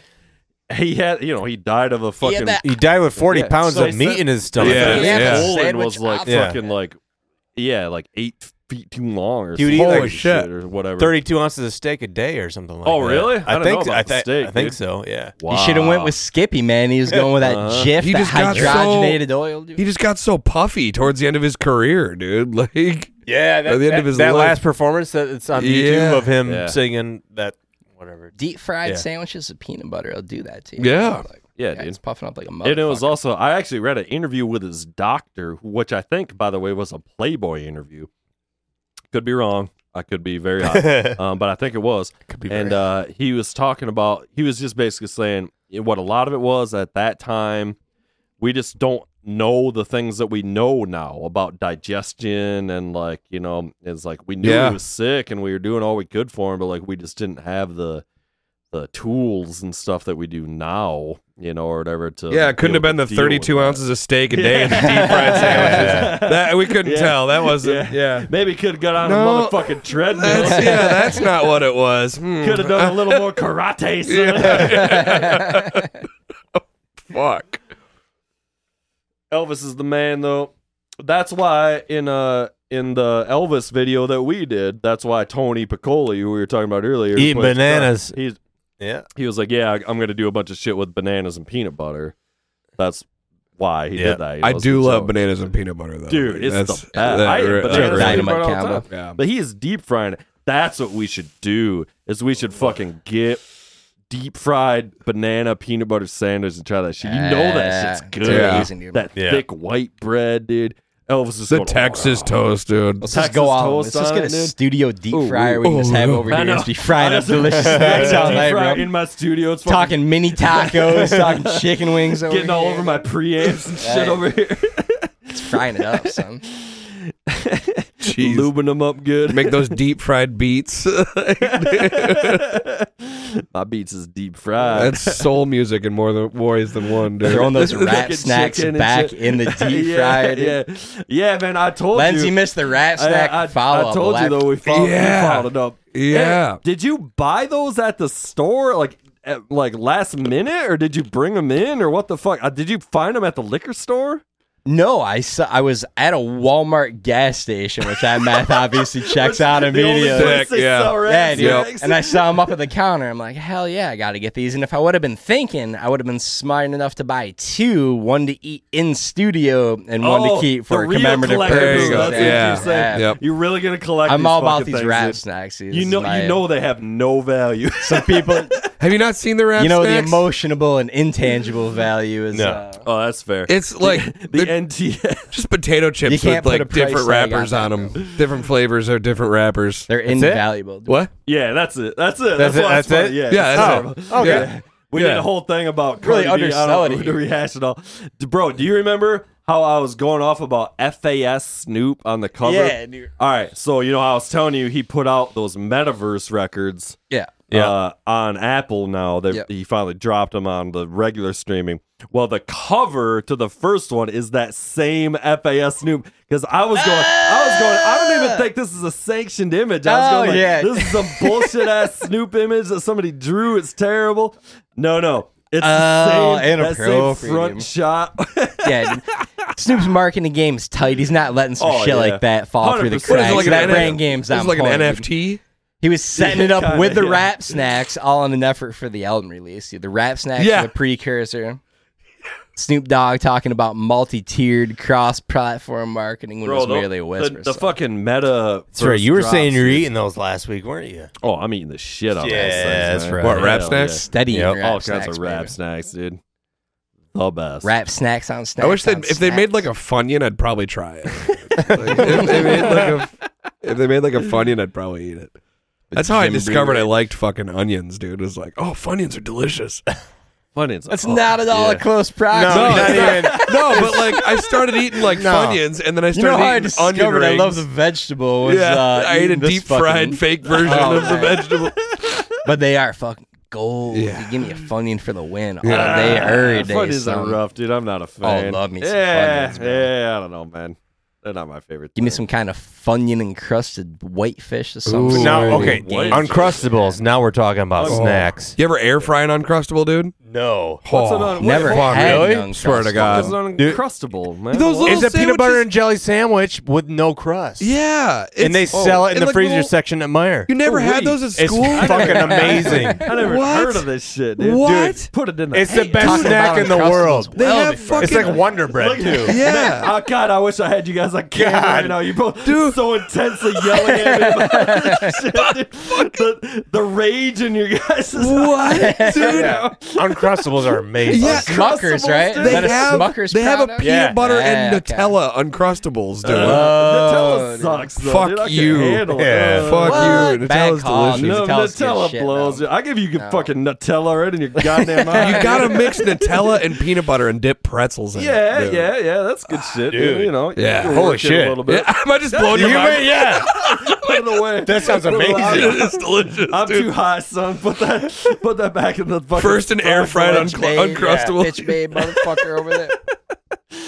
he had, you know, he died of a fucking.
that-
He died with forty
Yeah,
pounds
so
of
they
meat
said-
in his
they
stomach.
said
Yeah,
his
yeah.
colon
Sandwich
was like
option.
fucking like, yeah, like eight feet too long or
He would eat
some
like
crazy
shit.
or whatever.
Thirty-two ounces of steak a day or something like
Oh,
that.
really? I
I,
don't
think.
know about
I,
the
thi-
steak,
I think
dude.
so. Yeah.
Wow.
He should have went with Skippy, man. He was going with that
Uh-huh.
Jif,
He
that
just got so-
hydrogenated oil, dude.
he just got so puffy towards the end of his career, dude. Like
Yeah.
By the end of his
that
life.
last performance that it's on
Yeah.
YouTube of him
Yeah.
singing that whatever.
Deep fried
Yeah.
sandwiches with peanut butter will do that to you.
Yeah.
Like,
Yeah,
It's
dude.
puffing up like a motherfucker.
And it was also, I actually read an interview with his doctor, which I think, by the way, was a Playboy interview. Could be wrong. I could be very high, um, but I think it was.
Could be
and
very-
uh, he was talking about, he was just basically saying what a lot of it was at that time. We just don't know the things that we know now about digestion and like you know it's like we knew
Yeah.
he was sick and we were doing all we could for him, but like we just didn't have the the tools and stuff that we do now, you know, or whatever. To
Yeah, it
be
couldn't have
able
been
to
the
deal with
32
that.
ounces of steak a day and the deep fried sandwiches. That- we couldn't tell. That wasn't- yeah.
Maybe could have got on
No,
a motherfucking treadmill.
That's, yeah, that's not what it was. Hmm.
Could have done a little more karate, son.
Fuck.
Elvis is the man, though. That's why in uh in the Elvis video that we did, that's why Tony Piccoli, who we were talking about earlier,
Eating
plays Chuck.
bananas.
He's
yeah.
He was like, "Yeah, I'm gonna do a bunch of shit with bananas and peanut butter." That's why he
Yeah.
did that. He
I
loves
do
the
love
challenge.
bananas and peanut butter, though.
Dude, it's
That's-
the best. I eat
that-
bananas
that-
and
dynamite
peanut butter all the
combo.
time. But he is deep frying. it. That's what we should do. Is we should fucking get deep fried banana peanut butter sandwich and try that shit. You know that shit's
Yeah.
good.
Yeah. Amazing, dude.
That
Yeah.
thick white bread, dude. Elvis is
The
going,
Texas toast, dude.
Let's just go all. Let's just get a studio deep fryer. We can just have over here and just be frying up delicious snacks all night, bro.
In my studio, it's
Talking mini tacos, talking chicken wings over
getting all
here.
over my preamps and
Right.
shit over here.
It's frying it up, son.
Jeez.
Lubing them up good.
Make those deep fried beats.
Uh, My beats is deep fried.
That's soul music in more than ways than one, dude.
Throwing those
Fucking
rat snacks
chicken and
back
shit.
in the deep
Yeah,
fryer. dude.
Yeah, yeah, man. I told
Lindsay
you.
missed the rat snack
I, I,
follow-up
I told you
lap.
though. We followed,
Yeah.
we followed it up.
Yeah.
Hey, did you buy those at the store like at, like last minute, or did you bring them in, or what the fuck? Uh, did you find them at the liquor store?
No, I saw, I was at a Walmart gas station, which that math obviously checks out
the only
immediately.
place they
yeah,
Yeah. sell rats
dude.
and eggs.
And I saw him up at the counter. I'm like, hell yeah, I got to get these. And if I would have been thinking, I would have been smart enough to buy two: one to eat in studio and one
Oh,
to keep
the
for
real
commemorative
collectibles,
purposes.
That's what
yeah.
you're saying.
Yeah.
You're really gonna collect.
I'm all about
fucking
these
things,
rat
dude.
snacks, dude. This
You
is
know,
my-
you know they have no value.
Some people,
Have you not seen the rat
you know, the
snacks?
emotionable and intangible value is.
No.
Uh,
oh, that's fair.
It's like
the
they're
NTS.
just potato
You
chips
can't
with
put a
like
price tag on
different wrappers
that,
on them. Different flavors or different wrappers.
They're
That's it?
invaluable, dude.
What?
Yeah, that's it. That's it.
That's
That's,
it?
why it's
That's
funny.
it?
Yeah.
Yeah, that's
it's
it.
terrible.
Yeah.
Okay. We
Yeah.
did a whole thing about
Really
Cardi B. I don't
undersell
know
it
to
here.
rehash it all, D- bro. Do you remember how I was going off about FAS Snoop on the cover?
Yeah, dude.
All right, so you know how I was telling you he put out those Metaverse records.
Yeah.
Uh, on Apple now that
Yep.
he finally dropped them on the regular streaming. Well, the cover to the first one is that same FAS Snoop because I was going, I was going, I don't even think this is a sanctioned image. I was
Ah! Oh,
going, like,
yeah.
this is some bullshit ass Snoop image that somebody drew. It's terrible. No, no. It's
Oh,
the same, that same
inappropriate.
front shot.
yeah. dude. Snoop's marketing game is tight. He's not letting some
Oh,
shit
yeah.
like that fall through the
100%. What
cracks.
is it, like an
that
N-
brand game's
what
on
is it, like an
point, dude.
NFT?
He was setting
Yeah,
it up
kinda,
with the
yeah.
rap snacks, all in an effort for the album release. dude. The rap snacks
Yeah.
are the precursor. Snoop Dogg talking about multi-tiered cross-platform marketing when it was
the-
merely a whisper.
the, the
so.
fucking meta.
That's right.
first
You were
drops,
saying you were
dude.
eating those last week, weren't you?
Oh, I'm eating the shit out of
Yeah,
those things. man.
that's right. What, rap
Hell
snacks?
Steady
Yep.
rap
All kinds
snacks,
of rap
baby.
snacks, dude. The best.
rap snacks on snacks.
I wish they
on
would if they made
snacks.
like a funyun, I'd probably try it. Like, if, they made like a, if they made like a funyun, I'd probably eat it. That's how I
Jim Beam
discovered I
Ranch.
liked fucking onions, dude. It was like, oh, funyuns are delicious.
Oh,
Funyuns.
That's not at all a close proxy.
No, it's not- no, but like I started eating like Funyuns, and then I
You know how
started
I
eating onion
discovered I
rings.
love the vegetable was
yeah,
uh,
I ate a
eating this
deep fried
fucking-
fake version
Oh,
of the
man.
vegetable.
But they are fucking gold.
Yeah.
Dude, give me a Funyun for the win Uh, all
Yeah.
day,
Ah,
every day.
Funyuns are
son.
rough, dude. I'm not a fan.
love me some
yeah,
Funyuns, bro.
yeah. I don't know, man. They're not my favorite.
Give me
thing.
some kind of Funyun encrusted whitefish or something.
Ooh. Now,
Ooh.
okay,
Game
Uncrustables. Now we're talking about
Oh.
snacks.
You ever air fry an uncrustable, dude?
No.
What's an un-
Never
Fuck,
what-
had
really?
an
Swear to
Uncrustables.
It's
God.
an
Dude.
uncrustable, man.
Those
What?
little
It's a peanut butter
sandwiches-
and jelly sandwich with no crust.
Yeah,
oh, And they
it's-
sell it in
and,
the
like,
freezer
little-
section at Meyer.
You never had
Ooh-wee.
those at
It's
school?
fucking amazing.
I never
What?
heard of this shit, dude.
What?
Dude, put it in the.
It's the
Hey,
best
Talking
snack
about
in the
Uncrustables
world.
They
well
have
before-
It's like Wonder Bread too.
Yeah.
Oh God! I wish I had you guys on camera
God.
right now. You both so intensely yelling at me about this shit. dude. The, the rage in your guys' eyes.
What, dude?
Yeah. Uncrustables are amazing.
Yeah,
Smuckers, right? Is
They
that a
have,
Smuckers
they have a
product?
peanut
Yeah.
butter and
Yeah, okay.
Nutella Uncrustables, dude.
Uh,
Oh, Nutella dude.
sucks, though,
Fuck
dude. I can't
you.
handle it.
Yeah.
Uh,
Fuck you. Nutella's
what?
Bad call,
delicious.
No,
Nutella's good
Nutella
shit,
blows you. I give you fucking Nutella right in your goddamn eye.
You gotta mix Nutella and peanut butter and dip pretzels in
Yeah,
it. dude.
yeah, yeah. That's good shit, dude.
dude.
You know,
Yeah.
you can
Holy
work it
shit.
A little bit.
Yeah, I might just blow
You
your
may-
mind.
Yeah, put it away.
That sounds
Put it away.
amazing.
It's delicious.
I'm
dude.
too high, son. Put that, put that back in the fucking
First an air fried
frying pan.
uncl- uncrustable.
bitch made motherfucker over there.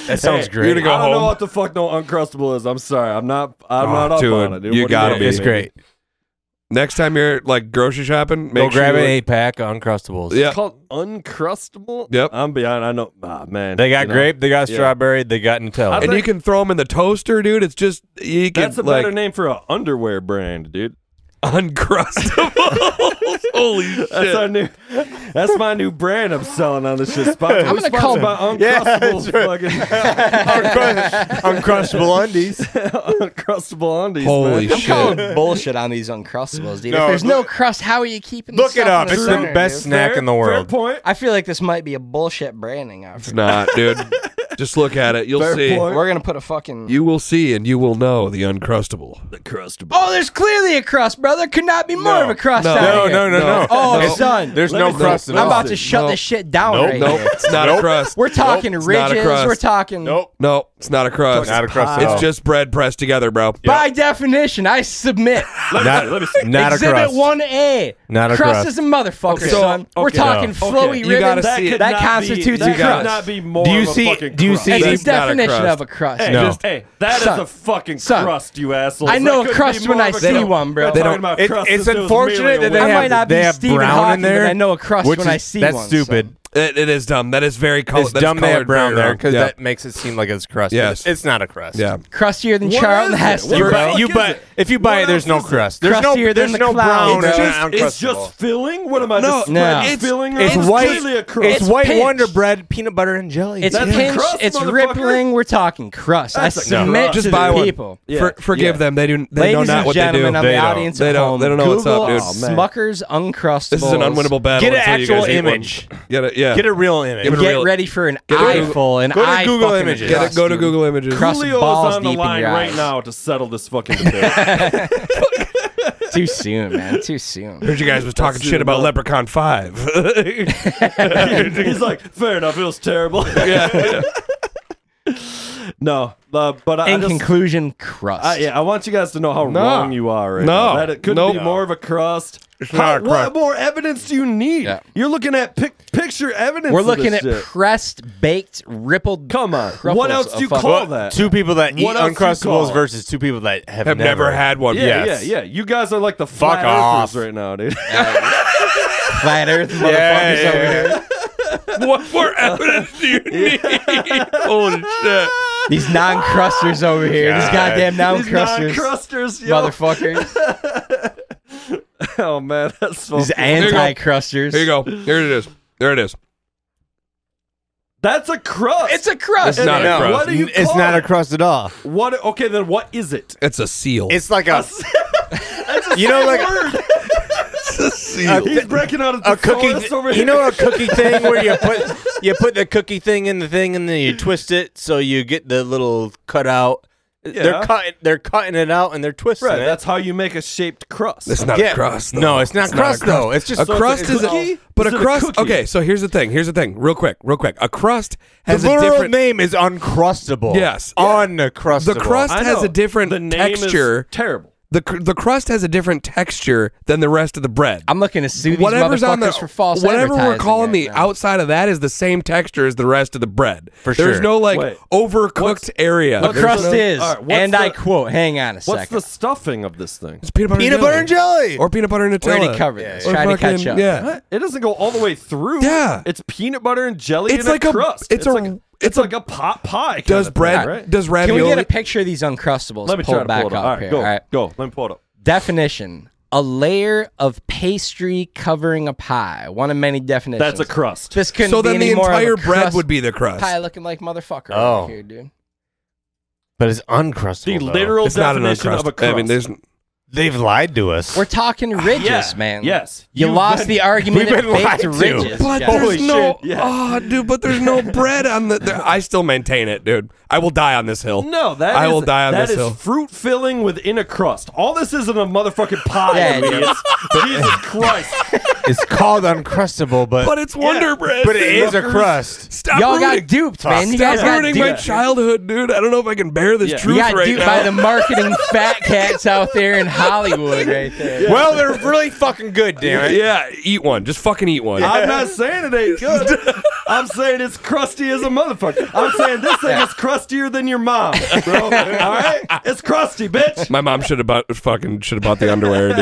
That sounds
Hey,
great.
you're gonna go
I don't know
home.
what the fuck no uncrustable is. I'm sorry. I'm not. I'm
Oh,
not up
dude,
on it. dude.
you
What do
gotta
mean?
be.
It's great.
Next time you're like grocery shopping, make
go
sure
grab
you
an
look-
eight pack of Uncrustables.
Yeah.
It's called uncrustable.
Yep.
I'm beyond. I know. Ah, man.
They got
You know,
grape, they got
yeah.
strawberry, they got
I
Nutella.
and
think-
you can throw them in the toaster, dude. It's just you can
That's a
like
better name for an underwear brand, dude.
uncrustables. Holy shit!
That's our new. That's my new brand. I'm selling on this shit. Sponsored.
I'm gonna
sponsored
call-
by
Yeah,
uncrustables.
Uncrustable undies.
fucking uncrustable undies.
Holy
man.
I'm
shit.
calling bullshit on these uncrustables, dude.
No,
if there's no
look-
crust, how are you keeping?
Look
this
it
up.
up.
in the
It's the
center,
best
dude?
snack in the world.
Fair point.
I feel like this might be a bullshit branding
It's
outfit.
not, dude. just look at it. You'll
Fair
see.
point.
We're gonna put a fucking.
You will see, and you will know the uncrustable.
The crustable.
oh, there's clearly a crust, bro. There could not be more of a crust. out
No,
here.
no, no, no.
Oh,
It's-
son.
There's
Let
no
me-
crust at
no.
I'm
all.
about to shut
Nope.
this shit down
Nope.
right
Nope,
here.
it's not a
Nope.
crust.
We're talking
Nope, it's not a
ridges.
crust.
We're talking.
Nope.
No, it's not a crust.
Not a crust at all.
It's just bread pressed together, bro.
By definition, I submit.
Not, not a
Exhibit
crust.
one A.
Not a crust.
is a motherfucker,
Okay, so-
son. We're
okay.
talking
No.
flowy
You gotta
ribbons.
That see it.
could
That
not
constitutes
be,
a crust.
That could not be more
Do you
of a
see-
fucking
do you
crust.
see-
It's
That's
the
not a
definition
crust.
of a crust.
Hey,
No.
just, hey, that is
Son.
a fucking
Son.
crust, you assholes.
I know
That
a
couldn't
crust
be
when
more
I
of a
see
crust.
one, bro.
I'm
They
talking
don't-
about
it-
crust
it's
since it was
unfortunate
merely a
that they
I
word.
have-
might not
they
be
have
Stephen
brown in
Hawking, but
there,
I know a crust
which
when I
is-
see
that's
one.
stupid.
son.
It, it is dumb. That is very col-
It's
that is
dumb they have
Oh, colored
brown
very
there
wrong.
because
yeah.
that makes it seem like it's crust.
Yes.
It's, it's not a crust.
yeah.
Crustier than
What
Charlton
is it?
Heston,
You
What the
bro.
buy,
fuck
you
is
buy
it?
if you buy
What
it, there's
else
no
is it?
crust. There's no
Crustier than
there's
the
no
clouds.
brown.
It's
or
just, it's
Uncrustable.
just filling. What am I
No,
just spreading
no.
filling?
It's
around?
white.
clearly a crust.
It's,
It's
white
pinched.
Wonder Bread, peanut butter, and jelly.
It's
That's a
pinched.
crust,
it's
motherfucker.
rippling. We're talking crust. I
That's a
submit
crust.
to
Just
the
buy one.
people.
Yeah.
For, forgive
Yeah.
them. They do. They
Ladies
know not
and
what they do.
gentlemen on
They
the
don't.
audience
They
at
don't-
home,
they don't know what's
Google
up, dude.
Oh, man.
Smuckers Uncrustables.
This is an unwinnable battle.
Get an
until you
actual
guys eat one.
image.
Get it? Yeah.
Get a real image.
Give it
Get
a real-
ready for an
Go to Google-
eyeful. An
go to
eye
Google
fucking
Images.
Get it.
crust,
Go to
dude.
Google Images.
Crust
Julio's
balls
on the
deep in
line
your
right
eyes.
now to settle this fucking debate.
Too soon, man. Too soon.
Heard you guys was talking
That's
shit about
enough.
Leprechaun Five.
He's like, fair enough. It was terrible. no, uh, but I, I
In
just
conclusion, crust.
I, yeah, I want you guys to know how
No.
wrong you are. Right
No.
now. that it could
Nope.
be more of a crust.
not
How-
a crust.
What more evidence do you need?
Yeah.
You're looking at pic- picture evidence.
We're
of this
looking at
shit.
pressed, baked, rippled.
Come on.
crumples
What else
of
do you
fucking-
call
Well,
that?
Two people that eat
What else you call
Uncrustables
it?
versus two people that have,
Have never had one.
Yeah,
Yes.
yeah, yeah. You guys are like the flat earthers
off.
right now, dude.
flat Earth motherfuckers
yeah, yeah.
over here?
What more evidence do you need? Holy shit!
These non-crusters over here. These
God.
goddamn
These
non-crusters,
non-crusters, yo.
motherfuckers.
Oh man, that's so.
These
you go.
anti-crusters.
Here you go. Here it is. There it is.
That's a crust.
It's a crust.
It's not a
No,
crust.
What do you
it's
call
not a
it?
crust at all.
What? Okay, then what is it?
It's a seal.
It's like a, you know, like a,
He's breaking out a,
a cookie.
thesaurus over
You
here.
know, a cookie thing where you put you put the cookie thing in the thing and then you twist it so you get the little cutout. They're
Yeah.
cutting. They're cutting it out and they're twisting
Right,
it.
that's how you make a shaped crust.
It's not
yeah.
a crust. Though.
No, it's not
not a
crust though. It's just
A
So
crust
it's a
is
cookie?
a but
Is
a
it a
crust.
cookie?
okay, so here's the thing. Here's the thing. Real quick, real quick. A crust
The
has a
literal
different
name is uncrustable.
Yes.
uncrustable.
The crust
I
has
know.
a different
The name is
texture.
terrible.
The cr- the crust has a different texture than the rest of the bread.
I'm looking to sue these
Whatever's
motherfuckers
on the
for false
whatever we're
advertising
calling
right
the
now.
outside of that is the same texture as the rest of the bread.
For
There's
sure.
no like
Wait.
overcooked area.
The
There's
crust
no-
is,
All right, what's
and I
the-
quote. Hang on a
What's
second.
the stuffing of this thing?
It's peanut butter,
peanut
and jelly.
butter and jelly.
or peanut butter and
We're
Nutella.
gonna cover this.
Or
Try to
fucking-
catch up.
Yeah.
What? It doesn't go all the way through.
Yeah.
it's peanut butter and jelly.
It's
and
like
a
a-
crust.
it's a-
like
it's
it's,
a-
like a pot pie. kind
Does
of thing,
bread
right?
does
Can
ravioli?
we get a picture of these uncrustables
Let me try
pulled
to pull
back
it up.
up
All right,
here?
go,
All right.
go. Let me pull it up.
Definition: A layer of pastry covering a pie. One of many definitions.
That's a crust.
This couldn't
so
be
then the
any more of a
entire bread
crust
would be the crust.
pie looking like motherfucker
Oh.
over here, dude.
But it's uncrustable.
The
though.
literal
It's not an
definition of a
uncrustable.
crust.
I mean, there's
They've lied to us.
We're talking ridges,
Yeah.
man.
Yes.
You
You've
lost
been-
the argument.
We've
at
been lied
baked
to.
ridges.
But
guys.
there's no, oh, dude. But there's no bread on the. There, I still maintain it, dude. I will die on this hill.
No, that
Oh, I
is-
will die on
that
this
is
hill.
fruit filling within a crust. All this isn't a motherfucking pie,
Yeah, it
idiots. Jesus Christ!
it's called uncrustable, but
But it's Wonder Bread.
But it is a
suckers.
crust.
Stop
Y'all got
ruining-
duped, man. You
Stop
guys got
ruining my
duped.
childhood, dude. I don't know if I can bear this
Yeah.
truth
you got
right
duped
now.
by the marketing fat cats out there in Hollywood, right there.
Well, they're really fucking good, damn it.
Yeah, eat one. Just fucking eat one.
I'm not saying it ain't good. I'm saying it's crusty as a motherfucker. I'm saying this thing is crustier than your mom, bro. All right, it's crusty, bitch.
My mom should have bought fucking should have bought the underwear,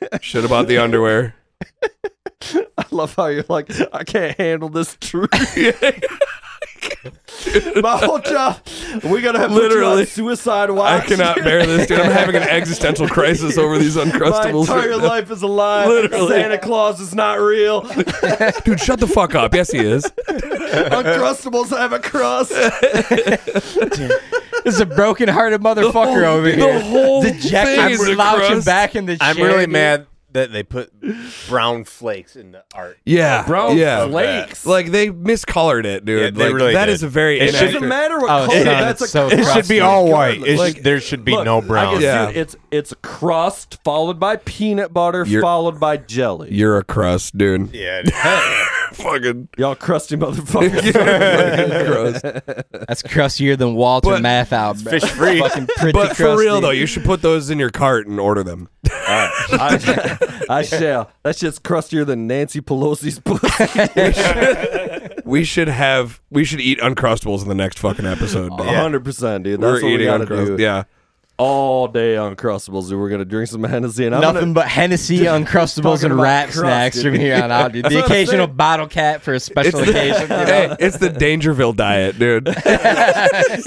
dude. should have bought the underwear.
I love how you're like, I can't handle this truth. My whole job, we gotta have literally
Literally.
suicide
I
watch.
cannot bear this, dude. I'm having an existential crisis over these
My
uncrustables.
entire life is a lie.
Literally.
Santa Claus is not real.
Dude, shut the fuck up. Yes, he is.
Uncrustables have a crust.
This is a broken-hearted motherfucker over
the
here.
whole
Dejected,
thing is a
slouching
crust.
back in the chair.
I'm really
dude.
mad that they put brown flakes in the art.
Yeah,
Brown
yeah.
flakes.
Like they miscolored it, dude.
Yeah, they
like,
really
that
did.
is a very
It
It
should-
doesn't matter what
Oh,
color.
son,
That's
it's so
a
It should be all white. It
Like-
sh- there should be
Look,
no
I
brown.
guess,
Yeah.
dude, it's it's crust followed by peanut butter
You're-
followed by jelly.
You're a crust, dude.
Yeah.
Fucking
Y'all crusty motherfuckers.
crust.
That's crustier than Walter
But-
Matthau. bro.
Fish free.
Fucking pretty
But for real
crusty.
though, you should put those in your cart and order them.
I, I shall. That shit's crustier than Nancy Pelosi's pussy.
We should have. We should eat uncrustables in the next fucking episode. dude.
hundred percent, dude.
We're
That's what we
eating
gotta
uncrustables.
do.
Yeah.
All day uncrustables, dude. We're gonna drink some Hennessy and I'm
Nothing
gonna,
but Hennessy, Uncrustables,
talking
and
about
rat
crust,
snacks
dude.
from here on out, dude.
That's
The
what I'm
occasional
saying.
bottle cap for a special occasion. you know?
Hey, it's the Dangerville diet, dude.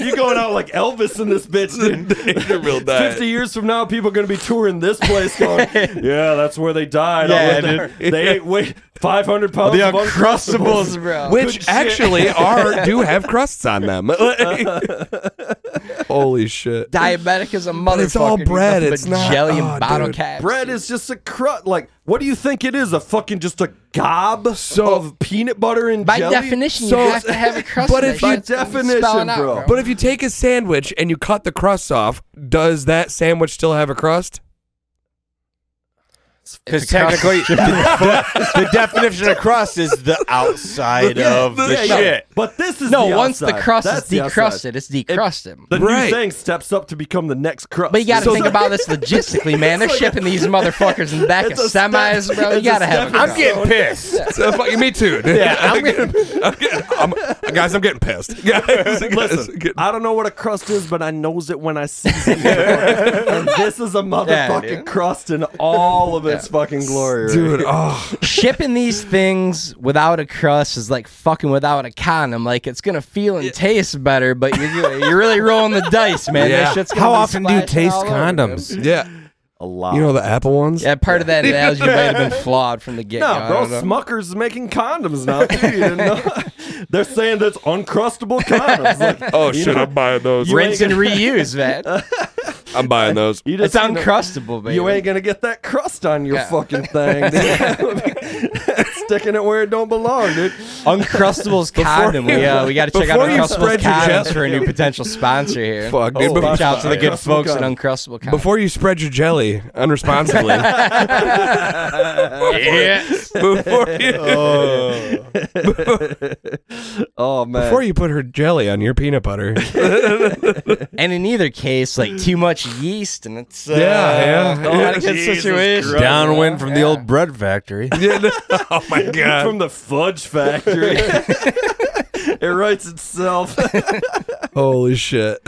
you going out like Elvis in this bitch. Dude.
Dangerville diet.
Fifty years from now, people are gonna be touring this place, going, "Yeah, that's where they died.
Yeah,
All the- They ate wait five hundred pounds
The
of uncrustables."
Uncrustables, bro.
which actually are do have crusts on them. Holy shit!
Diabetic is a motherfucker.
it's all
dude. Nothing
bread,
but
it's not-
jelly and
oh,
bottle
dude.
caps.
Bread is just a crut. Like, what do you think it is? A fucking just a gob of peanut butter and
By
jelly?
definition,
So-
you have to have a crust.
But
in
if
that
you-
shit. It's
definition,
spelling out,
bro.
bro.
But if you take a sandwich and you cut the crusts off, does that sandwich still have a crust?
Because technically, the, the definition of crust is the outside of the
Yeah, yeah.
shit.
But this is
no,
the
once the
outside.
crust
That's
is
the outside.
decrusted, it's decrusted.
The
Right.
new thing steps up to become the next crust.
But you got to
So-
think about this logistically, man. They're
like a-
shipping these motherfuckers in the back of
It's a step-
semis, bro. You
it's a
got to have. a
step in
crust.
I'm getting pissed.
So, fuck, me too. dude. I'm getting, I'm getting- I'm- guys, I'm getting pissed. Guys, guys,
Listen,
I'm getting-
I don't know what a crust is, but I knows it when I see it. and this is a motherfucking
dude.
crust in all of its fucking glory. right
dude.
here.
Oh,
shipping these things without a crust is like fucking without a condom. Like it's gonna feel and taste better, but you're, you're really rolling the dice, man.
Yeah.
That shit's gonna be splashing all over, dude.
yeah.
a lot.
You know the Apple ones?
Yeah, part of that analogy might have been flawed from the get go.
no, bro, Smucker's making condoms now. too, you didn't know? They're saying that's uncrustable condoms. Like,
Oh
you
shit,
know,
I'm buying those.
you
Rinse and reuse, man.
I'm buying those.
you
It's
just ain't-
uncrustable, baby.
You ain't gonna get that crust on your
Yeah.
fucking thing. dude. Sticking it where it don't belong, dude.
Uncrustables condom.
you-
We, uh, we got to check out
before you
Uncrustables
spread your
condoms
jet-
for a new potential sponsor here.
Fuck, dude.
Oh,
Reach out to the
Uncrustable
good folks at
condom.
Uncrustable Condoms.
Before you spread your jelly unresponsibly. Before you,
Oh man.
before you put her jelly on your peanut butter.
and in either case, like too much yeast, and it's uh,
Yeah, yeah.
not a good
Jesus
situation.
Christ.
Downwind from the old bread factory.
oh my god.
from the fudge factory. it writes itself.
Holy shit.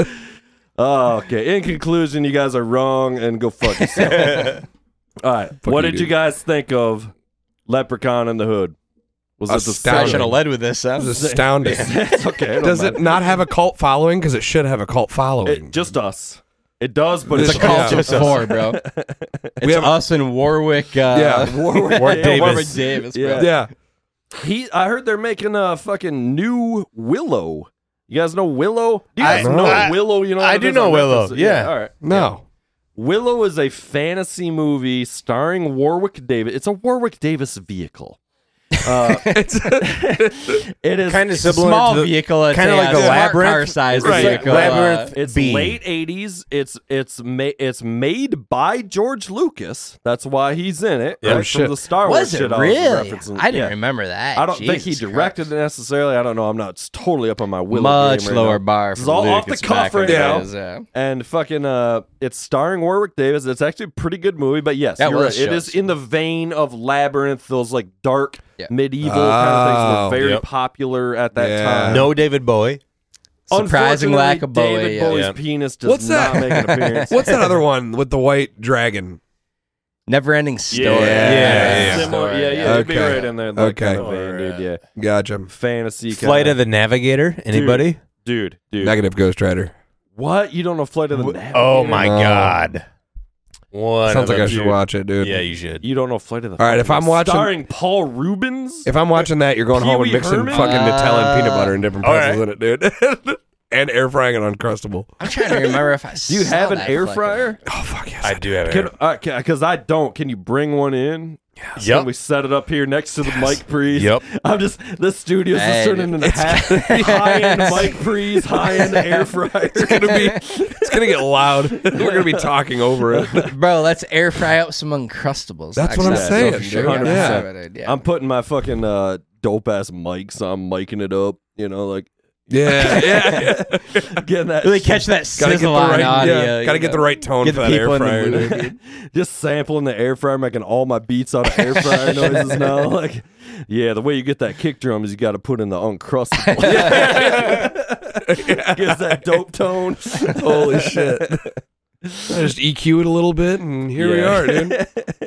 Oh, okay. In conclusion, you guys are wrong and go fuck yourself. All right. what
you,
did
dude.
you guys think of Leprechaun in the Hood? Was it the
I
Astounding.
should have led with this. Huh?
This is astounding.
It's okay. It
Does it not have a cult following? Because it should have a cult following.
It, just us. It does, but
It's
it's,
It's a culture
Yeah.
of four, bro. It's
have-
us and Warwick. Uh,
Yeah.
Warwick,
Warwick Davis.
Warwick Davis, bro.
Yeah.
yeah.
He, I heard they're making a fucking new Willow. You guys know Willow? Do you
I-
guys know
I-
Willow? You know,
I
what
do
it is?
know
I'm
Willow,
referencing-
yeah.
All right.
No.
Willow is a fantasy movie starring Warwick Davis. It's a Warwick Davis vehicle. Uh, it is
Kinda similar Small to the- vehicle, I'd kinda say, like uh, the smart labyrinth. car size Right. vehicle, Labyrinth uh,
it's
B.
late '80s. It's it's ma- it's made by George Lucas. That's why he's in it.
Yeah.
right,
Oh,
from
shit.
the Star Wars
Was it
shit I
really?
referencing.
I didn't remember that.
I don't think he
Jesus
directed it necessarily. I don't know. I'm not s- totally up on my Willow.
Much
game right
lower
now.
bar
This is
for
all off
Lucas
the cuff
back in
right
the
now.
days, yeah.
And fucking, uh, it's starring Warwick Davis. It's actually a pretty good movie, but yes,
That
you're
was
right. it
shows.
is in the vein of Labyrinth, those like dark medieval kind of things were
Oh,
very
yep.
popular at that time.
No David Bowie.
Surprising lack of Unfortunately, Bowie, David yeah. Bowie's penis does
What's
not
that?
make an appearance.
What's that other one with the white dragon?
Never ending story.
Yeah, yeah,
Yeah.
yeah.
Similar- yeah, yeah, it'd be right in there, that
Okay,
kind of vein, dude, yeah.
gotcha.
Fantasy
Flight
kinda-
of the Navigator. Anybody?
Dude, dude.
Negative Ghost Rider.
What? You don't know Flight of the Navigator?
Oh my
No.
god. One
Sounds
of
like I
the-
should watch it, dude.
Yeah, you should.
You don't know Flight of the
All right, if I'm watching-
starring Paul Rubens.
If I'm watching that, you're going home and
Pee-wee
mixing
Herman?
fucking Nutella and peanut
Uh,
butter and different
all
pretzels in it, dude. and air frying an uncrustable.
I'm trying to remember if I.
Do you
saw
have an
that
air
fucking-
fryer?
I do have
Can
it.
because I don't. Can you bring one in? Yes. Can
Yep.
we set it up here next to the mic breeze?
Yep.
I'm just this studio's
Hey,
just turning
dude.
into high end mic breeze, high end air fryer. It's gonna be
It's gonna get loud. We're gonna be talking over it.
Bro, let's air fry up some uncrustables.
That's what I'm
Actually,
saying,
that's
dude.
what I'm
Yeah.
saying. Yeah.
I'm putting my fucking uh, dope ass mic, so I'm micing it up. You know, like
Yeah, yeah.
getting that.
Really
shit.
catch that
Gotta get the
sizzle on
right,
audio.
yeah, gotta
you
get the
know.
right tone
Get
for
the
that air
people
fryer.
in the mood.
dude.
just sampling the air fryer, making all my beats out of air fryer noises now. Like, yeah, the way you get that kick drum is you got to put in the uncrustable. Gives that dope tone.
Holy shit! I just EQ it a little bit, and here
Yeah.
we are, dude.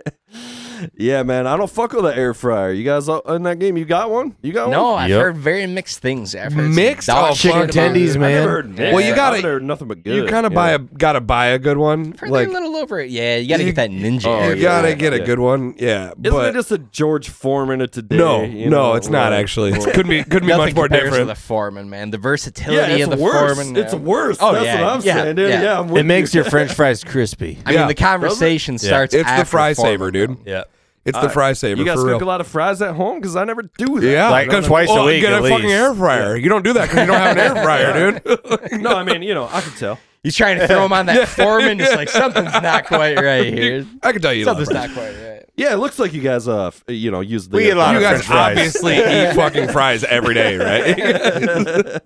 Yeah, man, I don't fuck with the air fryer. You guys all- in that game? You got one? You got
No,
one?
I've
Yep.
heard very mixed things. I've heard some
Mixed
dog
all
shit
fucking
about it.
tendies,
I
man.
never heard mixed.
Well, you gotta-
I've heard nothing but good.
You kind of
yeah.
buy a gotta buy a good one.
Heard
Like
they're a little over it. Yeah, you gotta get that ninja.
Oh,
air
you gotta
fryer.
get a
yeah.
good one. Yeah,
Isn't
but
it just a George Foreman of today?
no,
you
no,
know,
it's not
like-
actually. It couldn't be couldn't be
Nothing
much more
compares to
different.
the foreman, man. The
Yeah,
versatility
it's
of the
worse.
foreman.
it's
man.
worse.
Oh,
That's
yeah,
what I'm
yeah,
saying, dude.
yeah.
Yeah, I'm with
It makes
you.
your French fries crispy.
I
Yeah.
mean, the conversation
Yeah.
starts.
It's the
after
fry
foreman,
saver,
though.
dude.
Yeah.
It's the fry saver.
You guys
for
cook
real.
a lot of fries at home because I never do that.
Yeah,
Like
'cause-
twice a
oh,
week
Get
at
a fucking
least.
air fryer. You don't do that because you don't have an air fryer, dude.
no, I mean, you know, I could tell.
He's trying to throw him on that foreman. It's like something's not quite right here.
I can tell you.
Something's
that.
not quite right.
Yeah, it looks like you guys, uh, f- you know, use the.
We eat a lot
You
of
guys
French fries.
obviously eat fucking fries every day, right?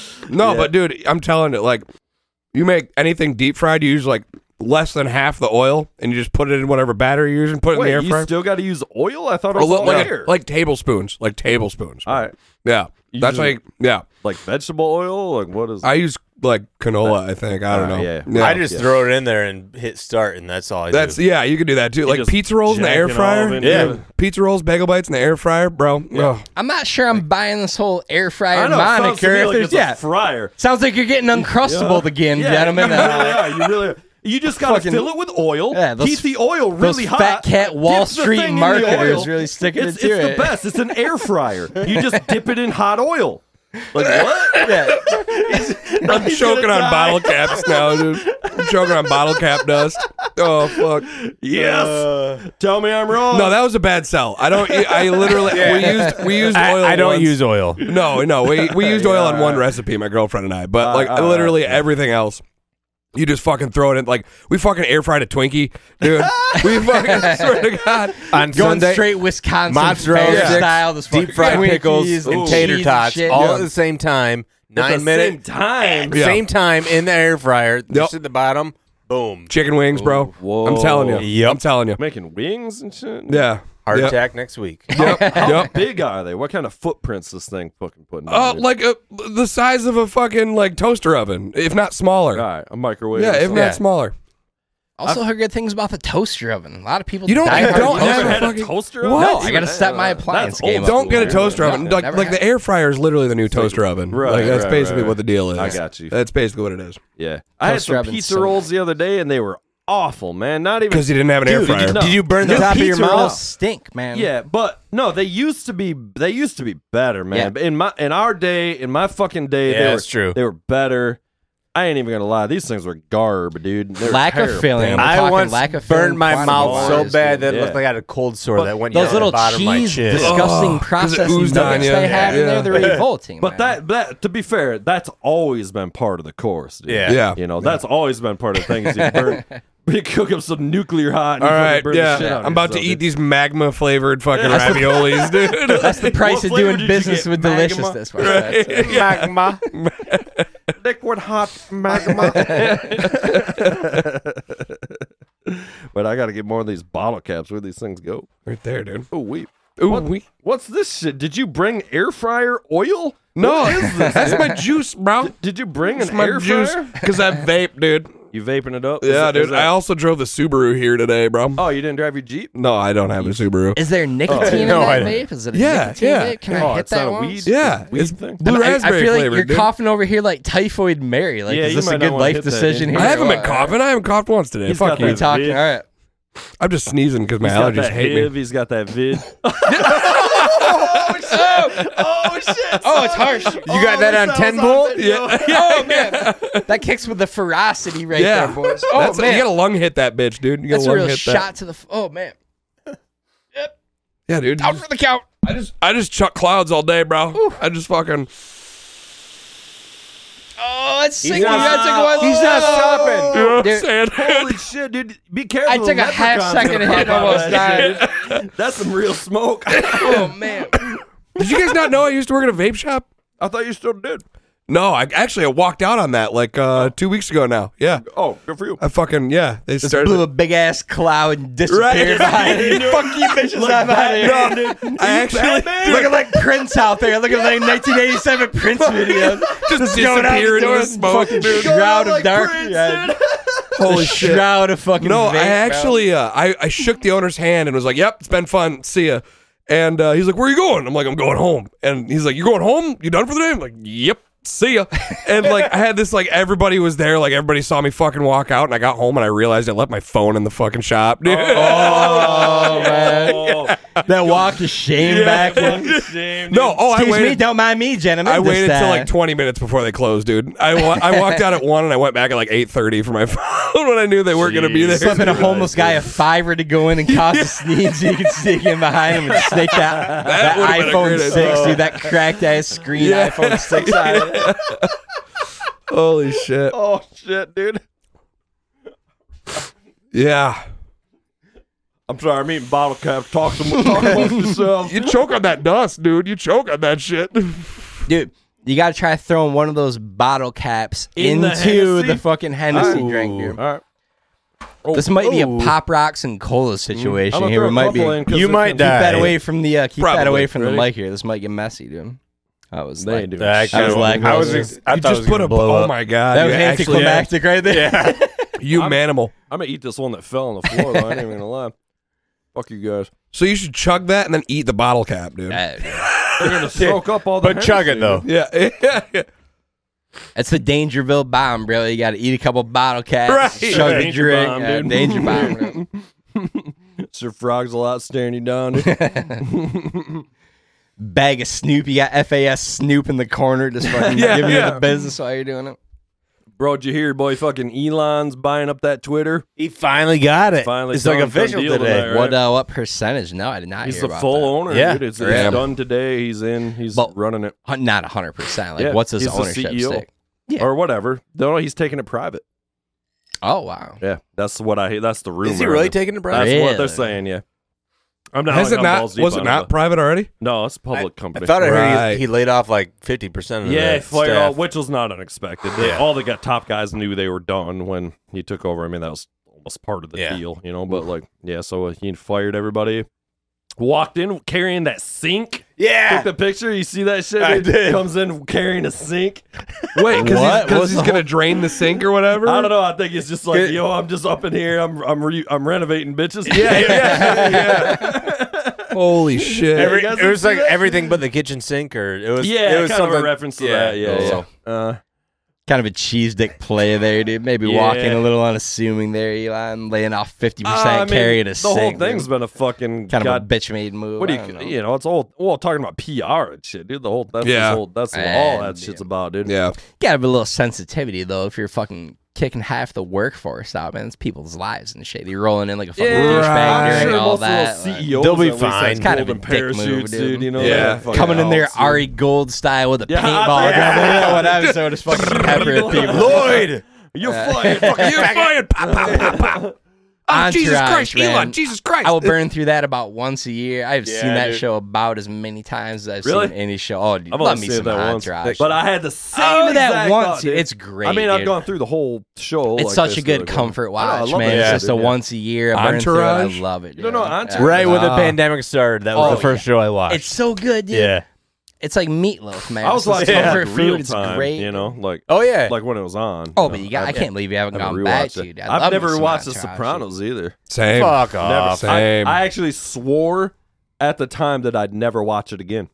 no, but dude, I'm telling you, like, you make anything deep fried, you use like less than half the oil, and you just put it in whatever batter you're using. Put it in
Wait,
the air
you
fryer.
still got to use oil? I thought it
Or
was
li-
all
Oh, like,
air.
like tablespoons, like tablespoons.
all right,
Yeah,
You
that's
just-
like yeah.
like vegetable oil. Like what is?
I use like canola. I think I don't know.
All right, Uh, yeah, yeah.
I just throw it in there and hit start, and that's all I
That's
do.
yeah, you can do that too. Like
just
pizza rolls in the
jack
air
an
fryer.
olive in Yeah. it.
Pizza rolls, bagel bites in the air fryer, bro. Ugh.
I'm not sure I'm buying this whole air
I
fryer
know. it sounds to
moniker.
me
if
like
there's-
it's
yeah,
a fryer.
sounds like you're getting uncrustable again,
Yeah,
gentlemen.
You really are. You really. Are. You just gotta
Fucking-
fill it with oil.
Yeah, those-
heat the oil
those
really hot.
fat cat Wall
dip the
Street
thing in the
marketers
oil.
really sticking
it's,
it to
it's
it.
the best. It's an air fryer. You just dip it in hot oil. Like what?
Yeah.
I'm choking on bottle caps now, dude. I'm choking on bottle cap dust. Oh fuck.
Yes.
Uh,
Tell me I'm wrong.
No, that was a bad sell. I don't. e, I literally we used we used
I,
oil.
I don't
once.
use oil.
No, no. We we used oil on one recipe, my girlfriend and I. But like
Uh, all right,
literally everything else. You just fucking throw it in like we fucking air fried a Twinkie, dude. we fucking swear to God.
On
Going
Sunday,
straight Wisconsin
mozzarella
fair
sticks,
style, this
deep
fucking
fried
Twinkies
pickles and
cheese
tater
and
tots
shit.
all
Yeah.
at the same time.
At the
Nine minute
same time.
Yeah.
Same time in the air fryer.
Yep.
Just at the bottom. Boom.
Chicken wings, bro.
Whoa.
I'm telling you.
Yep.
I'm telling you.
Making wings and shit.
Yeah.
Heart
yep.
attack next week.
Yep.
How
yep.
big are they? What kind of footprints this thing fucking putting?
Uh,
down, dude?
like a, the size of a fucking like toaster oven, if not smaller.
all right, a microwave.
yeah,
or
if
something.
not smaller.
Also, heard good things about the toaster oven. A lot of people
You don't-
die
you
hard
don't
You
toaster
ever
have
ovens.
had a
fucking-
toaster?
What?
oven?
No, I gotta step my
That's
appliance
old.
game up.
Don't get a
weird.
toaster oven.
No,
Like,
never
like the
had
air fryer is literally the new toaster oven.
Right,
Like, that's
right,
basically
right.
what the deal is.
I got you.
That's basically what it is.
Yeah, I had
Toaster
some
oven's
pizza
so
rolls the other day, and they were awful, man. Not even
Because you didn't have an air
Dude,
fryer.
did you, did you burn the
No.
top of your
Pizza roll.
mouth?
Those stink, man.
Yeah, but no, they used to be they used to be better, man.
Yeah.
But In my in our day, in my fucking day,
Yeah,
they were
that's true.
They were better. I ain't even gonna lie. These things were garb, dude. They were
Lack of
terrible.
filling. We're
I
talking
once
lack of filling
burned my
bottom
mouth so
bars,
bad that
dude.
it looked
Yeah.
like I had a cold sore
But
that went
those
down
little
the bottom of my
cheese
chin.
disgusting
Ugh, 'cause Oh. it
processed
oozed on
nuggets
you.
they have in there, they're
Yeah.
revolting.
But that that to be fair, that's always been part of the course. dude.
Yeah. Yeah.
You know, that's always been part of things. You burn, you cook up some nuclear hot. And
All
you fucking
right,
burn the shit
yeah.
out of
I'm about to
yourself,
eat these magma flavored fucking
That's the-
raviolis, dude.
That's the price of
What flavor
doing
did you
business
get?
with
Magma?
deliciousness, my friend.
Right.
Magma.
Liquid hot
magma. but I got to get more of these bottle caps. Where these things go?
Right there, dude.
Oh we.
Ooh,
what,
wee.
What's this shit? Did you bring air fryer oil?
No,
What is this,
that's
dude?
my juice, bro. Did,
you bring
It's
an
my
air
juice
fryer?
because I vape, dude.
You vaping it up?
Yeah,
Is it- is
dude.
that-
I also drove the Subaru here today, bro.
Oh, you didn't drive your Jeep?
No, I don't have a Subaru.
Is there
Oh,
nicotine in
No, I
that
don't.
vape? Is it a
Yeah,
nicotine
yeah.
vape? Can
Oh,
I hit
it's not
that
a
once?
weed?
Yeah,
Weed
it's
thing?
blue
And I-
raspberry
I feel like
flavored,
you're
dude.
coughing over here like typhoid Mary. Like,
Yeah,
is
you
this
might
a
not
good
wanna
life
hit that,
decision
dude.
here?
I haven't
or
been
what?
coughing. I haven't coughed once today.
He's
Fuck
got
you.
We talking. All
vid.
right.
I'm just sneezing because my
He's got
allergies
that
hate
HIV,
me.
He's got that vid.
Oh shit! Oh shit! Oh, it's harsh.
You got that on 10 volt?
Yeah,
Oh man, that kicks with the ferocity right
yeah.
there, boys. Oh
That's-
man,
you gotta lung hit that bitch, dude. You gotta
that's a
lung
real
hit
shot
that.
to the. F- oh man,
Yeah, dude.
out for the count.
I just I just chuck clouds all day, bro. I just fucking.
Oh, it's
He's
sick. You
not-
gotta take one.
He's not
Oh,
You know
stopping.
what I'm
Dude.
saying?
Holy shit, Oh. dude! Be careful.
I took a half
leprechauns
second
gonna
hit
pop out
almost
of
died.
that shit. That's some real smoke.
Oh man.
Did you guys not know I used to work at a vape shop?
I thought you still did.
No, I actually I walked out on that like
Oh.
uh, two weeks ago now. Yeah,
Oh, good for you.
I fucking yeah. They
Just
started.
blew a big ass cloud and disappeared. behind it. Fuck you bitches, I'm out of here.
I actually
Looking like Prince out there, looking like 1987 Prince videos.
just
Going out
disappeared
the
into
door,
the smoke.
fucking
dude.
shroud of
like
dark.
Prince,
yeah.
Holy
The
shit.
Shroud of fucking. vape,
No, I
bro.
actually uh, I I shook the owner's hand and was like, "Yep, it's been fun. See ya." And uh, he's like, "Where are you going?" I'm like, "I'm going home." And he's like, "You going home? You done for the day?" I'm like, "Yep." See ya. And like I had this like everybody was there, like everybody saw me fucking walk out and I got home and I realized I left my phone in the fucking shop. Dude.
Oh man, that walk of shame back. One.
no, oh I
Excuse me,
waited
don't mind me, gentlemen. uh,
I
This
waited till like
time.
20 minutes before they closed, dude. I, wa- I walked out at 1 and I went back at like 8:30 for my phone when I knew they weren't going to be there.
Slipping a homeless guy a fiver to go in and cause a sneeze so you can sneak in behind him and snake that, that,
would've been a
iPhone
great
6,
idea.
dude, that cracked ass screen
Yeah.
iPhone 6 on it.
Holy shit.
Oh shit, dude.
Yeah.
I'm sorry. I'm eating bottle caps. Talk some. Talk amongst yourselves.
You choke on that dust, dude. You choke on that shit.
Dude, you gotta try throwing one of those bottle caps
In the
into
Hennessy?
the, fucking Hennessy drink, dude.
All right.
This might be a
Ooh.
pop rocks and cola situation
I'ma
here.
throw
It
a
might be.
couple in 'cause
You
it
might
Keep
can-
that
die.
away from the uh, keep that
Probably.
away from the
Ready?
mic here. This might get messy, dude. I was
They
like,
ain't doing
I
shit.
was
actually-
like,
I was
well,
ex- I
you
thought it
just
was
put
gonna
a.
blow
oh
up.
my god.
that was
you actually-
anticlimactic right there.
You manimal.
I'm gonna eat this one that fell on the floor. though. I ain't even gonna lie. Fuck you guys.
So you should chug that and then eat the bottle cap, dude.
Yeah, dude.
They're gonna soak up all the.
But chug it,
Hennessy.
though.
Yeah. yeah, yeah.
That's the Dangerville bomb, bro. You got to eat a couple bottle caps,
Right.
chug the
Danger
drink,
bomb,
uh,
dude.
danger bomb. bro.
Sir Frog's a lot staring you down. dude.
Bag of Snoop. You got FAS Snoop in the corner, just fucking
Yeah,
giving
yeah.
you the business while you're doing it.
Bro, did you hear, boy? Fucking Elon's buying up that Twitter.
He finally got it.
Finally
it's like
signed some
official
deal
today.
tonight, right?
What uh, what percentage? No, I did not.
He's
hear
the
about
full
that.
owner,
Yeah.
dude. It's, it's
Yeah.
done today. He's in. He's
But-
running it,
Hun- Not hundred percent. Like,
Yeah,
what's his
he's the E
ownership
CEO.
stake? Yeah.
or whatever. No, he's taking it private.
Oh wow.
Yeah, that's what I. That's the rumor.
Is he really
That's
taking it, bro?
what they're
Really?
saying. Yeah, I'm not.
Has
like,
it
I'm
not?
balls deep
Was it
on
not
but-
private already?
no, it's a
I,
public company.
I thought I heard
Right.
he, he laid off like 50% of
yeah,
the
fired
staff.
all, which was not unexpected. They,
Yeah.
All the got top guys knew they were done when he took over. I mean, that was almost part of the
Yeah.
deal, you know. But like, yeah, so he fired everybody. Walked in carrying that sink. Took
yeah.
the picture. You see that shit?
Ah. I
It
did.
Comes in carrying a sink.
Wait,
What?
because
What
he's, gonna drain the sink or whatever.
I don't know. I think it's just like,
Good.
yo, I'm just up in here. I'm I'm re- I'm renovating bitches.
Yeah, yeah, yeah. Holy shit!
Every,
You guys
it was
didn't
like
see that?
everything but the kitchen sink, or it was
yeah,
it was
kind
something
of a reference to that. Yeah, yeah. Uh,
Kind of a cheese dick play there, dude. Maybe
Yeah.
walking a little unassuming there, Eli, and laying off fifty
Ah, I
percent,
mean,
carrying a
the
sink.
whole
dude.
thing's been a fucking
kind of
god-
a bitch made move.
What do
I
you
don't know.
you know? It's all well talking about PR and shit, dude. The whole that's
Yeah.
yeah. whole, that's what all that shit's about, dude.
Yeah,
gotta have a little sensitivity though. If you're fucking kicking half the workforce out, man, it's people's lives and shit. You're rolling in like a fucking
Yeah.
douchebag
Right.
during
Sure,
all
most of E
that.
those
like,
CEOs They'll be at least fine.
It's kind of a dick
golden
move,
parachutes, dude, you know,
yeah,
they're fucking
coming in there
outs, dude.
Ari Gold style with a
Yeah,
paintball
yeah.
gun. You know what episode is fucking peppering people?
Lloyd!
you're
fired, fucker, you're fired. Pop, pop, pop, pop.
Oh, Jesus Christ, Elon, Jesus Christ.
I will burn through that about once a year. I've
Yeah,
seen that
dude.
show about as many times as I've
Really?
seen any show. Oh, dude,
I've
love
only
me
seen
some
that once,
Entourage.
but I had the same
Oh, that
exact
once,
thought, dude.
It's great,
I mean, I've
dude.
gone through the whole show.
It's
like
such
this,
a good
dude.
comfort
I know, I
watch,
love
man.
that
It's
shit,
just a
dude, yeah.
once a year. I burn through it. I
Entourage?
love it.
No, no, Entourage.
Right when the
Ah.
pandemic started, that was
Oh,
the first show I watched.
It's so good, dude.
Yeah.
It's like meatloaf, man.
I was
It's
like,
comfort food.
yeah, real
It's
time,
great.
you know, like
oh yeah,
like when it was on.
Oh,
you
but
know,
you got- I can't believe you haven't gone back,
rewatched it.
dude. I
I've
love me
never
some
watched The
Entourage,
Sopranos either.
Same. Fuck off.
Never. I-
Same.
I, actually swore at the time that I'd never watch it again.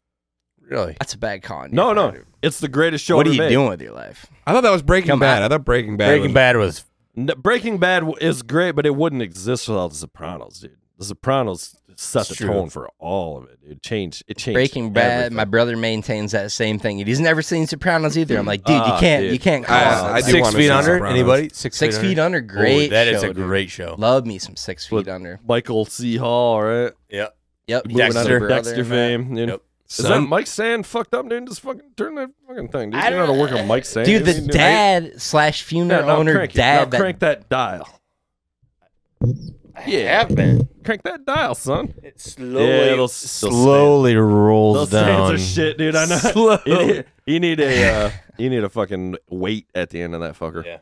Really? That's a bad con.
No, no, it's the greatest show.
What are
ever
you
made.
doing with your life?
I thought that was Breaking
Come
Bad.
on.
I thought Breaking Bad.
Breaking
was,
Bad was
N- Breaking Bad w- is great, but it wouldn't exist without The Sopranos, dude. The Sopranos set the
true.
tone for all of it. It changed. It changed.
Breaking Bad.
everything.
My brother maintains that same thing. He's never seen Sopranos either. I'm like, dude, you
Ah,
can't,
dude.
you can't.
I-
Call
I
it.
do Six wanna Feet see Under? Sopranos. Anybody?
Six,
Six
feet,
Feet
under.
Under? Oh,
Great.
that is
show,
a
dude.
great show.
Love me some Six Feet Under.
Michael C. Hall, right?
Yep.
Yep.
Moving on to
Dexter.
Dexter
Brother and
fame. dude. Is that
Son.
Mike Sand fucked up, dude? Just fucking turn that fucking thing, dude.
I
You know how to work on Mike Sand.
Dude,
You
the
know,
dad slash
No,
funeral
no,
owner
crank it.
dad.
Now
that-
crank that dial. Yeah, man. Crank that dial, son. It
slowly-
it'll,
slowly rolls
Those stands
down.
are shit, dude. I know.
Slow.
You need, you need a uh, you need a fucking weight at the end of that fucker. Yeah.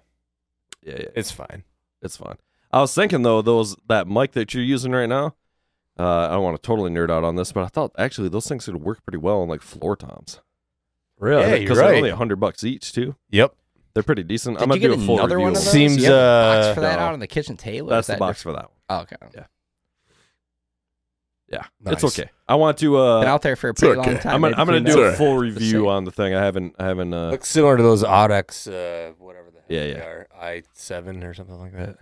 Yeah, yeah.
It's fine.
It's fine. I was thinking though, those that mic that you're using right now. Uh, I don't want to totally nerd out on this, but I thought actually those things could work pretty well on like floor toms.
Really? Yeah, you're
Because they're
right.
only hundred bucks each too.
Yep.
They're pretty decent. I'm
Did
gonna
you get
do a full
another
review.
one
of
of
them.
those? Seems, You have a box uh, for that out on the kitchen table? Is
That's the
that
box
different?
for that one.
Oh, okay.
Yeah. Yeah,
Nice.
it's okay. I want to. Uh,
Been out there for a pretty long time.
I'm gonna,
I
I'm gonna
didn't
do
know.
a full
It's
review on the thing. I haven't. I haven't. Uh,
Looks similar to those Audex, uh, whatever the heck
Yeah, yeah.
they are, i seven or something like that.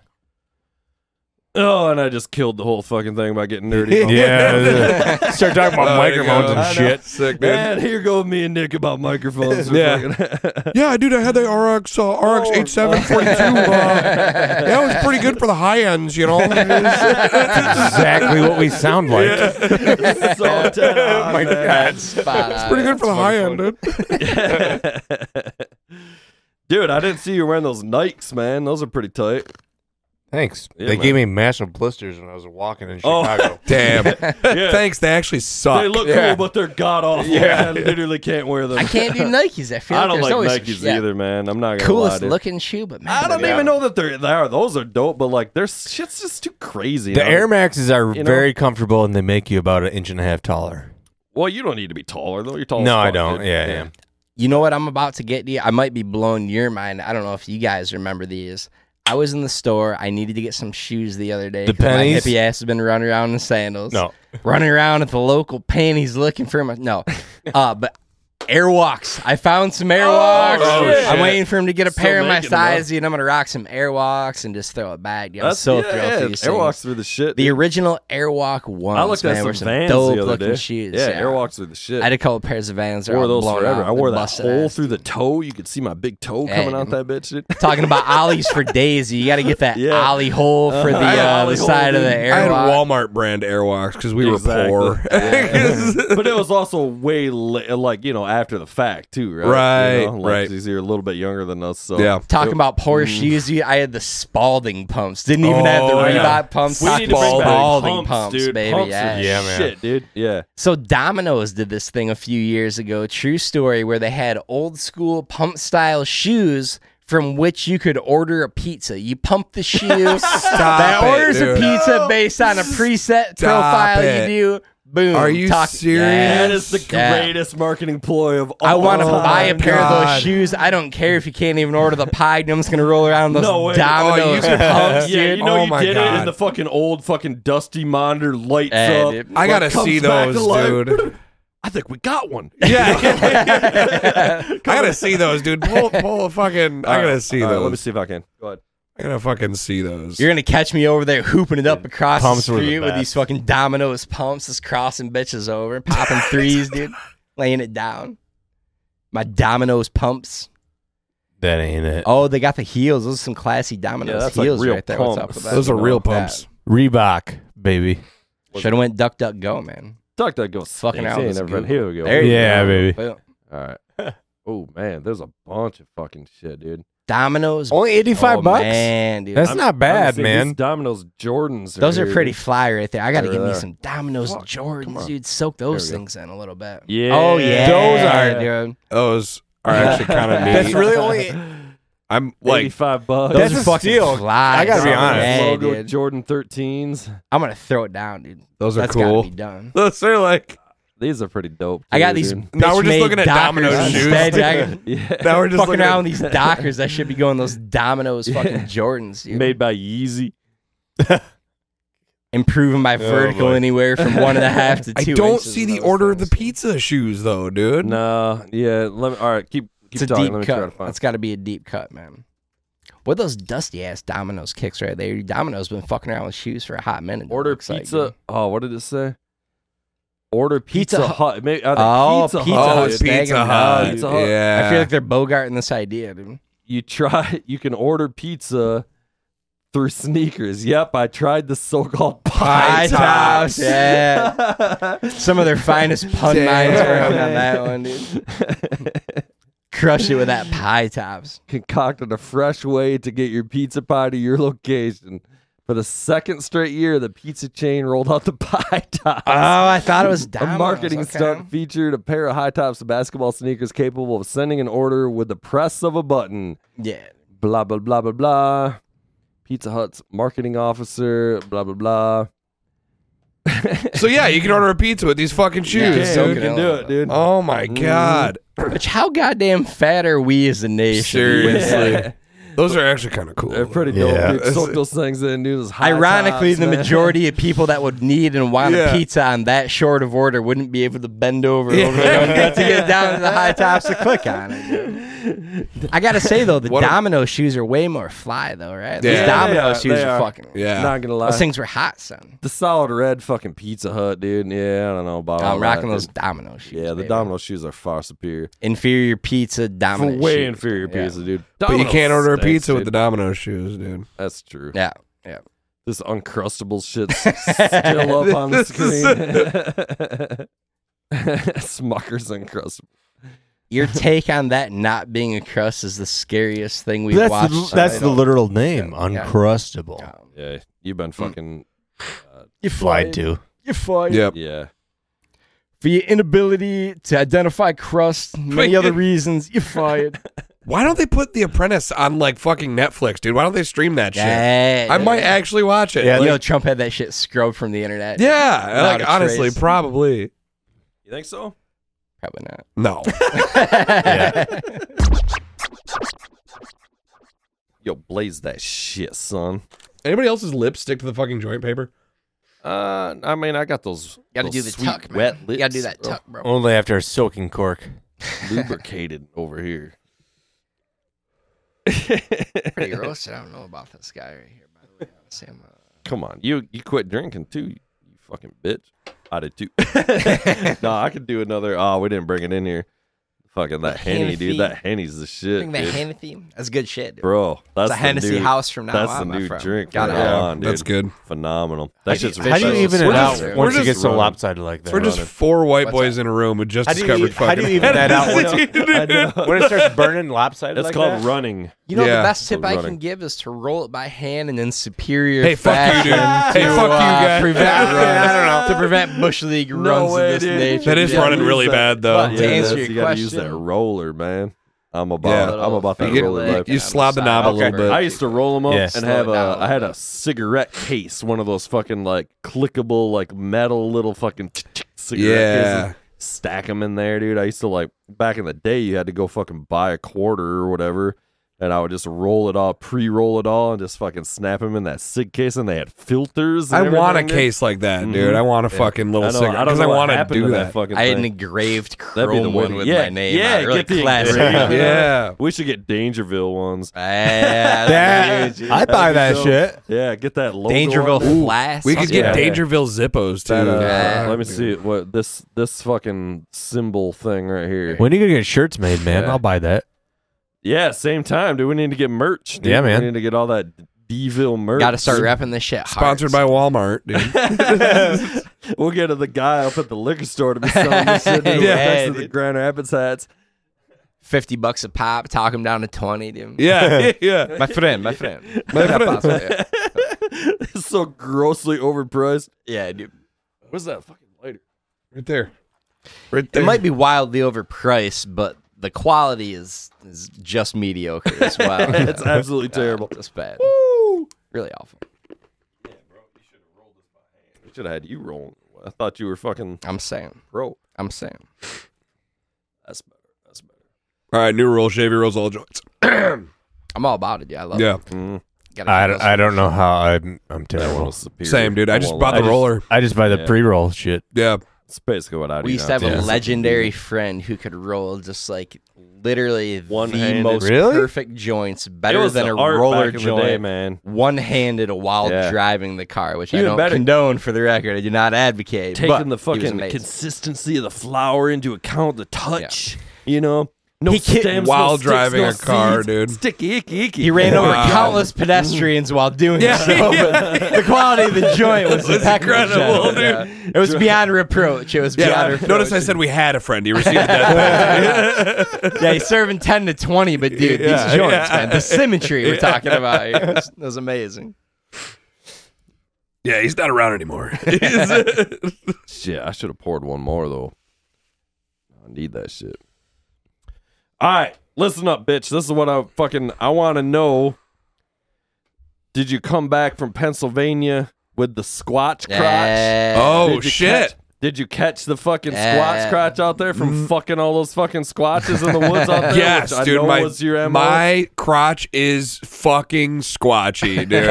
oh, and I just killed the whole fucking thing by getting nerdy.
Yeah, start talking about
Oh, There you
microphones
go.
and
I know.
shit. Sick, dude.
And here go me and Nick about microphones.
Yeah. yeah, dude, I had the RX uh, RX
Oh,
eight seven forty two. uh, That was pretty good for the high ends, you know.
exactly what we sound like.
so dead on,
Oh My
man.
God.
uh,
It's pretty good for the high end, dude.
Dude, I didn't see you wearing those Nikes, man. Those are pretty tight.
Thanks.
Yeah,
they
man.
gave me massive blisters when I was walking in
Oh.
Chicago.
Damn.
Yeah.
Thanks. They actually suck.
They look
Yeah.
cool, but they're god awful.
Yeah.
I literally can't wear them.
I can't do Nikes. I feel like
I don't
there's
like
always
Nikes
yeah.
either, man. I'm not gonna lie,
Coolest
dude.
looking shoe, but man,
I don't
yeah.
even know that they're they are. Those are dope, but like their shit's just too crazy.
The
I'm-
Air Maxes are
you know?
very comfortable and they make you about an inch and a half taller.
Well, you don't need to be taller though. You're tall.
no,
as
I
Oh, fuck,
don't.
dude.
Yeah, yeah.
You know what I'm about to get to you? I might be blowing your mind. I don't know if you guys remember these. I was in the store. I needed to get some shoes the other day.
The
'cause
pennies?
My hippie ass has been running around in sandals.
No.
Running around at the local panties looking for my. No. Uh, but Airwalks. I found some Airwalks.
Oh, shit.
I'm waiting for him to get a
Still
pair of my
making 'em, huh?
size, dude. I'm going to rock some Airwalks and just throw it back. Dude, I'm
That's
so
yeah,
thrilled
yeah.
for these things.
Airwalks are the shit.
The
dude.
original Airwalk ones.
I looked
man,
at
were
some Vans
dope
the other
looking
day.
shoes.
Yeah, Airwalks are the shit.
I had a couple pairs of Vans. They're
wore
all
those
blown
forever.
out.
I wore
They're
that
busted
hole
ass.
through the toe. You could see my big toe
Yeah,
coming
dude.
out that bitch. Dude.
Talking about ollies for days, you got to get that ollie hole for the,
Uh-huh. I had
uh,
ollie
the
hole,
side of the
dude.
I had
airlock.
Walmart brand airwalks because we
Exactly.
were poor.
Yeah. but it was also way la- like you know after the fact too, right?
Right,
You know, like,
right.
These are a little bit younger than us, so
Yeah.
Talking
It-
about poor shoes, you, I had the Spalding pumps. Didn't even have the
Mm. Oh,
Reebok
yeah.
pumps.
We need to bring back
Spalding
pumps,
pumps,
dude.
baby.
Pumps are
yeah.
the Yeah, man. shit, dude. Yeah.
So Domino's did this thing a few years ago, true story, where they had old school pump style shoes from which you could order a pizza. You pump the shoe that
it,
orders a
dude.
pizza based on a preset
Stop
profile
it.
you do. Boom.
Are you
Talk-
serious?
that is the
Yeah.
greatest marketing ploy of all.
I want to buy a
time,
pair of
Oh God.
those shoes. I don't care if you can't even order the pie. I'm just gonna roll around those
No way.
dominoes
oh, you,
pumps,
yeah,
dude.
you know
Oh
you
my
did it,
God.
and the fucking old fucking dusty monitor lights
Hey,
up.
dude.
I gotta
comes
see
back to
those,
life.
dude.
I think we got one.
Yeah. I gotta see those, dude. Pull, pull a fucking. I gotta see
All right,
those.
let me see if I can. Go ahead.
I gotta fucking see those.
You're gonna catch me over there hooping it up across
pumps
the
were the
street with these
best.
fucking dominoes pumps, just crossing bitches over, popping threes, dude, laying it down. My dominoes pumps.
That ain't it.
Oh, they got the heels. Those are some classy dominoes
Yeah, that's like
heels
real
right there. What's up
pumps.
with that?
Those are
You know
real
about that.
pumps. Reebok, baby.
Should have went duck duck go, man.
Duck that goes
Fucking out.
Never been. Here we go.
There you
Yeah,
go.
baby.
Boom.
All right. oh man, there's a bunch of fucking shit, dude.
Dominoes.
Only 85
Oh,
bucks?
Man, dude.
That's
I'm-
not bad,
Honestly,
man.
These Domino's Jordans.
Those are
here,
pretty
dude.
fly right there. I got to
They're
get me
there.
some Domino's
Fuck, come
Jordans,
on.
dude. Soak those
There we go.
things in a little bit.
Yeah.
Oh yeah.
Those
dude.
Those are actually kind of neat.
That's really only.
I'm like
85 bucks.
That's a steal. I gotta be honest.
Logo
dude.
Jordan 13s.
I'm gonna throw it down, dude.
Those are
That's
cool.
gotta be done.
Those are like.
These are pretty dope.
I got
too,
these.
dude.
Now we're just
bitch-made
looking at
Dockers
Domino's shoes.
instead, dude.
Yeah.
Now we're just
fucking
looking at-
around with these Dockers. I should be going those Domino's fucking Jordans, dude.
made by Yeezy.
Improving my vertical
boy.
anywhere from one and a half to
Oh, I
two.
don't
inches
see
of
the
those
order
things.
of the pizza shoes though, dude.
No, yeah. Let me, all right, keep
It's
keep
a
talking.
deep
Let me try to
cut.
find.
That's got to be a deep cut, man. What are those dusty ass Domino's kicks right there? Domino's been fucking around with shoes for a hot minute. it
Order
looks like,
pizza.
dude.
oh, what did it say? Order Pizza,
Pizza
Hut. Maybe, I think
oh,
pizza,
Pizza,
Hut.
Hut.
Hut.
is banging
Pizza
them
Hut.
out, dude.
Pizza Hut.
Yeah.
Uh, I feel like they're bogarting this idea, dude.
You try. You can order pizza through sneakers. Yep, I tried the so-called
Pie
pie,
tops, yeah. Some of their finest pun minds working on that one, dude. Crush it with that pie tops.
concocted a fresh way to get your pizza pie to your location. For the second straight year, the pizza chain rolled out the pie tops.
Oh, I thought it was
A
Domino's.
marketing
okay.
stunt featured a pair of high tops basketball sneakers capable of sending an order with the press of a button.
Yeah.
Blah, blah, blah, blah, blah. Pizza Hut's marketing officer, blah, blah, blah.
So yeah, you can order a pizza with these fucking
Yeah,
shoes.
so
dude.
You can do it, dude.
Oh my god,
Which how goddamn fat are we as a nation?
seriously, those are actually kind of cool.
They're pretty dope,
Yeah.
dude. Soak those things in, dude. Those high
Ironically,
tops,
the
man.
majority of people that would need and want
Yeah.
a pizza on that short of order wouldn't be able to bend over over their own gut to get down to the high tops to click on it. dude. I gotta say though, the
What a-
Domino shoes are way more fly though, right?
Yeah.
These Domino
Yeah,
shoes
they
are
are.
fucking.
Yeah.
Not gonna lie.
Those things were hot, son.
the solid red fucking Pizza Hut, dude. Yeah, I don't know about all
I'm rocking
that,
those
dude.
Domino shoes.
Yeah, the
baby.
Domino shoes are far superior.
inferior pizza,
For
Domino.
way
shoes.
inferior
Yeah.
pizza, dude.
But you can't order a pizza with the
Domino.
Domino's shoes, dude.
That's true.
Yeah, yeah.
This uncrustable shit's still up on the
This is-
screen. Smucker's uncrustable.
Your take on that not being a crust is the scariest thing we've
That's
watched.
the, that's the
tonight. Oh,
literal name,
Yeah.
uncrustable.
Yeah, you've been fucking.
You
Lied to.
You fired.
Yep.
Yeah.
For your inability to identify crust, many other reasons, you fired.
Why don't they put The Apprentice on like fucking Netflix, dude? Why don't they stream that shit? I might actually watch it.
Yeah,
like,
you know, Trump had that shit scrubbed from the internet.
yeah.
Not
Like
a
honestly,
trace.
probably
You think so?
probably not.
no.
Yo, blaze that shit, son.
Anybody else's lips stick to the fucking joint paper?
Uh, I mean, I got those.
Got to
those
do the
sweet
tuck, man.
wet lips. uh,
you got to do that
bro.
tuck, bro.
Only after a soaking cork.
Lubricated over here.
Pretty gross. I don't know about this guy right here. By the way, Honestly, I'm, uh,
Come on, you you quit drinking too, you fucking bitch. I did too. no, I could do another. Oh, we didn't bring it in here. Fucking that henny, dude.
Hennessy.
That henny's the shit,
think that
dude.
Hennessy, that's good shit. Dude.
bro. That's
a
the
Hennessy
new-
house from now
That's
on,
the
my
new
friend.
drink.
Got
from
it.
now
Yeah,
on, dude.
that's good.
Phenomenal. That shit's
How do you
ridiculous.
even it
We're
out
just-
once
we're
you get
just
so
running.
lopsided like that?
We're just four white boys in a room who just
how do you,
discovered
eat- how do
fucking.
you even that out when,
I know.
when it starts burning lopsided?
It's
like
called
that?
running.
You know,
Yeah.
the best tip
Called
I
running.
can give is to roll it by hand and then superior.
Hey, fuck you, dude.
fashion
Hey,
to,
fuck you,
uh,
guy.
Prevent
I
runs, To prevent Bush League runs
way,
of this
dude.
nature.
That is
Yeah.
running really bad though.
But
Yeah,
to answer
that's-
your
you gotta use
question-
that roller, man. I'm about.
Yeah.
it. I'm about that
You get-
roller
you-
life.
you slob the knob a little bit.
I used to roll them up
Yeah.
and
Slow
have
it
a.
down a
I had
little
a cigarette case, one of those fucking like clickable, like metal little fucking cigarette
Yeah.
cases. Stack them in there, dude. I used to like back in the day. You had to go fucking buy a quarter or whatever, And I would just roll it all, pre-roll it all, and just fucking snap them in that cig case. And they had filters.
I want a case like that, dude. I want a fucking little cigarette, 'cause I wanna do that.
I had an engraved
That'd be the
chrome one
way-
with
yeah,
my name.
Yeah,
on it, really
get the
classic.
engraved-
Yeah.
we should get Dangerville ones.
That- huge. I'd buy
That'd be
that
dope.
shit.
Yeah, get that logo
Dangerville
on there.
Flask.
We could get Dangerville Zippos too.
That, uh,
Yeah.
Let me see what this this fucking symbol thing right here.
When are you gonna get shirts made, man?
Yeah.
I'll buy that.
Yeah, same time, dude. We need to get merch. dude.
Yeah, man.
We need to get all that Deville merch.
Got to start wrapping this shit. Hard.
Sponsored by Walmart, dude.
We'll get to the guy up at the liquor store to be selling this shit. dude,
Yeah,
next to the
dude.
Grand Rapids hats.
Fifty bucks a pop. Talk him down to twenty, dude.
Yeah, yeah.
My friend, my friend.
My
That
friend.
possible, yeah.
It's so grossly overpriced.
yeah, dude.
Where's that fucking lighter?
right there. Right
It might be wildly overpriced, but the quality is is just mediocre as well.
It's absolutely
Yeah,
terrible.
Just bad.
Woo!
Really awful.
We should have had you rolling. I thought you were fucking
I'm saying.
broke.
I'm saying.
That's better. That's better.
All right, new rule: shave your rolls all joints.
I'm all about it. Yeah, I love
Yeah,
it. Gotta
I,
keep
don't-
those-
I don't know how I'm I'm
That
terrible.
one's superior.
same, dude. I just
won't
bought the
lie. I just-
roller.
I just buy the
Yeah.
pre-roll shit.
Yeah,
That's basically what I do.
We used to
now,
have
too.
a legendary friend who could roll just like literally the
One-handed.
most
Really?
perfect joints,
It
better
was
than
the
a
art
roller
back in the day,
joint,
man.
one-handed while
Yeah.
driving the car, which I
Even
don't
better-
condone for the record. I do not advocate. but
Taking the
he was
fucking
amazing.
consistency of the flour into account, the touch. You know, no
He can't-
stems,
while
no sticks,
driving
no
a car,
seeds.
dude.
Sticky, icky, icky.
He ran over
Wow.
countless pedestrians while doing so. but The quality of the joint was,
was
impeccable,
incredible,
Jeff. Yeah. It was beyond reproach. It was beyond
yeah.
reproach.
Notice I said we had a friend. He received a death
yeah, he's serving ten to twenty, but dude,
Yeah,
these joints,
yeah.
man, the symmetry we're talking about here was, was amazing.
Yeah, he's not around anymore.
Shit, I should have poured one more though. I need that shit. All right, listen up, bitch. This is what I fucking I want to know. Did you come back from Pennsylvania with the squatch crotch?
Yeah.
oh
Did you
shit! Mm.
catch- did you catch the fucking
Yeah.
squatch crotch out there from fucking all those fucking squatches in the woods out there?
yes,
which I
dude.
know
my
was your MO.
my crotch is fucking squatchy, dude.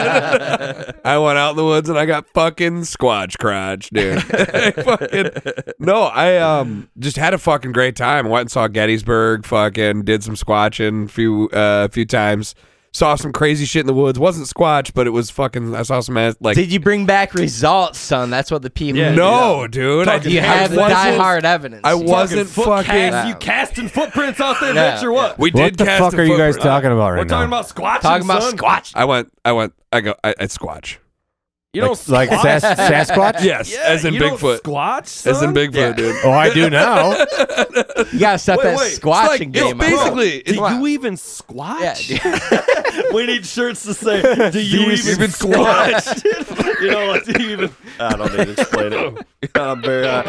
I went out in the woods and I got fucking squatch crotch, dude. I fucking, no, I um just had a fucking great time. Went and saw Gettysburg. Fucking did some squatching a few uh, few times. Saw some crazy shit in the woods. Wasn't squatch, but it was fucking. I saw some ass, like.
Did you bring back results, son? That's what the people.
Yeah,
no, dude. I,
you
I
have
wasn't-
diehard evidence.
I
You
wasn't
foot
fucking.
cast, you casting footprints out there,
Yeah.
bitch, or what?
We did.
What the
cast
fuck
a
are you guys
footprint.
talking about right
We're
now?
talking about squatching.
talking about
son.
squatch.
I went. I went. I go. I, I squatch.
You
like,
don't
like
squatch.
Sas- Sasquatch?
Yes,
Yeah,
as in
you don't
Bigfoot.
squatch,
As in
son?
Bigfoot,
Yeah.
dude.
Oh, I do now.
You gotta stop
Wait,
that
wait. It's
squatching
like- it's
game. out.
basically-
Do
Wow.
you even squatch?
Yeah,
we need shirts to say, "Do you, even,
even
squatch?" you know, like, do you even? I don't need to explain it. I'm very high.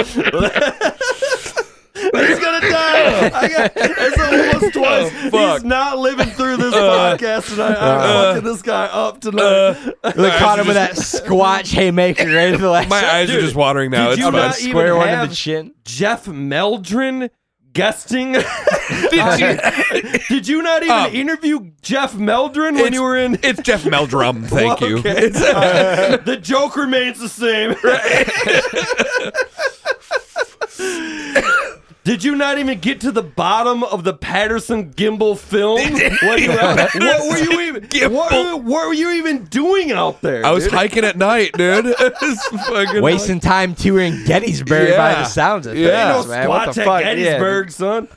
He's gonna die. I got, it's almost twice. He's not living through this
Uh,
podcast tonight. I'm
uh,
fucking this guy up tonight.
They
eyes
caught
are
him with that squatch haymaker right at the last.
My eyes are
Dude,
just watering now.
did
It's
you
fine.
not even
square one in
have-
the chin.
Jeff Meldrin guesting.
Uh,
did, you, did you not even
Um,
interview Jeff Meldrin when
It's-
you were in?
It's Jeff Meldrum. Thank you.
Okay. Uh, the joke remains the same. Did you not even get to the bottom of the Patterson Gimbal film? What, you- what were you even? What, were- what were you even doing out there?
I was
dude?
hiking at night, dude. It's fucking
Wasting time touring Gettysburg by
Yeah.
the sounds of
Yeah.
things,
no
man. What
squats
the
at
fuck? Yeah, dude.
Gettysburg, son.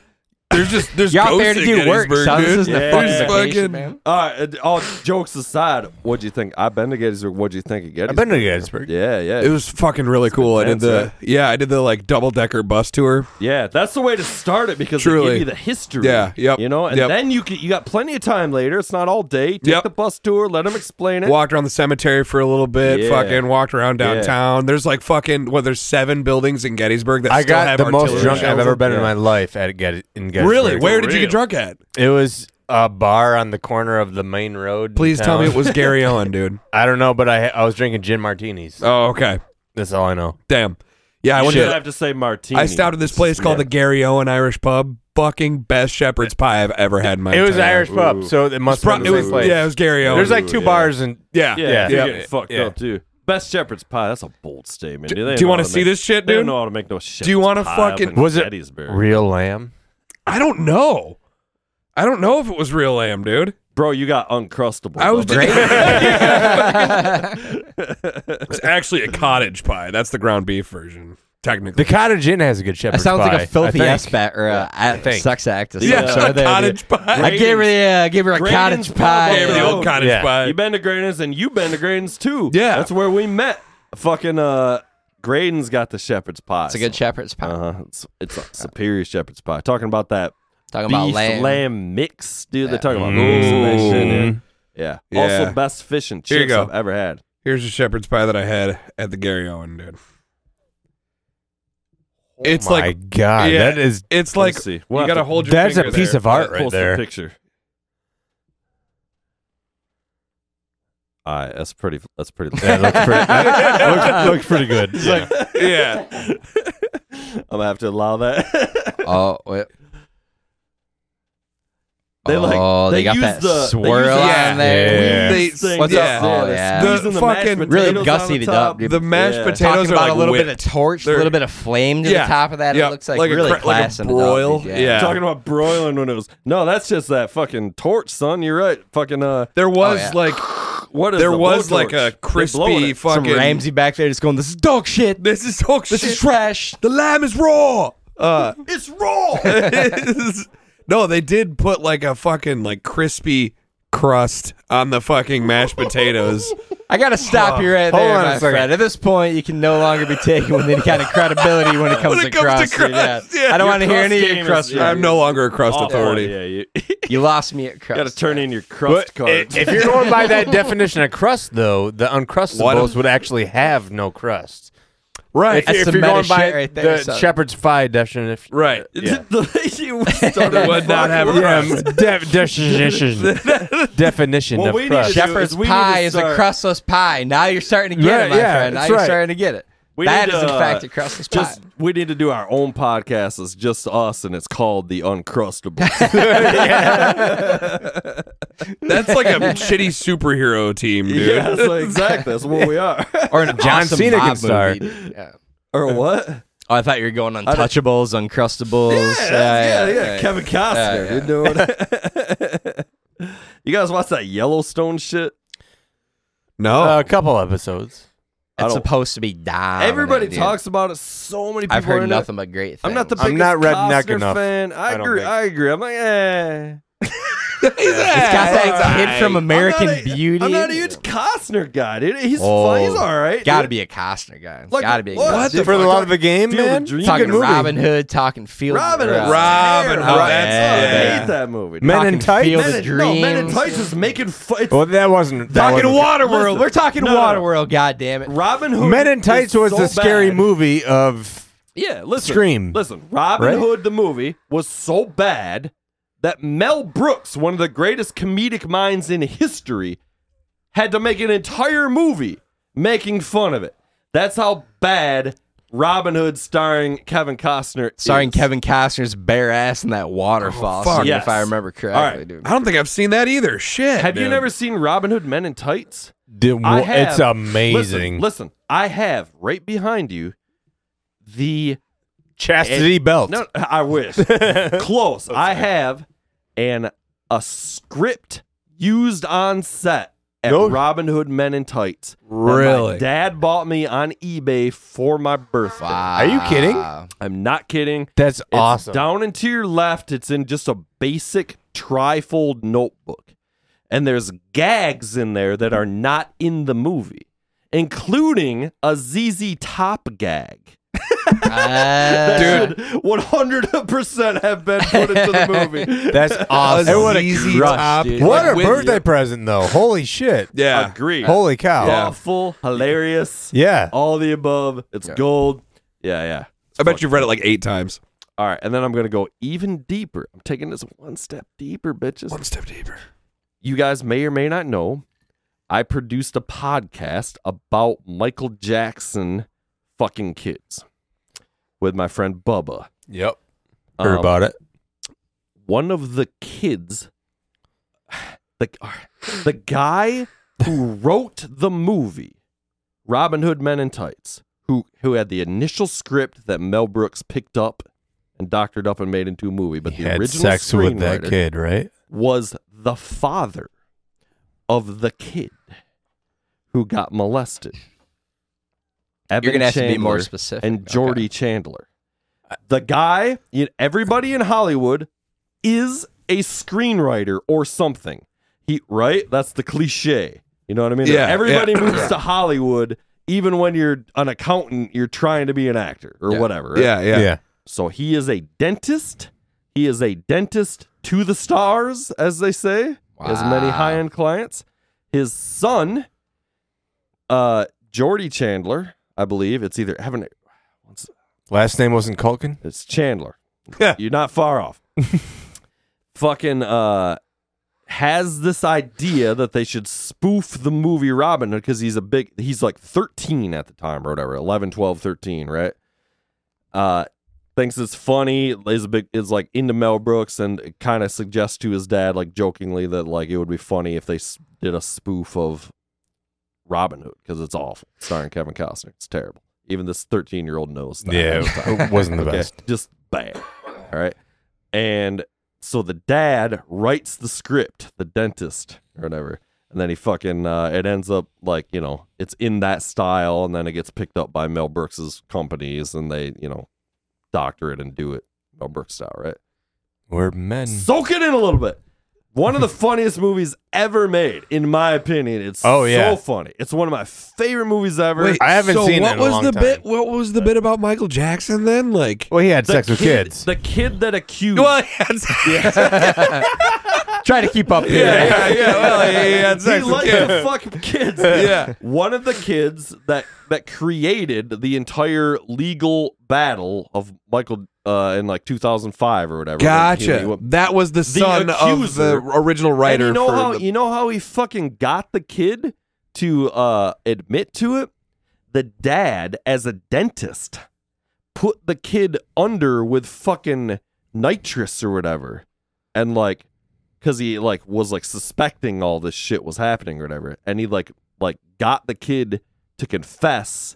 There's just there's
You're out
ghosts
there to
in
do work,
Gettysburg,
son. This
dude.
isn't
Yeah.
a fucking
There's
vacation,
fucking-
man.
All right. uh, All jokes aside, what'd you think? I've been to Gettysburg. What'd you think of
I've
Gettysburg?
been to Gettysburg.
Yeah, yeah,
It was fucking really cool. I did
intense,
the
right?
yeah, I did the like double decker bus tour.
yeah. That's the way to start it because they
Truly.
give you the history.
Yeah, yep,
You know, and
yep.
then you can, you got plenty of time later. It's not all day. Take
Yep.
the bus tour. Let them explain it.
Walked around the cemetery for a little bit.
Yeah.
Fucking walked around
Yeah.
downtown. There's like fucking what? There's seven buildings in Gettysburg that
I
still
got
have
the most
artillery
drunk I've
shells
ever
in-
been in
Yeah.
my life at Get- in Gettysburg.
Really? Where did you get drunk at?
It was a bar on the corner of the main road. in
Please tell me
town.
it was Gary Owen, dude.
I don't know, but I I was drinking gin martinis.
Oh, okay.
That's all I know.
Damn. Yeah, I
I
went
should
to
have to say martini.
I stopped at this place called the Gary Owen Irish Pub. fucking best shepherd's pie I've ever had in my
It was an
entire
Irish
life.
pub, so it must
It's
have been the
pro- it
same
was-
place.
Yeah, it was Gary O.
There's like two bars and
yeah,
yeah,
yeah.
you're getting fucked
yeah.
up too. Best shepherd's pie. That's a bold statement.
Do-
dude.
do
They don't
you
know
wanna
how to
see
make-
this shit,
They don't
dude?
know how to make no shit.
Do you want to fucking
was it
Gettysburg.
real lamb?
I don't know. I don't know if it was real lamb, dude.
Bro, you got uncrustable.
I was
bubba.
great. it's actually a cottage pie. That's the ground beef version, technically.
The Cottage Inn has a good shepherd's
That sounds
pie.
like a filthy
I think.
ass bat or a, a
think.
sex act. Or
Yeah,
something. So
a
they-
cottage
they-
pie.
I gave her the, uh, I gave her a cottage
Graydon's Pub
pie.
up the road.
cottage
Yeah.
pie.
You been to Graydon's and you been to Graydon's too.
Yeah.
That's where we met. Fucking uh Graydon's got the shepherd's pie.
It's a good shepherd's pie.
Uh huh. It's, it's a superior shepherd's pie. Talking about that.
Talking about
beef
lamb.
mix, dude. They're talking about
Yeah.
mix and that shit.
Mm.
Yeah. yeah.
Yeah.
Also, best fish and
Here you
chips
go.
I've ever had.
Here's a shepherd's pie that I had at the Gary Owen, dude. It's
my
like
God,
yeah,
that is-
It's like
Let's see. We'll
you
have
gotta
to-
hold your.
That's a
finger
piece
there.
of art right
Post
there.
a picture. All right, that's pretty. That's pretty.
Yeah, it looks pretty- looks- looks pretty good.
It's
Yeah.
Yeah,
I'm gonna have to allow that.
Oh, wait.
they like
Oh, they got
use
that
the, they use
swirl
the-
on there.
Yeah.
They-
thing.
What's
yeah.
up? Oh,
they're
yeah.
The
squeezing
fucking-
mashed
Really
potatoes on
gussied
the
it up,
top.
dude.
the mashed
Yeah.
potatoes
Talking about
are like
a little
whipped.
bit of torch, a
They're-
little bit of flame to the
Yeah.
top of that.
Yeah.
It looks like,
Like a
really
cra- like a
classing
broil.
It up, dude.
Yeah.
Talking about broiling when it was no, that's just that fucking torch, son. You're right. Fucking uh,
There was
yeah.
like
what is
there
a
was
blowtorch?
like
They're
a
blowing
crispy
it.
Some
fucking
Ramsey back there just going, "This is dog shit. This,
This is dog shit.
is trash."
The lamb is raw. Uh,
It's raw.
no, they did put like a fucking like crispy crust on the fucking mashed potatoes.
I gotta stop you right
Hold
there,
on a
my
second.
friend. At this point, you can no longer be taken with any kind of credibility when it comes,
When it
to,
comes
crust,
to
dude. Yeah.
crust, yeah.
I don't want to
Your
hear
crust
any of
game
your
is-
crust.
yeah.
I'm no longer a crust
Awful.
authority.
Yeah, you,
You lost me at crust.
got to turn in your crust
But
card.
i- if you're going by that definition of crust, though, the uncrustables would actually have no crust.
Right.
If,
That's
if
some
you're
meta
going by
shit right there,
the
son.
shepherd's pie definition,
right.
yeah.
you started
Would not have a
Yeah,
crust.
um, de- definition definition
What
of
we need to
crust.
do
Shepherd-
Shepherd's
is we need
pie
to
is a
start-
crustless pie. Now you're starting to get
Yeah,
it, my
yeah,
friend. Now
that's
you're
right.
starting to get it.
We
that
need
is,
to,
in
uh,
fact, a crustless
Just
pie.
we need to do our own podcast. It's just us, and it's called the Uncrustables.
That's like a shitty superhero team, dude.
yeah, it's like, exactly. That's what we are.
Or an
John
awesome
Cena can
mob
star.
movie, dude. Yeah.
or what?
Oh, I thought you were going
don't-
Untouchables, Uncrustables.
yeah, yeah, Kevin Costner.
Yeah,
You know what? you guys watch that Yellowstone shit?
No.
Uh, a couple episodes.
I
It's
don't-
supposed to be dominant.
Everybody
dude.
talks about it. So many people.
I've
are
heard
into it.
nothing but great things.
I'm not the biggest
I'm not redneck
Costner
enough,
fan. I,
I don't
agree.
think.
I agree. I'm like, eh.
It's got that kid from American
I'm not a-
Beauty.
I'm not a huge Costner guy, dude. He's
Oh,
fine. He's all right.
Gotta
dude.
be a Costner guy.
Like,
gotta be. A
what
Costner.
the
For the
fuck?
love of the game,
Field of
man.
Dreams.
Good
Talking
movie.
Robin Hood, talking Field.
Robin Hood.
Robin
Terrible.
Hood.
That's-
Yeah.
I hate that movie.
Men
Talking
in Tights.
Field
Men
of
in- no, Men in
Dreams.
Tights is making fun. it's-
Well, that wasn't that
Fucking
wasn't-
Waterworld.
We're talking
No, no, no.
Waterworld. God damn it.
Robin Hood.
Men in Tights
is
was
so
the scary
bad.
movie of.
Yeah, listen.
Scream,
Listen, Robin
right?
Hood the movie was so bad that Mel Brooks, one of the greatest comedic minds in history, had to make an entire movie making fun of it. That's how bad Robin Hood starring Kevin Costner
Starring
is.
Kevin Costner's bare ass in that waterfall
fuck.
scene,
Oh, Yes.
if I remember correctly,
All right.
dude.
I don't think I've seen that either. Shit.
Have you
dude.
never seen Robin Hood Men in Tights?
Dude,
I
wha-
have-
it's amazing.
Listen, listen, I have right behind you the
Chastity belt.
No, I wish. Close. I have an a script used on set at
No.
Robin Hood Men in Tights. that My
Really?
dad bought me on eBay for my birthday.
Are you kidding?
I'm not kidding.
That's
It's
awesome.
Down and to your left, it's in just a basic trifold notebook. And there's gags in there that are not in the movie, including a ZZ Top gag.
Uh,
That should 100% have been put into the movie.
That's awesome.
It would've Easy crushed, top. dude.
What
Like,
a
with-
birthday present, though. Holy shit.
Yeah.
Agreed.
Holy cow.
Thoughtful, hilarious,
Yeah.
all the above. It's gold. Yeah, yeah.
I bet you've read it like eight times.
All right, and then I'm going to go even deeper. I'm taking this one step deeper, bitches.
One step deeper.
You guys may or may not know, I produced a podcast about Michael Jackson fucking kids with my friend Bubba.
Yep.
Um,
Heard about it.
one of the kids, the, the guy who wrote the movie, Robin Hood Men in Tights, who, who had the initial script that Mel Brooks picked up and doctored up and made into a movie, but the
had
original
sex with that
screenwriter
kid, right?
Was the father of the kid who got molested. Evan
You're gonna have to
Chandler
be more specific.
And Jordy Chandler. The guy, you everybody in Hollywood is a screenwriter or something. He right? That's the cliche. You know what I mean?
Yeah,
Everybody
yeah.
moves to Hollywood, even when you're an accountant, you're trying to be an actor or whatever. right?
Yeah, yeah. Yeah.
So he is a dentist. He is a dentist to the stars, as they say. As many
Wow.
high end clients. His son uh Jordy Chandler, I believe. It's either Evan
Last name wasn't Culkin.
Mm-hmm. It's Chandler. You're not far off. Fucking uh has this idea that they should spoof the movie Robin Hood because he's a big he's like 13 at the time or whatever, 11, 12, 13, right? Uh thinks it's funny, is a big is like into Mel Brooks and kind of suggests to his dad like jokingly that like it would be funny if they s- did a spoof of Robin Hood because it's awful. Starring Kevin Costner. It's terrible. Even this 13 year old knows that.
Yeah, it wasn't the
Okay?
best.
Just bad. All right. And so the dad writes the script, the dentist or whatever. And then he fucking, uh, it ends up like, you know, it's in that style. And then it gets picked up by Mel Brooks's companies and they, you know, doctor it and do it Mel Brooks style, right?
We're men.
Soak it in a little bit. One of the funniest movies ever made, in my opinion. It's
Oh, yeah.
so funny. It's one of my favorite movies ever.
Wait, so what was the bit? What was the bit about Michael Jackson then? Like,
well, he had
The kid- The kid that accused.
Well, he had sex-
Try to keep up
here. Yeah, yeah, yeah, well, he had
He
sex with
liked
kids.
to fuck kids.
Yeah.
One of the kids that that created the entire legal battle of Michael uh, in like 2005 or whatever. when he- he
Gotcha.
went-
That was the son of
accuser.
the original writer.
And you know
for
how
the-
you know how he fucking got the kid to uh, admit to it. The dad, as a dentist, put the kid under with fucking nitrous or whatever, and like, cause he like was like suspecting all this shit was happening or whatever, and he like like got the kid to confess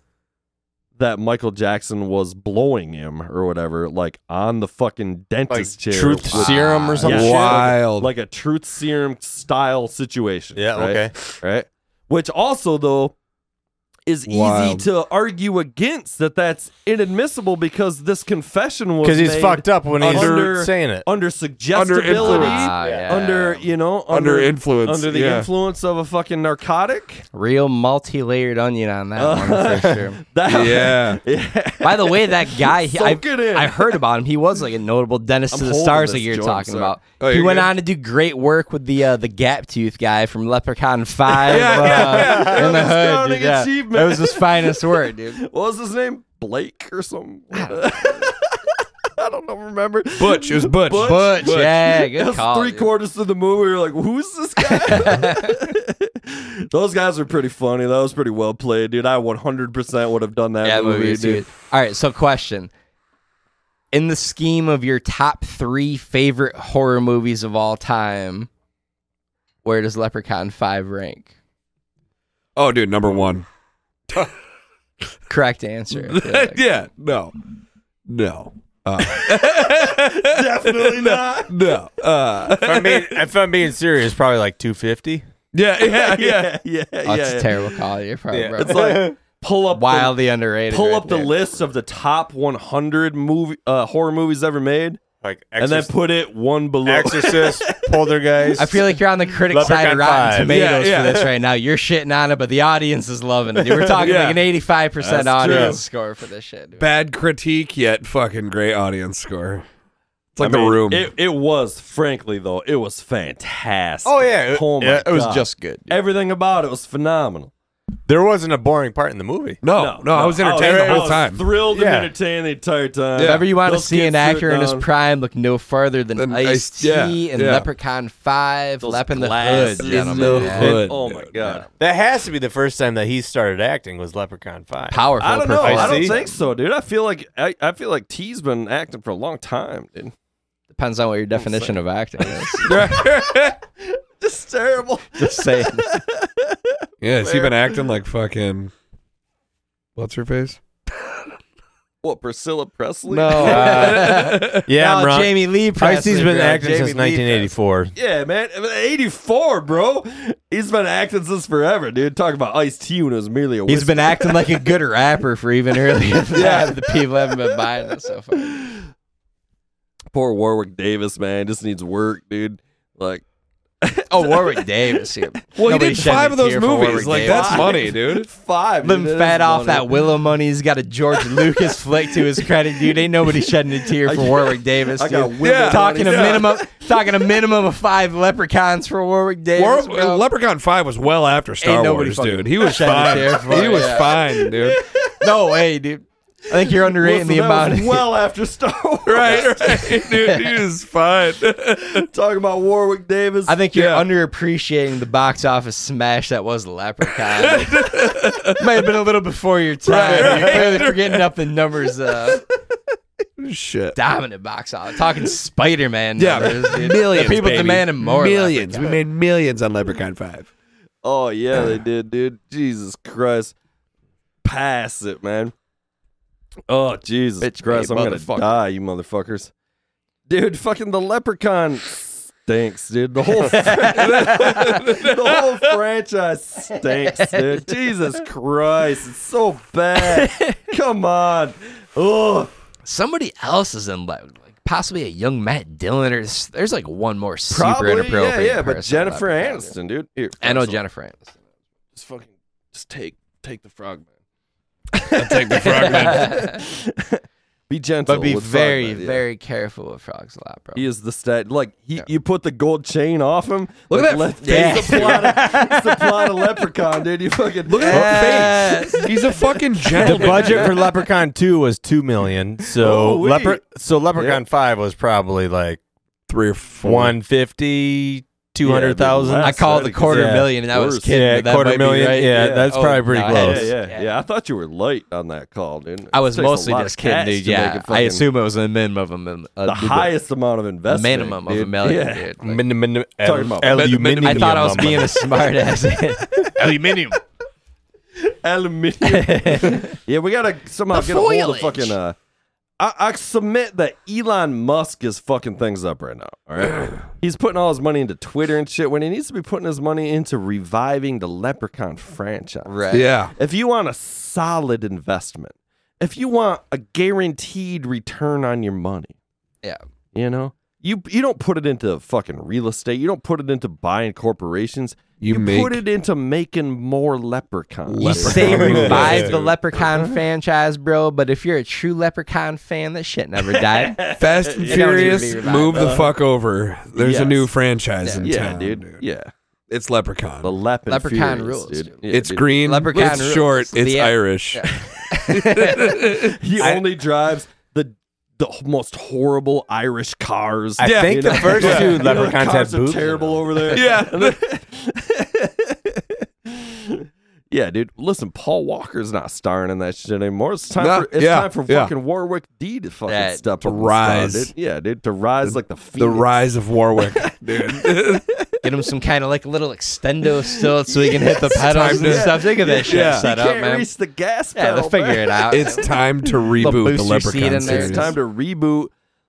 that Michael Jackson was blowing him or whatever, like on the fucking dentist
Like
chair.
truth serum or some
Yeah.
shit?
Wild.
Like a truth serum style situation.
Yeah,
right?
okay.
Right. Which also though is
Wild.
easy to argue against that that's inadmissible because this confession was
'Cause he's
made
fucked up when he's
under,
saying it.
under suggestibility
influence. Ah, yeah.
under you know
Under influence,
under the
yeah.
influence of a fucking narcotic Uh,
Real multi-layered onion on that one for sure.
that
Yeah.
By the way, that guy, he, I,
Soak it in.
I heard about him. He was like a notable dentist
I'm
to the
holding
stars, like
this
you're
joint,
talking
sorry.
about.
Oh,
he
you're
went
good?
on to do great work with the uh, the gap tooth guy from Leprechaun Five
Yeah,
uh,
yeah, yeah.
in the
Astounding
hood. Dude, yeah.
achievement.
That was his finest work, dude.
what was his name Blake or something I don't know remember
Butch. It was Butch.
Butch, yeah, good
That's
call,
three
dude.
quarters of the movie. We're like, who's this guy? Those guys are pretty funny. That was pretty well played, dude. I 100% would have done that
Yeah,
movie,
movies,
dude.
dude. All right, so question. In the scheme of your top three favorite horror movies of all time, where does Leprechaun Five rank?
oh, dude, number one.
Correct answer. I feel like.
yeah. No. No. Uh,
Definitely not.
no. Uh,
If I'm being, if I'm being serious, probably like 250.
yeah, yeah, yeah.
Yeah, yeah,
Oh,
yeah.
it's
yeah.
a terrible call. You're probably
Yeah.
right.
It's like pull up
wildly underrated.
the, pull
right
up the
there.
list of the top 100 movie uh, horror movies ever made,
Like
and then
Exorcist,
put it one below.
Exorcist Poltergeist.
I feel like you're on the critic
Leprechaun
side of Rotten
five.
Tomatoes
Yeah,
for
yeah.
this right now. You're shitting on it, but the audience is loving it. dude. We're talking
Yeah.
like an 85 percent
That's true.
audience score for this shit. dude.
Bad critique, yet fucking great audience score. It's like
I mean,
the room.
It, it was, frankly, though, it was fantastic.
Oh, yeah. It-
oh my
yeah, it was
God.
just good, dude.
Everything about it was phenomenal.
there wasn't a boring part in the movie.
no, Oh, no, I was entertained
I
the whole
was
time.
Thrilled
Yeah.
and entertained the entire time.
If ever you want to
Those
see an
kids threw
actor
it um,
in his
down.
prime, look no further than,
Than
Ice
Ice-
T
yeah,
and
yeah.
Leprechaun Five,
Those
Lep in the Hood.
glasses in
gentlemen.
the
Yeah.
hood.
Oh my god.
That has to be the first time that he started acting was Leprechaun Five.
Powerful.
I don't know.
perfection.
I
I
don't
see.
think so, dude. I feel like I, I feel like T's been acting for a long time, dude.
Depends on what your definition of acting is.
Just terrible.
Just saying.
Yeah, has he been acting like fucking? What's her face?
What Priscilla Presley?
No. Uh,
yeah, I'm wrong.
Jamie Lee Presley.
Pricey's been
bro.
acting
Jamie
since
Lee
1984.
Yeah, man. I mean, 84, bro. He's been acting since forever, dude. Talking about Ice T when it was merely a
Presley. He's
whisker.
been acting like a good rapper for even earlier than
Yeah.
that. The people haven't been buying it so far.
Poor Warwick Davis, man. Just needs work, dude. Like,
Oh, Warwick Davis. Here.
Well,
Nobody
he did
shed
five
a
of those
tear for
movies.
Warwick
Like
Davis.
that's money, dude.
five. dude.
Living
That is
fat off
funny.
that Willow money. He's got a George Lucas flick to his credit, dude. Ain't nobody shedding a tear for
I-
Warwick Davis.
I
Dude.
got Willow Yeah.
talking a
money.
minimum, talking a minimum of five leprechauns for Warwick Davis.
War-
bro.
Leprechaun Five was well after Star
Ain't nobody
Wars,
fucking
dude. He was
shedding a
fine.
tear for
He
it,
was
yeah.
fine, dude.
no way, dude. I think you're underrating
Listen,
the
that
amount.
was
Of-
well after Star Wars.
right, right, dude. He was fine.
Talking about Warwick Davis.
I think you're
Yeah.
underappreciating the box office smash that was Leprechaun. Might have been a little before your time.
Right,
you're clearly forgetting up the numbers. Uh,
Shit.
dominant box office. Talking Spider Man
Yeah,
numbers, dude.
millions.
The people
baby.
demanding more.
Millions.
Leprechaun.
We made millions on Leprechaun Five.
Oh yeah, they did, dude. Jesus Christ, pass it, man. Oh Jesus
Bitch
Christ, I'm
made
gonna
motherfucker.
die, you motherfuckers, dude. Fucking the leprechaun stinks, dude. The whole fr- the whole franchise stinks, dude. Jesus Christ, it's so bad. Come on, oh
Somebody else is in love. Like possibly a young Matt Dillon or s- there's like one more super
probably yeah,
inappropriate.
yeah. But
person in
Jennifer
Leprechaun, dude.
Aniston, dude. Here,
I know
fuck some-
Jennifer Aniston.
Just fucking, just take take the frog, man.
Take the frogman.
Be gentle,
But be
with
very,
Frogman, yeah.
very careful with frogs a lot, bro.
He is the stat. Like he, you put the gold chain off him.
Look at that-
Left,
Yeah.
It's the plot. Of, it's the plot of Leprechaun, dude. You fucking look
Yes.
He's a fucking
The
gentleman.
budget for Leprechaun 2 was 2 million. So
Oh, wait.
Lepre- so Leprechaun 5 was probably like
three or four.
150 200,000.
Yeah,
I called the
That's
quarter
yeah.
million, and that was
Worse.
kidding.
Yeah,
but that
quarter
might be
million,
right. Oh,
yeah, that's probably pretty
I-
close.
Yeah, yeah, yeah, I thought you were late on that call, dude.
I
It
was
takes a
mostly
lot
just
of
kidding,
cash
dude.
to make
Yeah,
a
I
fucking-
assume it was a minimum of a million.
the highest amount of investment,
minimum of a
dude.
million,
Yeah.
dude. Like,
Min- min-
Talking about-
aluminium.
I thought I was being a smart ass.
aluminium.
Aluminium. yeah, we gotta somehow
The
get a hold of
foliage.
fucking. Uh, I, I submit that Elon Musk is fucking things up right now. All right, he's putting all his money into Twitter and shit when he needs to be putting his money into reviving the Leprechaun franchise.
right.
Yeah.
If you want a solid investment, if you want a guaranteed return on your money,
Yeah.
you know, you you don't put it into fucking real estate. You don't put it into buying corporations.
You
put
make-
it into making more leprechauns.
You
Leprechaun
say
movies,
revive the
dude.
Leprechaun franchise, bro, but if you're a true Leprechaun fan, that shit never died.
Fast and
You don't need to be
Furious,
revived.
move the fuck over. There's a
yes.
new franchise in
yeah,
town,
dude. Yeah,
It's Leprechaun.
the lep and
Leprechaun
Furious,
rules,
dude.
dude.
Yeah,
it's
dude.
green.
Leprechaun
it's
rules.
short. It's
The-
Irish.
He only drives the the most horrible Irish cars.
I
Yeah.
think
You
the
know?
first
Yeah.
two
You know,
Leprechauns had
cars are
boobs. in
terrible
them.
over there.
Yeah.
yeah, dude. Listen, Paul Walker's not starring in that shit anymore. It's time
No,
for it's
yeah,
time for
yeah.
fucking Warwick D to fucking
That-
step
To
up and star,
rise.
dude. Yeah, dude, to rise like the phoenix.
the rise of Warwick, dude.
Get him some kind of like little extendo still so he can hit the pedals and
to-
stuff. Think of that shit
Yeah.
set
You
up,
can't
man.
reach the gas
Yeah,
pedal.
they'll figure
man.
it out.
it's time to reboot the
booster seat
Leprechaun
in there.
series.
It's time to reboot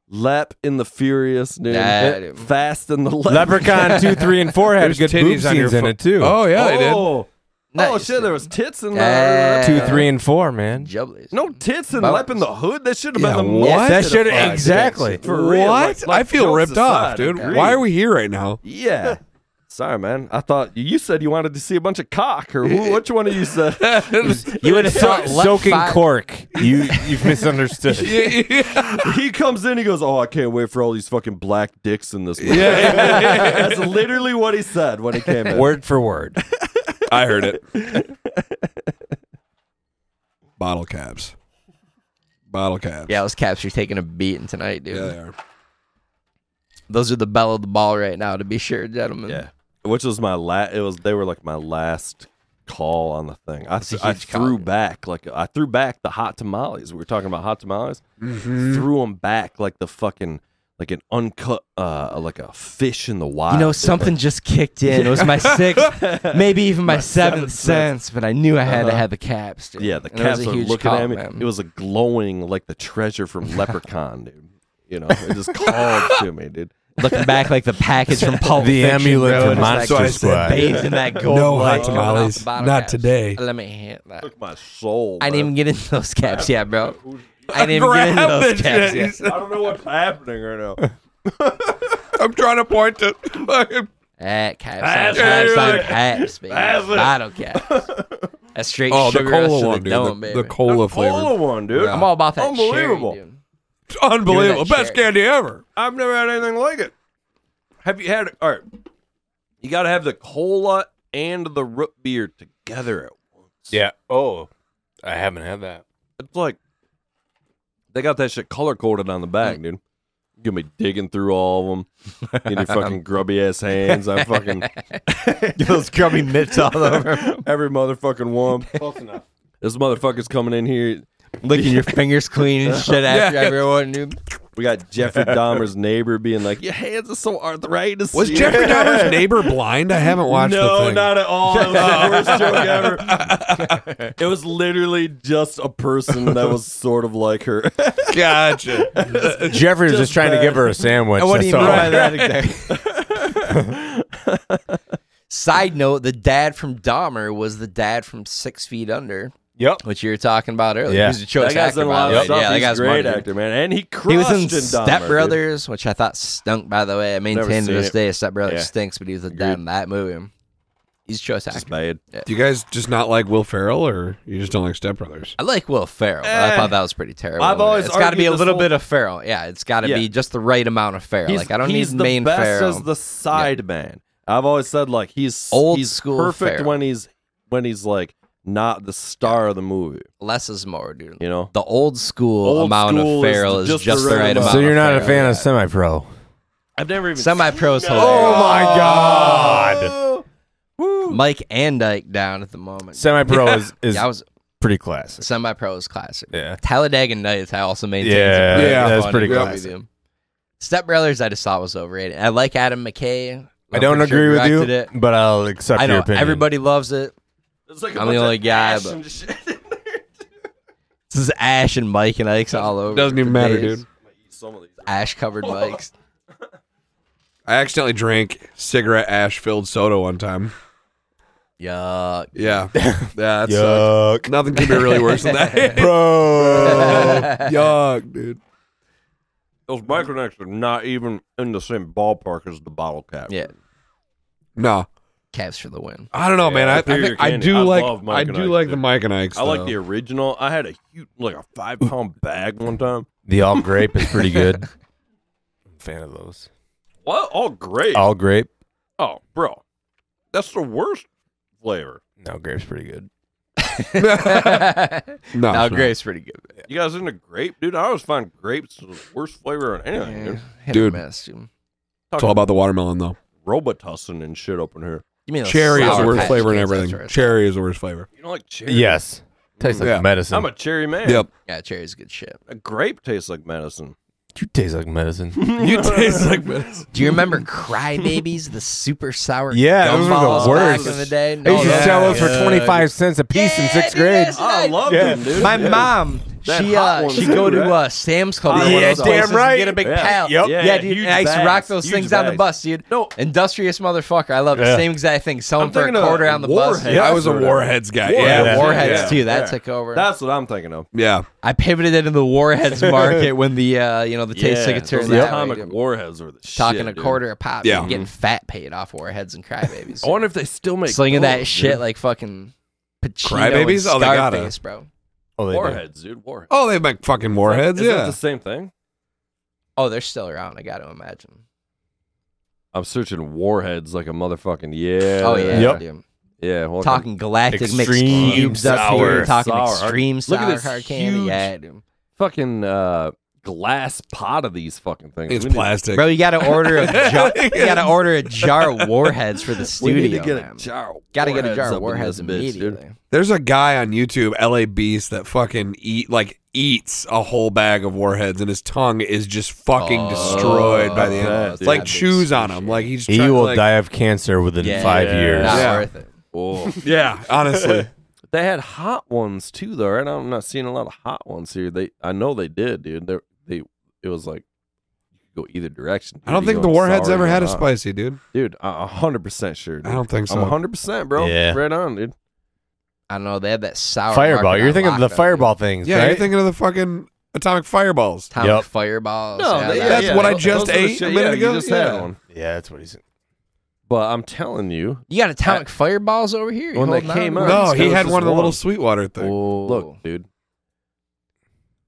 Lep in the Furious, dude.
Yeah, dude.
Fast in the Lep.
Leprechaun 2, 3, and 4 had
There's
good boob
titties on your
scenes in
fo-
it, too.
Oh yeah, they did.
Oh, oh
Nice,
shit,
dude.
there was tits in
Yeah.
the
Two, three, and four, man.
Jubblies.
No tits in
Bones.
Lep in the Hood. That should have been
Yeah,
the
what?
most.
That
should
should- exactly.
For real,
What?
like- like
I feel
jokes
ripped off,
aside,
dude.
agreed.
Why are we here right now?
Yeah. Sorry, man. I thought you said you wanted to see a bunch of cock, or who, which one of you said?
You would have
thought left
soaking
five-
cork. You you've misunderstood.
he comes in, he goes, "Oh, I can't wait for all these fucking black dicks in this movie." That's literally what he said when he came in.
Word for word.
I heard it. Bottle caps. Bottle caps.
Yeah, those caps are taking a beating tonight, dude.
Yeah, they are.
Those are the bell of the ball right now, to be sure, gentlemen.
Yeah, which was my last. It was they were like my last call on the thing. I,
It's a
I
huge call,
threw
dude.
back like I threw
Mm-hmm.
back the hot tamales. We were talking about hot tamales. Threw them back like the fucking like an uncut, uh, like a fish in the wild.
You know, something just kicked in. It was my sixth, maybe even my, seventh, sense, but I knew I had to
Uh-huh.
have the caps. Dude.
Yeah, the
And it was
cats
a
are
huge
looking at me.
compliment.
It was a glowing like the treasure from Leprechaun, dude. You know, it just called to me, dude.
Looking back like the package from Pulp
The
Fiction,
amulet
bro.
from
It's like
Monster
just
Squad.
bathed in that gold
No
light
hot
coming off
tamales.
the bottom
Not
caps. Uh,
today.
Let me hit that.
Took my soul.
I didn't
man.
even get into those caps yet, bro. I didn't even get into
Grab
those
the
caps yet.
shit. I don't know what's happening right now.
I'm trying to point to. fucking-
Hat caps,
Ass
on caps, on
it.
caps, baby.
Ass it.
Bottle caps. That's straight
Oh, the
sugar
cola
rush to
one,
the
dude. The-
dome,
the
baby.
cola The flavor. cola
one, dude.
I'm all about that
Unbelievable.
cherry, dude.
It's unbelievable.
Give me that
Best
cherry.
candy ever.
I've never had anything like it. Have you had? All right, you got to have the cola and the root beer together. at once.
Yeah. Oh, I haven't had that.
It's like they got that shit color coded on the
Mm.
back, dude. You're gonna be digging through all of them in your fucking grubby ass hands. I fucking
Those grubby mitts all over.
every motherfucking one.
Close enough.
This motherfucker's coming in here.
Licking your fingers clean and shit after
Yeah.
everyone, dude.
We got Jeffrey Dahmer's neighbor being like, "Your hands are so arthritis."
Was Jeffrey Dahmer's neighbor blind? I haven't watched the
No,
thing.
not at all. It was the worst joke ever. It was literally just a person that was sort of like her.
gotcha.
Jeffrey was just, trying to give her a sandwich.
And what do you
that's
mean
all.
by that exactly? Side note: The dad from Dahmer was the dad from Six Feet Under,
Yep.
which you were talking about earlier.
Yeah.
He's a choice
that guy's
actor,
done a
by
lot
the
of
way.
stuff.
Yeah, that
He's
guy's
a great
money, dude.
actor, man, and he crushed
He was in
Dahmer,
Step
dude.
Brothers, which I thought stunk. By the way, I maintain to
seen
this
it.
day Step Brothers
Yeah.
stinks, but he was the dad in that movie. He's a choice
Just
actor.
bad.
Do you guys just not like Will Ferrell, or you just don't like Step Brothers?
I like Will Ferrell, but I
Eh.
thought that was pretty terrible.
I've always
it's got to be a
argued this
little
whole-
bit of Ferrell. Yeah, it's got to
Yeah.
be just the right amount of Ferrell.
He's-
Like I don't
he's
need
the
main
best
Ferrell.
as the side man. I've always said like he's
Old
he's
school
perfect
Ferrell.
when he's when he's like not the star of the movie.
Less is more, dude.
You know,
The old school
Old
amount
school
of
is
Ferrell is
just
just,
the
the
right
right
amount.
amount.
So you're not a
of
fan of semi-pro?
I've never even
semi pros.
Oh my god!
Mike and Dyke down at the moment.
Semi-pro is is
yeah, I was
pretty classic.
semi pros classic.
Yeah.
Talladega Nights, I also maintain.
Yeah,
yeah,
that's pretty classic.
good. Step Brothers, I just thought was overrated. I like Adam McKay.
I don't
pretty sure
agree with you,
directed it.
but I'll accept
I
your
know
opinion.
everybody loves it.
It's like
I'm the only guy, but- This is Ash and Mike and Ike's all over.
Doesn't even
the
matter,
place.
dude.
Ash covered Mike's.
I accidentally drank cigarette ash filled soda one time.
Yuck.
Yeah, that sucked.
Yuck,
Nothing could be really worse than that.
bro.
Yuck, dude.
Those micronecks are not even in the same ballpark as the bottle cap.
Yeah,
No,
Caps for the win.
I don't know, man. I, I,
Superior
think, I
candy.
do
I
like
love Mike
I
and
do
Ike's,
like the
dude.
Mike and Ike's.
I like the
though.
original. I had a huge, like a five pound bag one time.
the all grape is pretty good. I'm a fan of those.
What? Oh, great.
All grape.
Oh, bro, that's the worst flavor.
No, grape's pretty good.
No,
now
it's not.
Grape's pretty good.
You guys into grape, dude? I always find grapes the worst flavor on anything.
Yeah.
Dude.
Hit
Dude.
or miss, dude.
It's all about the watermelon though.
Robitussin and shit up in here.
You mean those
Cherry is
Sour
the worst
Patch
flavor in
Kids, that's
everything.
right.
Cherry is the worst flavor.
You don't like cherry?
Yes, tastes like
Yeah.
medicine.
I'm a cherry man.
Yep.
Yeah, cherry's good shit.
A grape tastes like medicine.
you taste like medicine.
You taste like medicine.
Do you remember Crybabies, the super sour?
Yeah, those were the
gumballs
worst.
Back in the day,
They used to
those
sell
were
those for
good.
twenty five cents a piece in sixth grade.
Oh, I love
Yeah.
them, dude.
My
Yeah.
mom,
That
she
hot
uh,
one
she
too,
go to
right?
uh, Sam's Club.
Yeah,
one of those
damn
places and
right.
Get a big
Yeah.
pal.
Yep.
Yeah,
Yeah,
dude.
huge
and I used to rock
bags,
those
huge
things on the
bags.
bus, dude.
No.
industrious motherfucker. I love it.
Yeah.
Same exact thing. Selling
I'm
for a
thinking of
quarter on the bus.
Warheads. Yeah,
I was a
sort of.
warheads guy.
Yeah,
Yeah,
warheads
Yeah.
too. That
Yeah.
took over.
That's what I'm thinking of.
yeah.
I pivoted into the warheads market when the uh, you know the taste ticket turned
those
that way,
atomic
dude.
warheads are the shit.
talking a
dude. Oh,
quarter a pop.
Yeah.
Yeah, getting fat paid off warheads and crybabies.
I wonder if they still make
slinging that
those,
shit
dude.
like fucking Pacino
Crybabies?
and
Oh, they gotta.
Scarface, bro.
Oh, they do.
warheads, dude. Warheads.
Oh, they make fucking warheads.
Is that
Yeah.
the same thing?
Oh, they're still around. I got to imagine.
I'm searching warheads like a motherfucking yeah.
Oh yeah,
Yep.
dude.
yeah. welcome.
talking galactic mixed
Extreme
cubes up
sour.
here. Talking
Sour.
extreme
Look
sour
at this
hard candy.
huge-
Yeah, dude.
fucking uh, glass pot of these fucking things.
It's
We need-
plastic.
Bro, you got to order a jar. You got to order a jar of warheads for the
We
studio.
need to get a
man.
jar. of
Gotta get a jar
up
of
in
warheads
this bitch, dude.
immediately.
There's a guy on YouTube, LA Beast, that fucking eat like eats a whole bag of warheads and his tongue is just
Oh,
fucking destroyed by the
I
end.
bet,
like
dude.
chews on him. Like he's
He
trying-
will
like-
die of cancer within
Yeah.
five
Yeah.
years.
Not Yeah. worth
it.
Oh.
Yeah, honestly.
they had hot ones too, though. Right? I'm not seeing a lot of hot ones here. They, I know they did, dude. They, they, it was like you could go either direction.
I don't
dude. You
think
go
the Warheads
sour,
ever
you
had
go
a
hot.
spicy, dude.
Dude, I- a hundred percent sure. Dude.
I don't think
I'm
so.
a hundred percent, bro.
Yeah.
right on, dude.
I don't know. They have that sour
Fireball.
market
You're
on
thinking of the
lock, though.
fireball things,
Yeah, you're
right?
thinking of the fucking atomic fireballs.
Atomic
Yep.
fireballs.
No,
yeah,
they-
that-
That's
yeah,
what I
those-
just
those are the
ate
shit-
a minute
yeah,
ago.
You just
Yeah.
had one.
Yeah, that's what he's.
But I'm telling you,
You got atomic fireballs over here. You
when they
holding on to
came
one?
out,
No, he
it was
had
just
one of the little Sweetwater things.
Look, dude.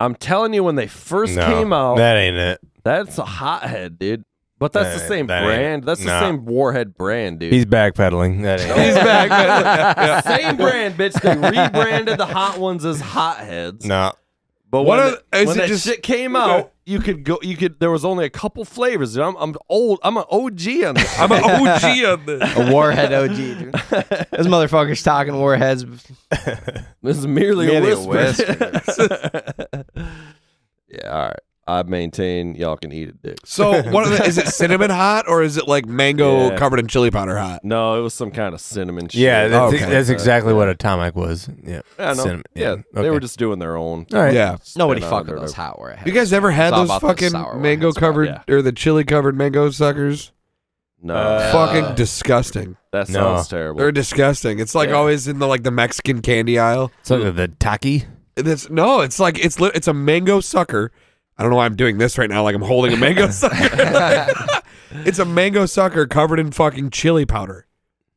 I'm telling you, when they first
No,
came out,
that ain't it.
that's a hothead, dude. But that's
That
the
ain't-
same
that ain't-
brand. That's
nah.
the same Warhead brand, dude.
He's backpedaling. That ain't.
He's
it.
back. man. Yeah.
Same brand, bitch. They rebranded the hot ones as hotheads.
No.
But
What
when,
are-
the-
is
when
it
that
just-
shit came out, you could go. You could. There was only a couple flavors. dude. I'm, I'm old. I'm an OG on this.
I'm an OG on this.
A warhead OG, dude. Those motherfuckers talking warheads.
this is merely,
Merely
a
a
whisper. yeah. All right. I maintain y'all can eat it, dick.
So what are the, is it? Cinnamon hot or is it like mango
Yeah.
covered in chili powder hot?
No, it was some kind of cinnamon. shit.
Yeah, that's,
Okay.
that's exactly what atomic was. Yeah.
Yeah, no,
Cinnamon-
yeah, they
okay.
were just doing their own.
All right.
Yeah.
Nobody
Spin on
fuck
it or
with those
whatever.
hot warheads.
You guys ever had
It's all
those
about the
fucking
sour
mango
warheads, bro.
covered
Yeah. Uh,
or the chili covered mango suckers?
No,
Fucking disgusting.
that
no.
sounds terrible.
They're disgusting. It's like
Yeah.
always in the like the Mexican candy aisle.
So the taki.
It's no, it's like it's lit it's a mango sucker. I don't know why I'm doing this right now. Like I'm holding a mango sucker. it's a mango sucker covered in fucking chili powder.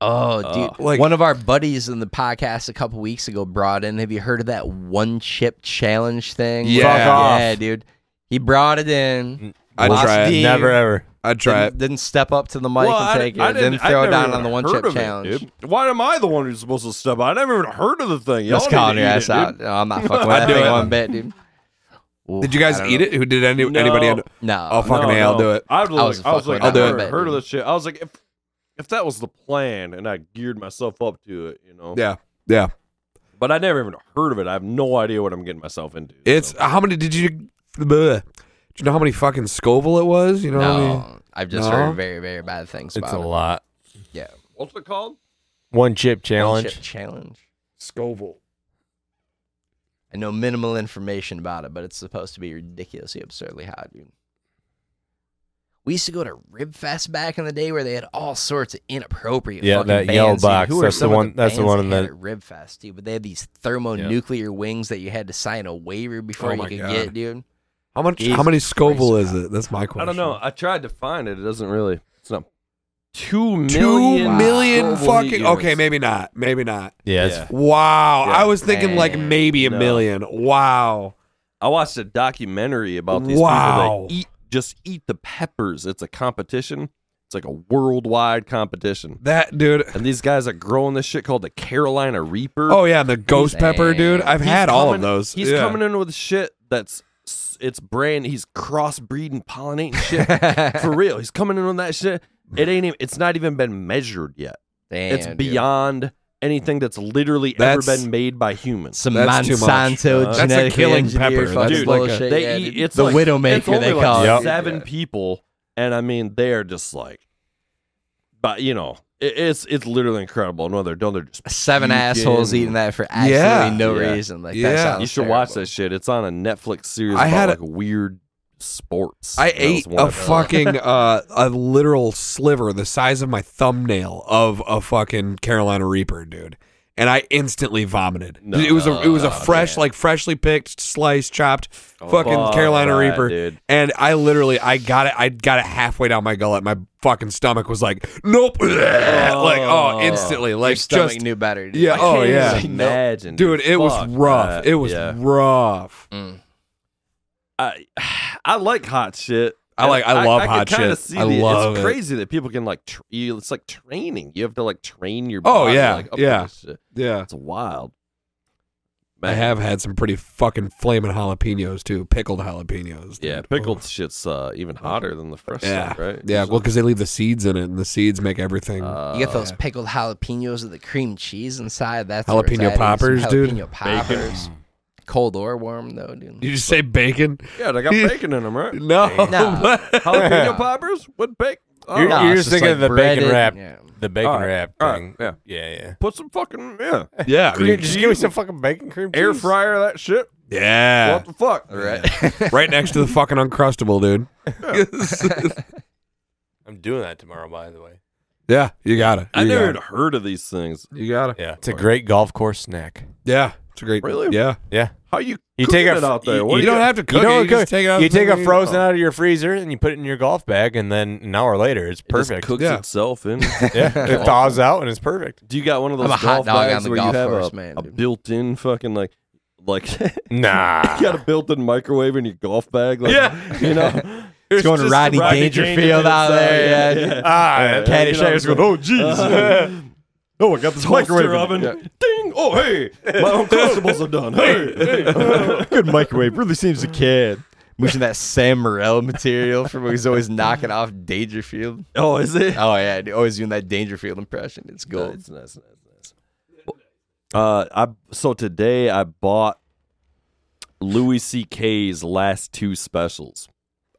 Oh, dude!
Like-
one of our buddies in the podcast a couple weeks ago brought in. Have you heard of that one chip challenge thing?
Yeah. Fuck off.
yeah, dude. He brought it
Mm-hmm.
in.
I'd
lost
try it.
deep,
Never ever.
I'd try
Didn't,
it.
didn't step up to the mic and
Well, I-
take
I
it. Didn't
I've
throw it
never
down
even
on the one
heard
chip
of it,
challenge.
dude. Why am I the one who's supposed to step out? I never even heard of the thing. Y'all
Let's call
need
your
to eat
ass
it,
out.
dude.
No, I'm not fucking with
I'd
that
do
thing
it.
one bit, dude. Ooh,
Did you guys
I don't
eat
know.
it? Who did any,
No.
anybody? End-
No.
Oh, fuck. fucking A, I'll do it.
I was,
I was
like, I was
fucking
like,
with
I've
that.
never
Bet,
heard of
dude.
this shit. I was like, if if that was the plan, and I geared myself up to it, you know.
yeah, yeah.
But I never even heard of it. I have no idea what I'm getting myself into.
It's
so.
how many did you? Bleh. Do you know how many fucking Scoville it was? You know. what I mean?
No, I've just
No?
heard very, very bad things
It's
about
a
it.
lot.
Yeah,
what's it called?
One chip
One chip
challenge.
challenge.
Scoville.
I know minimal information about it, but it's supposed to be ridiculously absurdly hot, dude. We used to go to Rib Fest back in the day where they had all sorts of inappropriate.
Yeah,
fucking
that
bands,
yellow
dude.
box,
Who are
that's the
some of
one- that's the
bands
one
they
that-
had at Rib Fest, dude. But they had these thermonuclear wings that you had to sign a waiver before
Oh
you
my
could
God.
get, dude.
How much?
Jesus
how many Scoville
Christ,
is it? That's my question.
I don't know. I tried to find it. It doesn't really. It's not two
Two
million.
million
global
fucking.
years.
Okay, maybe not. Maybe not.
Yeah. it's-
Yeah.
Wow.
Yeah.
I was thinking like
Man,
maybe a
no.
million. Wow.
I watched a documentary about these
Wow.
people that eat just eat the peppers. It's a competition. It's like a worldwide competition.
That dude.
And these guys are growing this shit called the Carolina Reaper.
Oh yeah, the ghost pepper, dude. I've
He's
had all of
coming-
those.
He's
Yeah.
coming in with shit that's it's brand. He's crossbreeding, pollinating shit for real. He's coming in on that shit. It ain't. Even, it's not even been measured yet.
Damn,
it's
dude.
beyond anything that's literally ever
That's-
been made by humans.
some
That's too much.
Monsanto
Uh,
genetically
That's a
killing
engineered
pepper.
fucking
That's like a-
bullshit,
they
yeah,
eat.
dude.
It's
the
like,
Widowmaker.
it's only
they
like
call it.
seven
Yeah.
people, and I mean they're just like, but you know, it, it's it's literally incredible. No, they're done. They're just
Seven
puking.
assholes eating that for absolutely
Yeah.
no
Yeah.
reason. Like
Yeah.
that sounds
You should
terrible.
watch that shit. It's on a Netflix series.
I
about
had a-
like weird sports.
I
That
ate
was one
a
of them.
fucking uh, a literal sliver the size of my thumbnail of a fucking Carolina Reaper, dude. And I instantly vomited.
No. Oh,
it was a it was a fresh, like freshly picked, sliced, chopped, fucking
fuck
Carolina
that,
Reaper.
dude.
And I literally, I got it. I got it halfway down my gullet. My fucking stomach was like, nope, like oh, instantly,
Your
like
stomach
just
knew better. Dude.
yeah,
Like,
oh
Can't
yeah,
even imagine,
dude. It was
Fuck
rough.
that.
It was
Yeah.
rough.
I I like hot shit.
I like- I love hot
can kinda
shit.
See
I
the,
love it.
It's crazy that people can like. Tr- you, it's like training. You have to like train your.
Oh,
body,
yeah,
like, up to
yeah.
this shit.
Yeah.
That's wild.
I have had some pretty fucking flaming jalapenos too, pickled jalapenos.
Yeah,
dude.
pickled
Oh.
shit's uh, even hotter than the fresh
Yeah,
stuff, right?
yeah. Well, because they leave the seeds in it, and the seeds make everything.
Uh,
You get those pickled jalapenos with the cream cheese inside. That's where it's
Jalapeno
at, dude. Some
poppers, dude.
Jalapeno poppers. Cold or warm though, dude.
You just say bacon?
Yeah, they got bacon in them, right?
No.
Nah.
Jalapeno poppers with bacon. Oh.
You're,
No,
you're
it's
just
just
thinking of
like
the bacon
breaded,
wrap,
yeah.
the bacon
All right,
wrap
all right,
thing.
yeah.
yeah, yeah.
Put some fucking yeah.
Yeah, I mean,
Cream- just give me some fucking bacon cream cheese.
Air fryer that shit.
yeah.
What the fuck?
right next to the fucking uncrustable, dude.
I'm doing that tomorrow, by the way.
Yeah, you got it.
I
You
never
got
even
it.
heard of these things.
You got it.
Yeah, it's a great golf course snack.
Yeah, it's a great.
Really?
Yeah,
Yeah,
How you
you take
cooking
a
it out there?
You,
What
you
do
don't
you-
have to cook
you don't
it. You just take it out.
You take a
the-
frozen out of your freezer and you put it in your golf bag, and then an hour later, it's
It just
perfect.
cooks
Yeah.
itself in.
yeah, it thaws out and it's perfect.
Do you got one of those
I'm a hot
golf
dog on
bags
the
where
golf
you have
course,
a,
man,
a
dude.
built-in fucking like, like you
Nah,
got a built-in microwave in your golf bag? Like,
Yeah.
you know.
It's going to
just
Rodney, Dangerfield, out
inside,
there. Yeah,
yeah,
dude.
yeah.
ah,
Yeah,
Patty
you know
Shay's
what
going. Oh, jeez. oh, I got this
Toaster
microwave
oven. Ding! Oh, hey, my uncrustables are done. Hey,
Good microwave. Really seems to kid. Mushing that Sam Morrell material from he's always knocking off Dangerfield.
oh, is it?
Oh yeah, dude, always doing that Dangerfield impression. It's gold.
Nice, Oh, nice, nice, nice. Uh, I so today I bought Louis C.K.'s last two specials.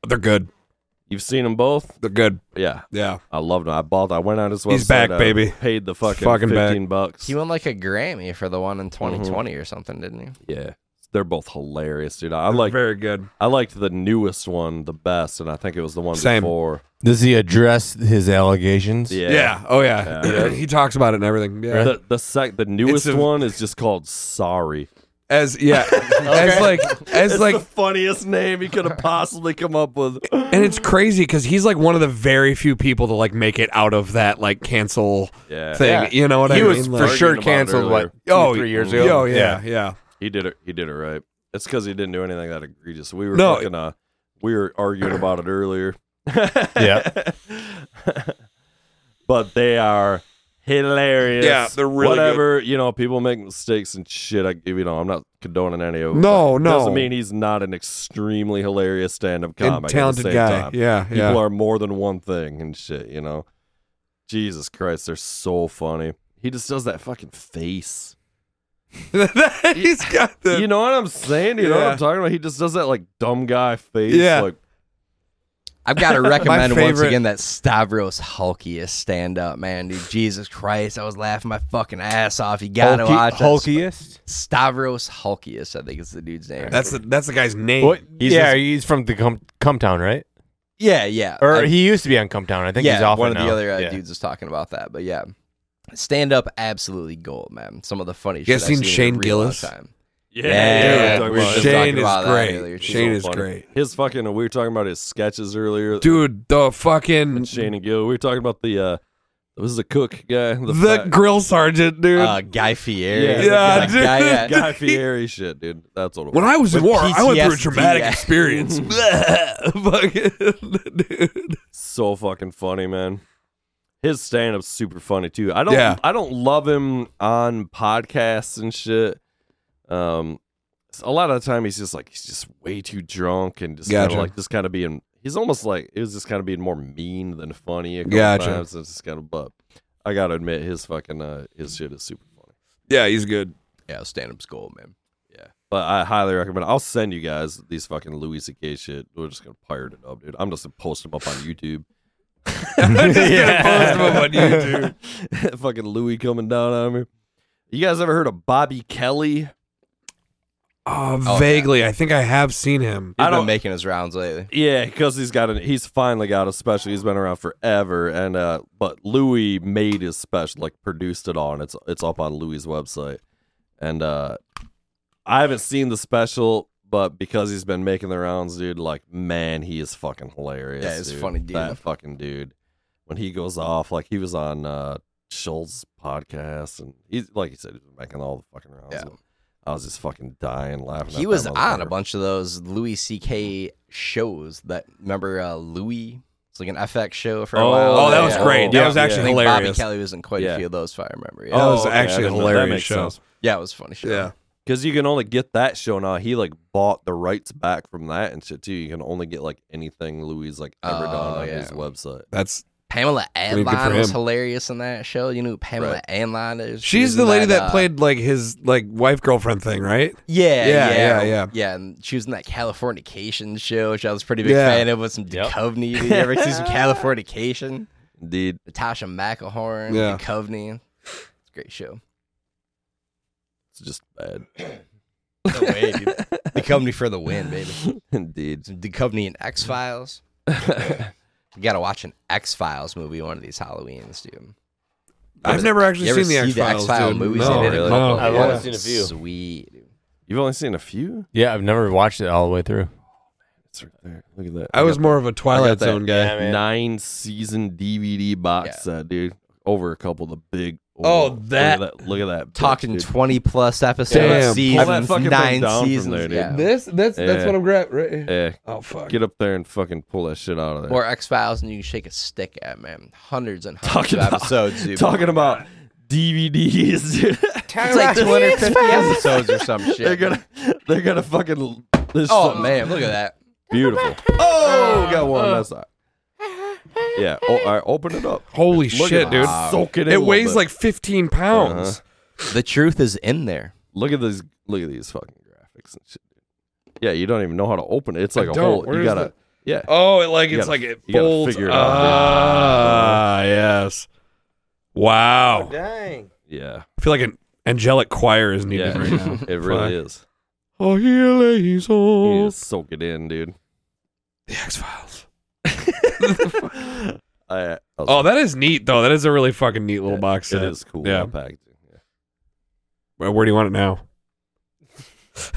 They're good.
You've seen them both?
They're good.
Yeah,
Yeah.
I loved them. I bought. I went on his website.
He's back,
I
baby.
Paid the fucking,
Fucking back.
fifteen bucks.
He won like a Grammy for the one in 2020 or something, didn't he?
yeah, they're both hilarious, dude. I like.
Very good.
I liked the newest one the best, and I think it was the one
Same.
before.
Does he address his allegations?
Yeah.
Yeah. Oh yeah. he talks about it and everything. Yeah.
The the sec the newest
a-
one is just called Sorry.
as yeah. As like as
It's
like
the funniest name he could have possibly come up with.
and it's crazy because he's like one of the very few people to like make it out of that like cancel
Yeah.
thing.
Yeah.
You know what I
He
mean?
was
Like-
for sure
Arguing about it
canceled
earlier.
like two,
oh,
three years
yeah,
ago.
Oh yeah, yeah.
He did it. He did it right. It's because he didn't do anything that egregious. We were
No.
fucking, uh, we were arguing about it earlier,
Yeah.
but they are hilarious.
Yeah, they're really
whatever. You know, people make mistakes and shit. I, you know, I'm not condoning any of it.
No,
but it
no.
Doesn't mean he's not an extremely hilarious stand-up
And
comic. at the
talented
same
guy.
time.
Yeah,
people
yeah.
are more than one thing and shit. You know, Jesus Christ, they're so funny. He just does that fucking face.
he's got the
You know what I'm saying? You know what
Yeah.
I'm talking about? He just does that like dumb guy face.
Yeah.
Like,
I've got to recommend once
favorite-
again that Stavros Hulkiest stand up, man, dude. Jesus Christ, I was laughing my fucking ass off. You gotta
Hulky-
watch that.
Hulkiest.
Stavros Hulkiest, I think is the dude's name.
that's the that's the guy's name.
What?
He's
yeah,
just-
he's from the Cum- Cumtown, right?
yeah, yeah.
Or
I-
he used to be on Cumtown. I think
yeah,
he's off
one
it
of the
now.
other uh,
Yeah.
dudes was talking about that, but yeah, stand up absolutely gold, man. Some of the funniest.
You
shit
guys
I've
seen
in a
Shane
real long
Gillis?
time.
yeah.
Yeah,
we were
we're
talking about-
just-
Shane
talking about
is
that
great.
earlier, too.
Shane
so
is
funny.
great.
His fucking, we were talking about his sketches earlier.
Dude, the fucking
And Shane and Gill. We were talking about the, uh, this is the cook guy. The,
the,
fat
grill sergeant, dude.
Uh, Guy Fieri.
Yeah.
That
Yeah,
guy,
dude.
yeah.
Guy Fieri shit, dude. That's what it was.
when I was in
with
war, I went through a
PTSD,
traumatic
yeah.
experience. Fucking- dude.
so fucking funny, man. His stand up's super funny too. I don't
Yeah.
I don't love him on podcasts and shit. Um a lot of the time he's just like he's just way too drunk and just
Gotcha.
kinda like just kinda being he's almost like it was just kinda being more mean than funny a couple
Gotcha.
times. It's just kinda but I gotta admit his fucking uh his shit is super funny.
Yeah, he's good.
Yeah, stand up's gold, man.
Yeah. But I highly recommend I'll send you guys these fucking Louis C.K. shit. We're just gonna pirate it up, dude. I'm just gonna post them up on YouTube.
Post him up on YouTube. Uh,
fucking Louis coming down on me. You guys ever heard of Bobby Kelly?
Uh,
yeah.
vaguely, I think I have seen him.
He's
I
been
don't-
making his rounds lately.
Yeah, because he's got an he's finally got a special. He's been around forever, and uh, but Louis made his special, like produced it all, and it's it's up on Louis's website. And uh, I haven't seen the special, but because he's been making the rounds, dude, like man, he is fucking hilarious.
Yeah, he's a
dude.
funny dude.
That fucking dude. When he goes off, like he was on uh Schultz's podcast, and he's like he said, he's been making all the fucking rounds.
Yeah.
and I was just fucking dying laughing. at
He
that
was on a
motherfucker.
bunch of those Louis C.K. shows that remember uh, Louis. It's like an FX show for a
Oh,
while.
Oh, that was
yeah.
great. That
Yeah,
was
yeah.
I
actually
think Bobby
hilarious.
Kelly was in quite
Yeah.
a few of those, if I remember. Yeah,
Oh, that was
okay, I
actually a
didn't know- that
hilarious
makes
show.
sense.
yeah it was a funny show.
Yeah.
Because you can only get that show now. He like bought the rights back from that and shit too. You can only get like anything Louis like ever
Oh,
done on his
yeah.
website.
That's
Pamela
mean, good for
Adlon was
him.
hilarious in that show. You know who Pamela
Right.
Adlon is. She
She's
was
the
in
lady that,
uh,
played like his like wife girlfriend thing, right?
Yeah,
yeah, yeah,
yeah,
yeah.
and she was in that Californication show, which I was a pretty big
Yeah.
fan of, with some Duchovny. Did you ever see some Californication?
Indeed.
Natasha McElhorn,
Yeah.
Duchovny. It's a great show.
It's just bad.
No way, dude. Duchovny for the win, baby.
Indeed.
Some Duchovny and X Files. you gotta watch an X Files movie one of these Halloweens, dude.
I've never actually
You ever
seen the
see
X-Files,
X-File
dude.
movies?
No,
They did a
really?
couple.
No. I've only
Yeah.
seen a few.
Sweet.
You've only seen a few?
Yeah, I've never watched it all the way through.
It's right there. Look at that.
I was
got
more
that-
of a
I got
Twilight
that
Zone guy. Yeah, man.
Nine season DVD box set, dude. Over a couple of the big.
Oh,
look at
that-
Look at that. bitch,
Talking
dude.
20 plus episodes,
Damn,
seasons,
pull that fucking thing
nine
down from
seasons.
there, dude.
yeah.
This that's that's
Yeah.
what I'm grabbing right here.
Yeah.
Oh fuck.
Get up there and fucking pull that shit out of there.
Or X Files, and you can shake a stick at man. Hundreds and hundreds
talking
of
about
episodes. dude.
Oh,
Talking about DVDs. dude.
it's like 250 episodes or some shit.
They're gonna. They're gonna fucking. This
oh man, look at that.
Beautiful. Oh, got one. That's all right. Yeah. Oh, all right, open it up.
Holy
Look at
shit,
it.
dude.
Soak it in.
It
a little
weighs
bit.
like 15
Uh-huh.
pounds.
The truth is in there.
Look at these. Look at these fucking graphics and shit. dude. Yeah, you don't even know how to open it. It's
I
like a
don't.
whole.
Where
you
is
gotta.
the-
Yeah.
Oh, it like
You
it's
gotta-
like it
you gotta
folds.
figure it out, dude.
Ah, yes. Wow.
Dang.
Yeah.
I feel like an angelic choir is needed
Yeah.
right now.
it really
Fuck.
is.
Oh, here lays
You
old.
just soak it in, dude.
The X Files.
I,
Oh, that is neat though. That is a really fucking neat little box set.
It is cool.
Yeah.
that packaging.
Where, where do you want it now?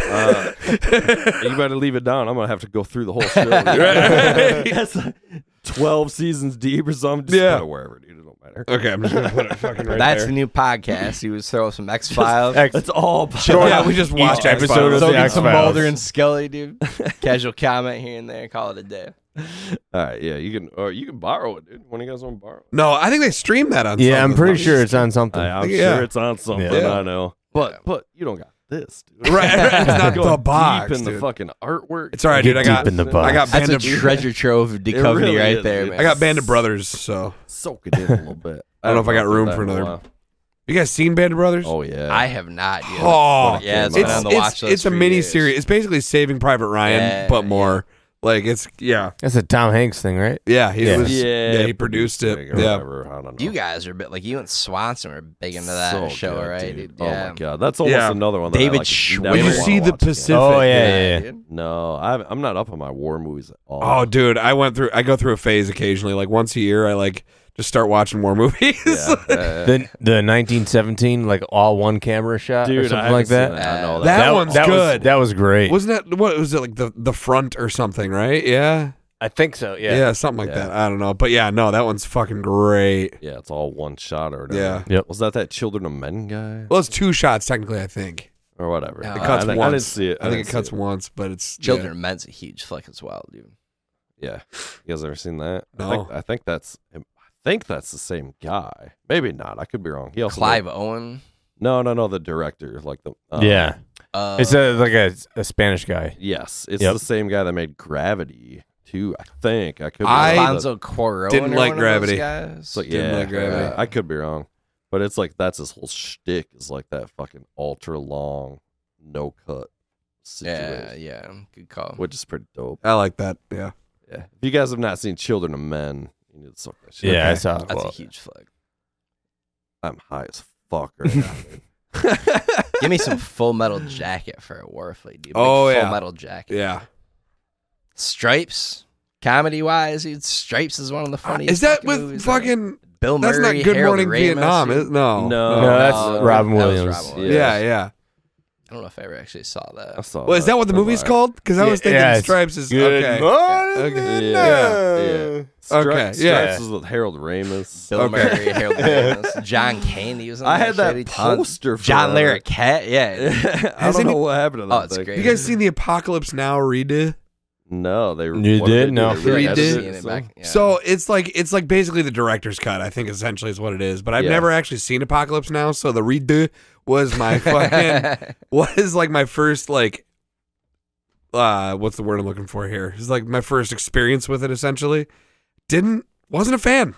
Uh, you better leave it down. I'm gonna have to go through the whole show. That's like Twelve seasons deep or something. Just
Yeah.
put it wherever, dude. It don't matter.
Okay, I'm just gonna put it fucking right
That's
there.
the new podcast. You was throw some X Files.
It's all.
yeah, we just watched
episode of the
episodes.
So get
X
some
Files.
Mulder and Scully, dude. Casual comment here and there. Call it a day.
All right. Yeah, you can. Or you can borrow it, dude. When you guys want to borrow it.
No, I think they stream that on.
Yeah, I'm
something.
pretty sure it's on
Oh,
something.
I, am
Yeah.
sure it's on something.
Yeah.
I know. But but you don't got this, dude.
Right, right, it's not
Going
the box,
Deep in the
dude.
fucking artwork.
It's all right,
Get
dude. I
deep
got
in the box.
I got
That's
band
a
of,
treasure trove of Duchovny
really
right
is,
there,
dude.
man.
I got Band of Brothers. So
Soak it in a little bit.
I don't know if I got
I've done
room
that
for
in a
another-
while.
you guys seen Band of Brothers?
Oh yeah.
I have not. Yet.
Oh,
yeah, it's,
came
been
out.
on the
it's,
watch list
it's a
for
mini
years.
series. It's basically Saving Private Ryan,
Yeah,
but more. Like it's yeah,
That's a Tom Hanks thing, right?
yeah. He
Yeah.
was
Yeah.
yeah. He produced
Or
it. Yeah.
whatever, I don't know.
You guys are a bit like you and Swanson are big into that
So
show,
good,
right?
dude.
dude? Yeah.
Oh my god, that's almost
Yeah.
another one. That
David
I, like, never
Schwimmer.
Did you
wanna
see the
watch again.
Pacific?
Oh yeah, yeah. yeah.
dude.
No, I, I'm not up on my war movies at all.
Oh, dude, I went through. I go through a phase occasionally. Like once a year, I like just start watching more movies.
Yeah, yeah, yeah.
The the 1917 like all one camera shot
Dude,
or
I
something
haven't
like that.
seen that. I know
That
that.
w-
one's
that
good.
Was, that was great.
Wasn't that what was it like the the front or something? Right? Yeah.
I think so.
Yeah,
Yeah.
something like
Yeah.
that. I don't know, but yeah, no, that one's fucking great.
yeah, it's all one shot or whatever.
Yeah.
Yep.
Was that that Children of Men guy
Well, it's two shots technically, I think.
or whatever?
No.
It
Uh,
cuts
I, think-
once.
I didn't see it.
I, think
didn't
it
see
cuts once, but it's yeah.
Children of Men's a huge flick as well, dude.
Yeah, you guys ever seen that? I
No.
think, I think that's. I think that's the same guy. Maybe not. I could be wrong. He also
Clive
did-
Owen.
no, no, no. The director, like the. um,
yeah.
Uh,
it's a, like a, a Spanish guy.
Yes, it's
Yep.
the same guy that made Gravity too. I think I could. Be
I-
wrong.
Alfonso Cuarón.
didn't
or
like
one
Gravity.
Of those guys.
It's like
Didn't
yeah,
like Gravity.
yeah, I could be wrong, but it's like that's his whole shtick is like that fucking ultra long, no cut
yeah,
situation,
yeah. Good call.
which is pretty dope.
I like that. Yeah.
Yeah, if you guys have not seen Children of Men, you need to suck that shit.
Yeah,
up.
I saw.
That's a
well,
huge flick.
I'm high as fuck right now. dude.
Give me some Full Metal Jacket for a Warfleet, dude. Big
Oh,
full
yeah.
Metal Jacket.
Yeah.
Stripes. Comedy wise, dude, Stripes is one of the funniest.
Uh, Is that
fucking
with
movies ever.
fucking
Bill Murray?
That's not Good
Harold
Morning
Ramis,
Vietnam,
dude.
is no.
No.
no, that's
oh, No,
Robin
that was
Williams.
Robin Williams.
Yeah.
Yeah, yeah.
I don't know if I ever actually saw that.
I saw.
Well, is that what the
I'm
movie's
high.
called? Because I
Yeah,
was thinking
yeah, it's
Stripes is
Good
okay.
morning,
Okay.
Yeah, yeah. Stri-
Okay, yeah.
Stripes is with Harold Ramis.
Bill
Okay.
Murray, Harold Ramis, John Candy was. In
I had
that
that
shit. He tons-
poster for
John
that.
Larroquette, yeah.
I
Has
don't know
any-
what happened to that.
Oh, it's
thing.
great.
You guys seen the Apocalypse Now redo?
No, they. what
You
they
did?
do?
No.
They
We
reedited
did.
it and
Seen it
stuff?
back, yeah.
So it's like it's like basically the director's cut. I think essentially is what it is. But I've
Yeah.
never actually seen Apocalypse Now, so the redo was my fucking was like my first like uh what's the word I'm looking for here? It's like my first experience with it essentially. Didn't wasn't a fan.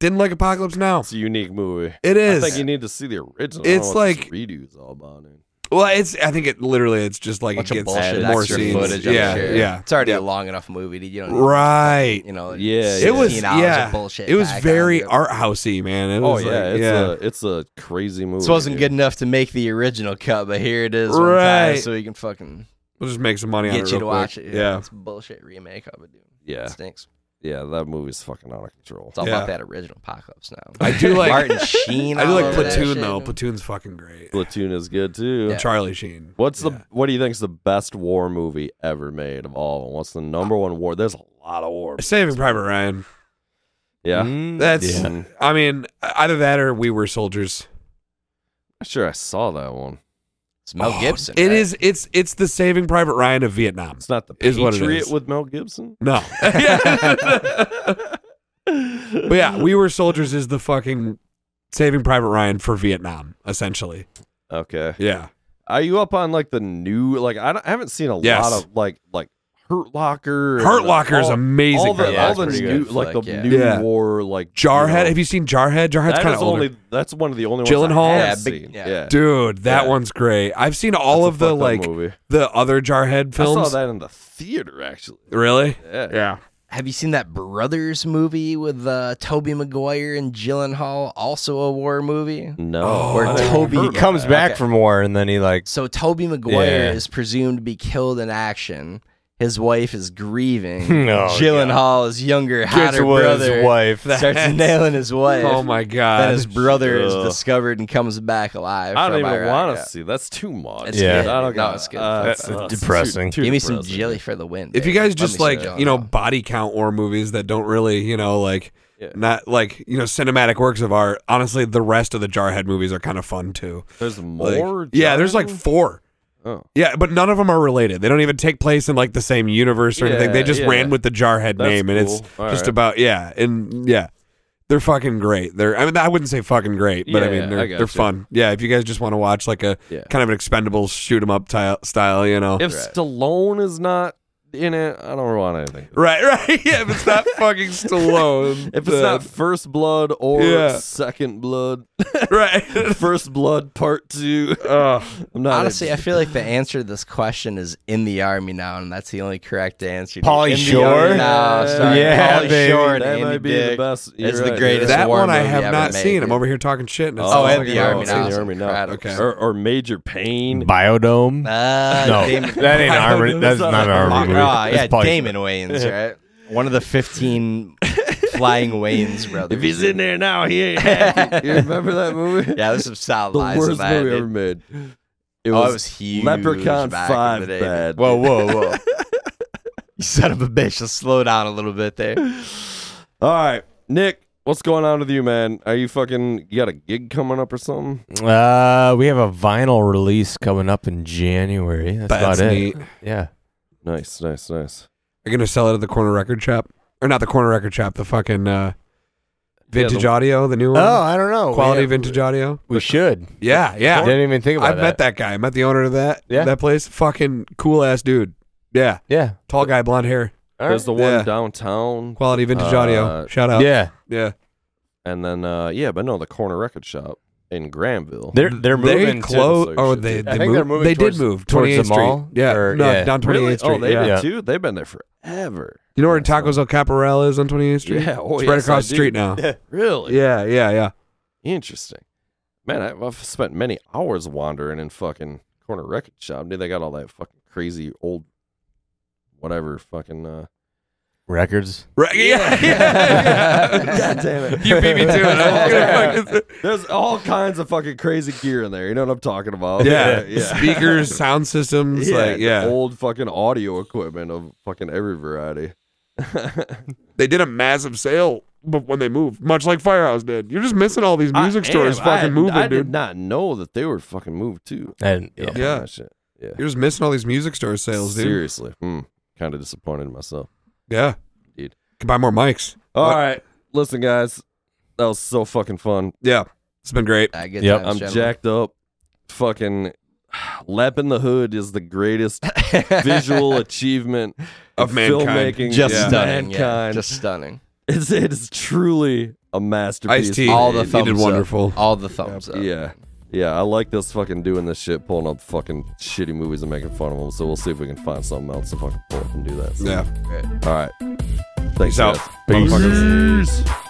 Didn't like Apocalypse Now.
It's a unique movie.
It is.
I think you need to see the original.
It's
I don't know what
like-
this redo is all about. dude.
Well, it's. I think it literally. It's just like
Bunch
it
of
gets
bullshit
more
extra
scenes.
footage. I'm
yeah,
sure.
yeah.
It's already a long enough movie. Dude. You don't need,
Right.
You know.
Yeah,
It was.
16 hours of
Yeah.
bullshit
It was
back on
very
it.
art housey, man. It
Oh
was
yeah,
like-
it's
yeah.
a it's a crazy movie.
This wasn't
dude.
good enough to make the original cut, but here it is. One
Right.
time, so you can fucking
We'll just make some money
get
on it.
you
real
to
quick.
watch it.
Yeah.
It's a bullshit remake of it, dude.
Yeah.
It stinks.
Yeah, that movie's fucking out of control.
It's all
Yeah.
about that original apocalypse now.
I do like
Martin Sheen.
I do
all
like
over that
Platoon
shit,
though.
dude.
Platoon's fucking great.
Platoon is good too.
Yeah.
Charlie Sheen.
What's the what do you think is the best war movie ever made of all? of 'em? What's the number one war? There's a lot of war.
Saving Private Ryan.
Yeah,
Mm, That's.
Yeah.
I mean, either that or We Were Soldiers.
I'm sure I saw that one.
It's Mel Gibson.
Oh, It
right?
is. It's it's the Saving Private Ryan of Vietnam.
It's not the
Is what it
Patriot
is.
with Mel Gibson.
No. but yeah, We Were Soldiers is the fucking Saving Private Ryan for Vietnam, essentially.
Okay,
Yeah.
are you up on like the new? Like I, don't, I haven't seen a
Yes.
lot of like like Hurt Locker. and,
Hurt
like,
Locker is
all-
amazing.
All the,
Hurt
all
Locker's
the
pretty
new
good.
like the
Fuck, yeah.
new
Yeah.
war like
Jarhead.
You
Have you seen Jarhead? Jarhead's
that
kind
is
of older.
only that's one of the only ones
Gyllenhaal?
I
Yeah,
have
big-
seen.
yeah.
Yeah.
Dude, that
Yeah.
one's great. I've seen all of
That's a
the
fucked up
like
movie.
the other Jarhead films.
I saw that in the theater actually.
Really?
Yeah.
Have you seen that Brothers movie with uh, Toby Maguire and Gyllenhaal? Also a war movie.
No.
Where
I never
Toby
heard
He
of
comes
that.
back
Okay.
from war and then he like
So Toby Maguire
Yeah.
is presumed to be killed in action. His wife is grieving.
Oh,
Gyllenhaal, his younger,
Gets
hotter
with his
brother,
wife.
starts nailing his wife.
Oh my god.
Then his brother is
Ugh.
discovered and comes back alive.
I don't
from
even
Iraq.
want
Yeah.
to see. That's too much.
It's
Yeah.
I
good.
don't
No,
got-
it's good.
uh,
That's
it's too-
depressing.
too
Give me some
depressing.
jelly for the win.
if you
babe.
guys
Let me
just
see
like
Gyllenhaal.
you know body count war movies that don't really you know like
Yeah.
not like you know cinematic works of art honestly the rest of the jarhead movies are kind of fun too
There's
Like,
more.
yeah there's like
Jonathan?
four
Oh.
yeah but none of them are related they don't even take place in like the same universe or anything they
Yeah,
just
yeah.
ran with the jarhead
That's
name and it's just
cool. All right.
about yeah and yeah they're fucking great they're i mean i wouldn't say fucking great but i
Yeah,
mean
yeah,
they're,
I
they're
gotcha.
fun yeah if you guys just want to watch like a
Yeah.
kind of an expendable shoot 'em up ty- style you know
If Stallone is not in it, I don't want anything.
right right yeah if it's not fucking stallone
If it's
then-
not First Blood or
Yeah.
Second Blood,
right.
First Blood Part Two, I'm not.
Honestly, I
interested.
feel like the answer to this question is in the army now, and that's the only correct answer. dude.
Pauly
In the
Shore?
army now, sorry.
Yeah,
Pauly
baby.
Shore and
that
Andy
might be
Dick.
the best.
It's
you're
the
right,
greatest
yeah.
that
war
one I
movie
have
ever
not
made,
seen. I'm
dude.
over here talking shit. And it's
Oh,
not
and
like
the
it.
no,
Army
it's
Now
in the
is
army now.
incredible.
Okay.
Or, or Major Payne.
biodome.
Uh,
no,
Damon-
that ain't armor. That's
That's
not an
not-
armor movie.
Ah, yeah,
That's probably-
Damon Wayans, right? One of the 15 flying Wayans brothers.
If he's in there now, he ain't. happy. you remember that movie?
yeah, there's some solid
the
lies in
worst
that,
movie
dude.
ever made.
Oh, it was huge
Leprechaun
back in
Five
the day, dude.
bad.
Whoa, whoa, whoa!
You son of a bitch, just slow down a little bit there.
All right, Nick, what's going on with you, man? Are you fucking? You got a gig coming up or something?
Uh, we have a vinyl release coming up in January. That's,
That's
about
neat.
it. Yeah.
Nice, nice, nice.
You're gonna sell it at the corner record shop, or not the corner record shop? The fucking uh, vintage
the-
audio, the new one.
Oh, I don't know.
quality
we,
vintage audio.
We should.
Yeah, yeah.
I didn't even think
I
about that.
met that guy. I met the owner of that.
Yeah.
that place. Fucking cool ass dude. Yeah,
Yeah.
tall guy, blonde hair.
All
There's
right.
the one
Yeah.
downtown,
Quality vintage
Uh,
audio. Shout out.
Yeah.
yeah.
and then uh yeah, but no, the corner record shop in Granville.
They're they're
They
moving to-
closed.
so
Oh,
shit,
they
dude.
they
I think
moved-
they're moving
They
towards-
did move.
towards the
28th Street.
mall,
Yeah,
or-
no,
yeah.
down 28th
really?
Street.
Oh, they've
yeah.
been
Yeah.
too. They've been there forever.
You know where
Yeah, so-
Tacos El Caporal is on 28th Street?
Yeah, oh,
it's right
yes,
across
I
the street
do.
now.
Really?
Yeah, yeah, yeah.
Interesting. Man, I, I've spent many hours wandering in fucking corner record shop. Dude, they got all that fucking crazy old, whatever fucking. uh
records.
Right, yeah, yeah,
God damn it!
You beat me to it. I was gonna fucking-
There's all kinds of fucking crazy gear in there. You know what I'm talking about?
yeah,
yeah.
Speakers, sound systems,
Yeah,
like
the
yeah.
old fucking audio equipment of fucking every variety.
they did a massive sale but when they moved, much like Firehouse did. You're just missing all these music
I
stores
am.
fucking
I,
moving,
I did
dude.
not know that they were fucking moved too.
And
Yeah,
yeah.
Yeah.
that shit. Yeah.
You're just missing all these music store sales, dude.
Seriously, kind of disappointed in myself.
Yeah,
Dude.
Can buy more mics.
All
What?
right, listen, guys, that was so fucking fun.
Yeah, it's been great.
Uh, good
Yep.
times,
I'm
gentlemen.
jacked up. Fucking Lep in the Hood is the greatest visual achievement
Of mankind.
filmmaking
Just
of
stunning. yeah.
mankind.
Just stunning.
It's it is truly a masterpiece.
Ice-T, All the he did thumbs up. wonderful.
All the thumbs up.
Yeah. Yeah, I like this fucking doing this shit, pulling up fucking shitty movies and making fun of them. So we'll see if we can find something else to fucking pull up and do that. So.
Yeah.
All right. Thanks,
Peace out,
guys. Motherfuckers.
motherfuckers.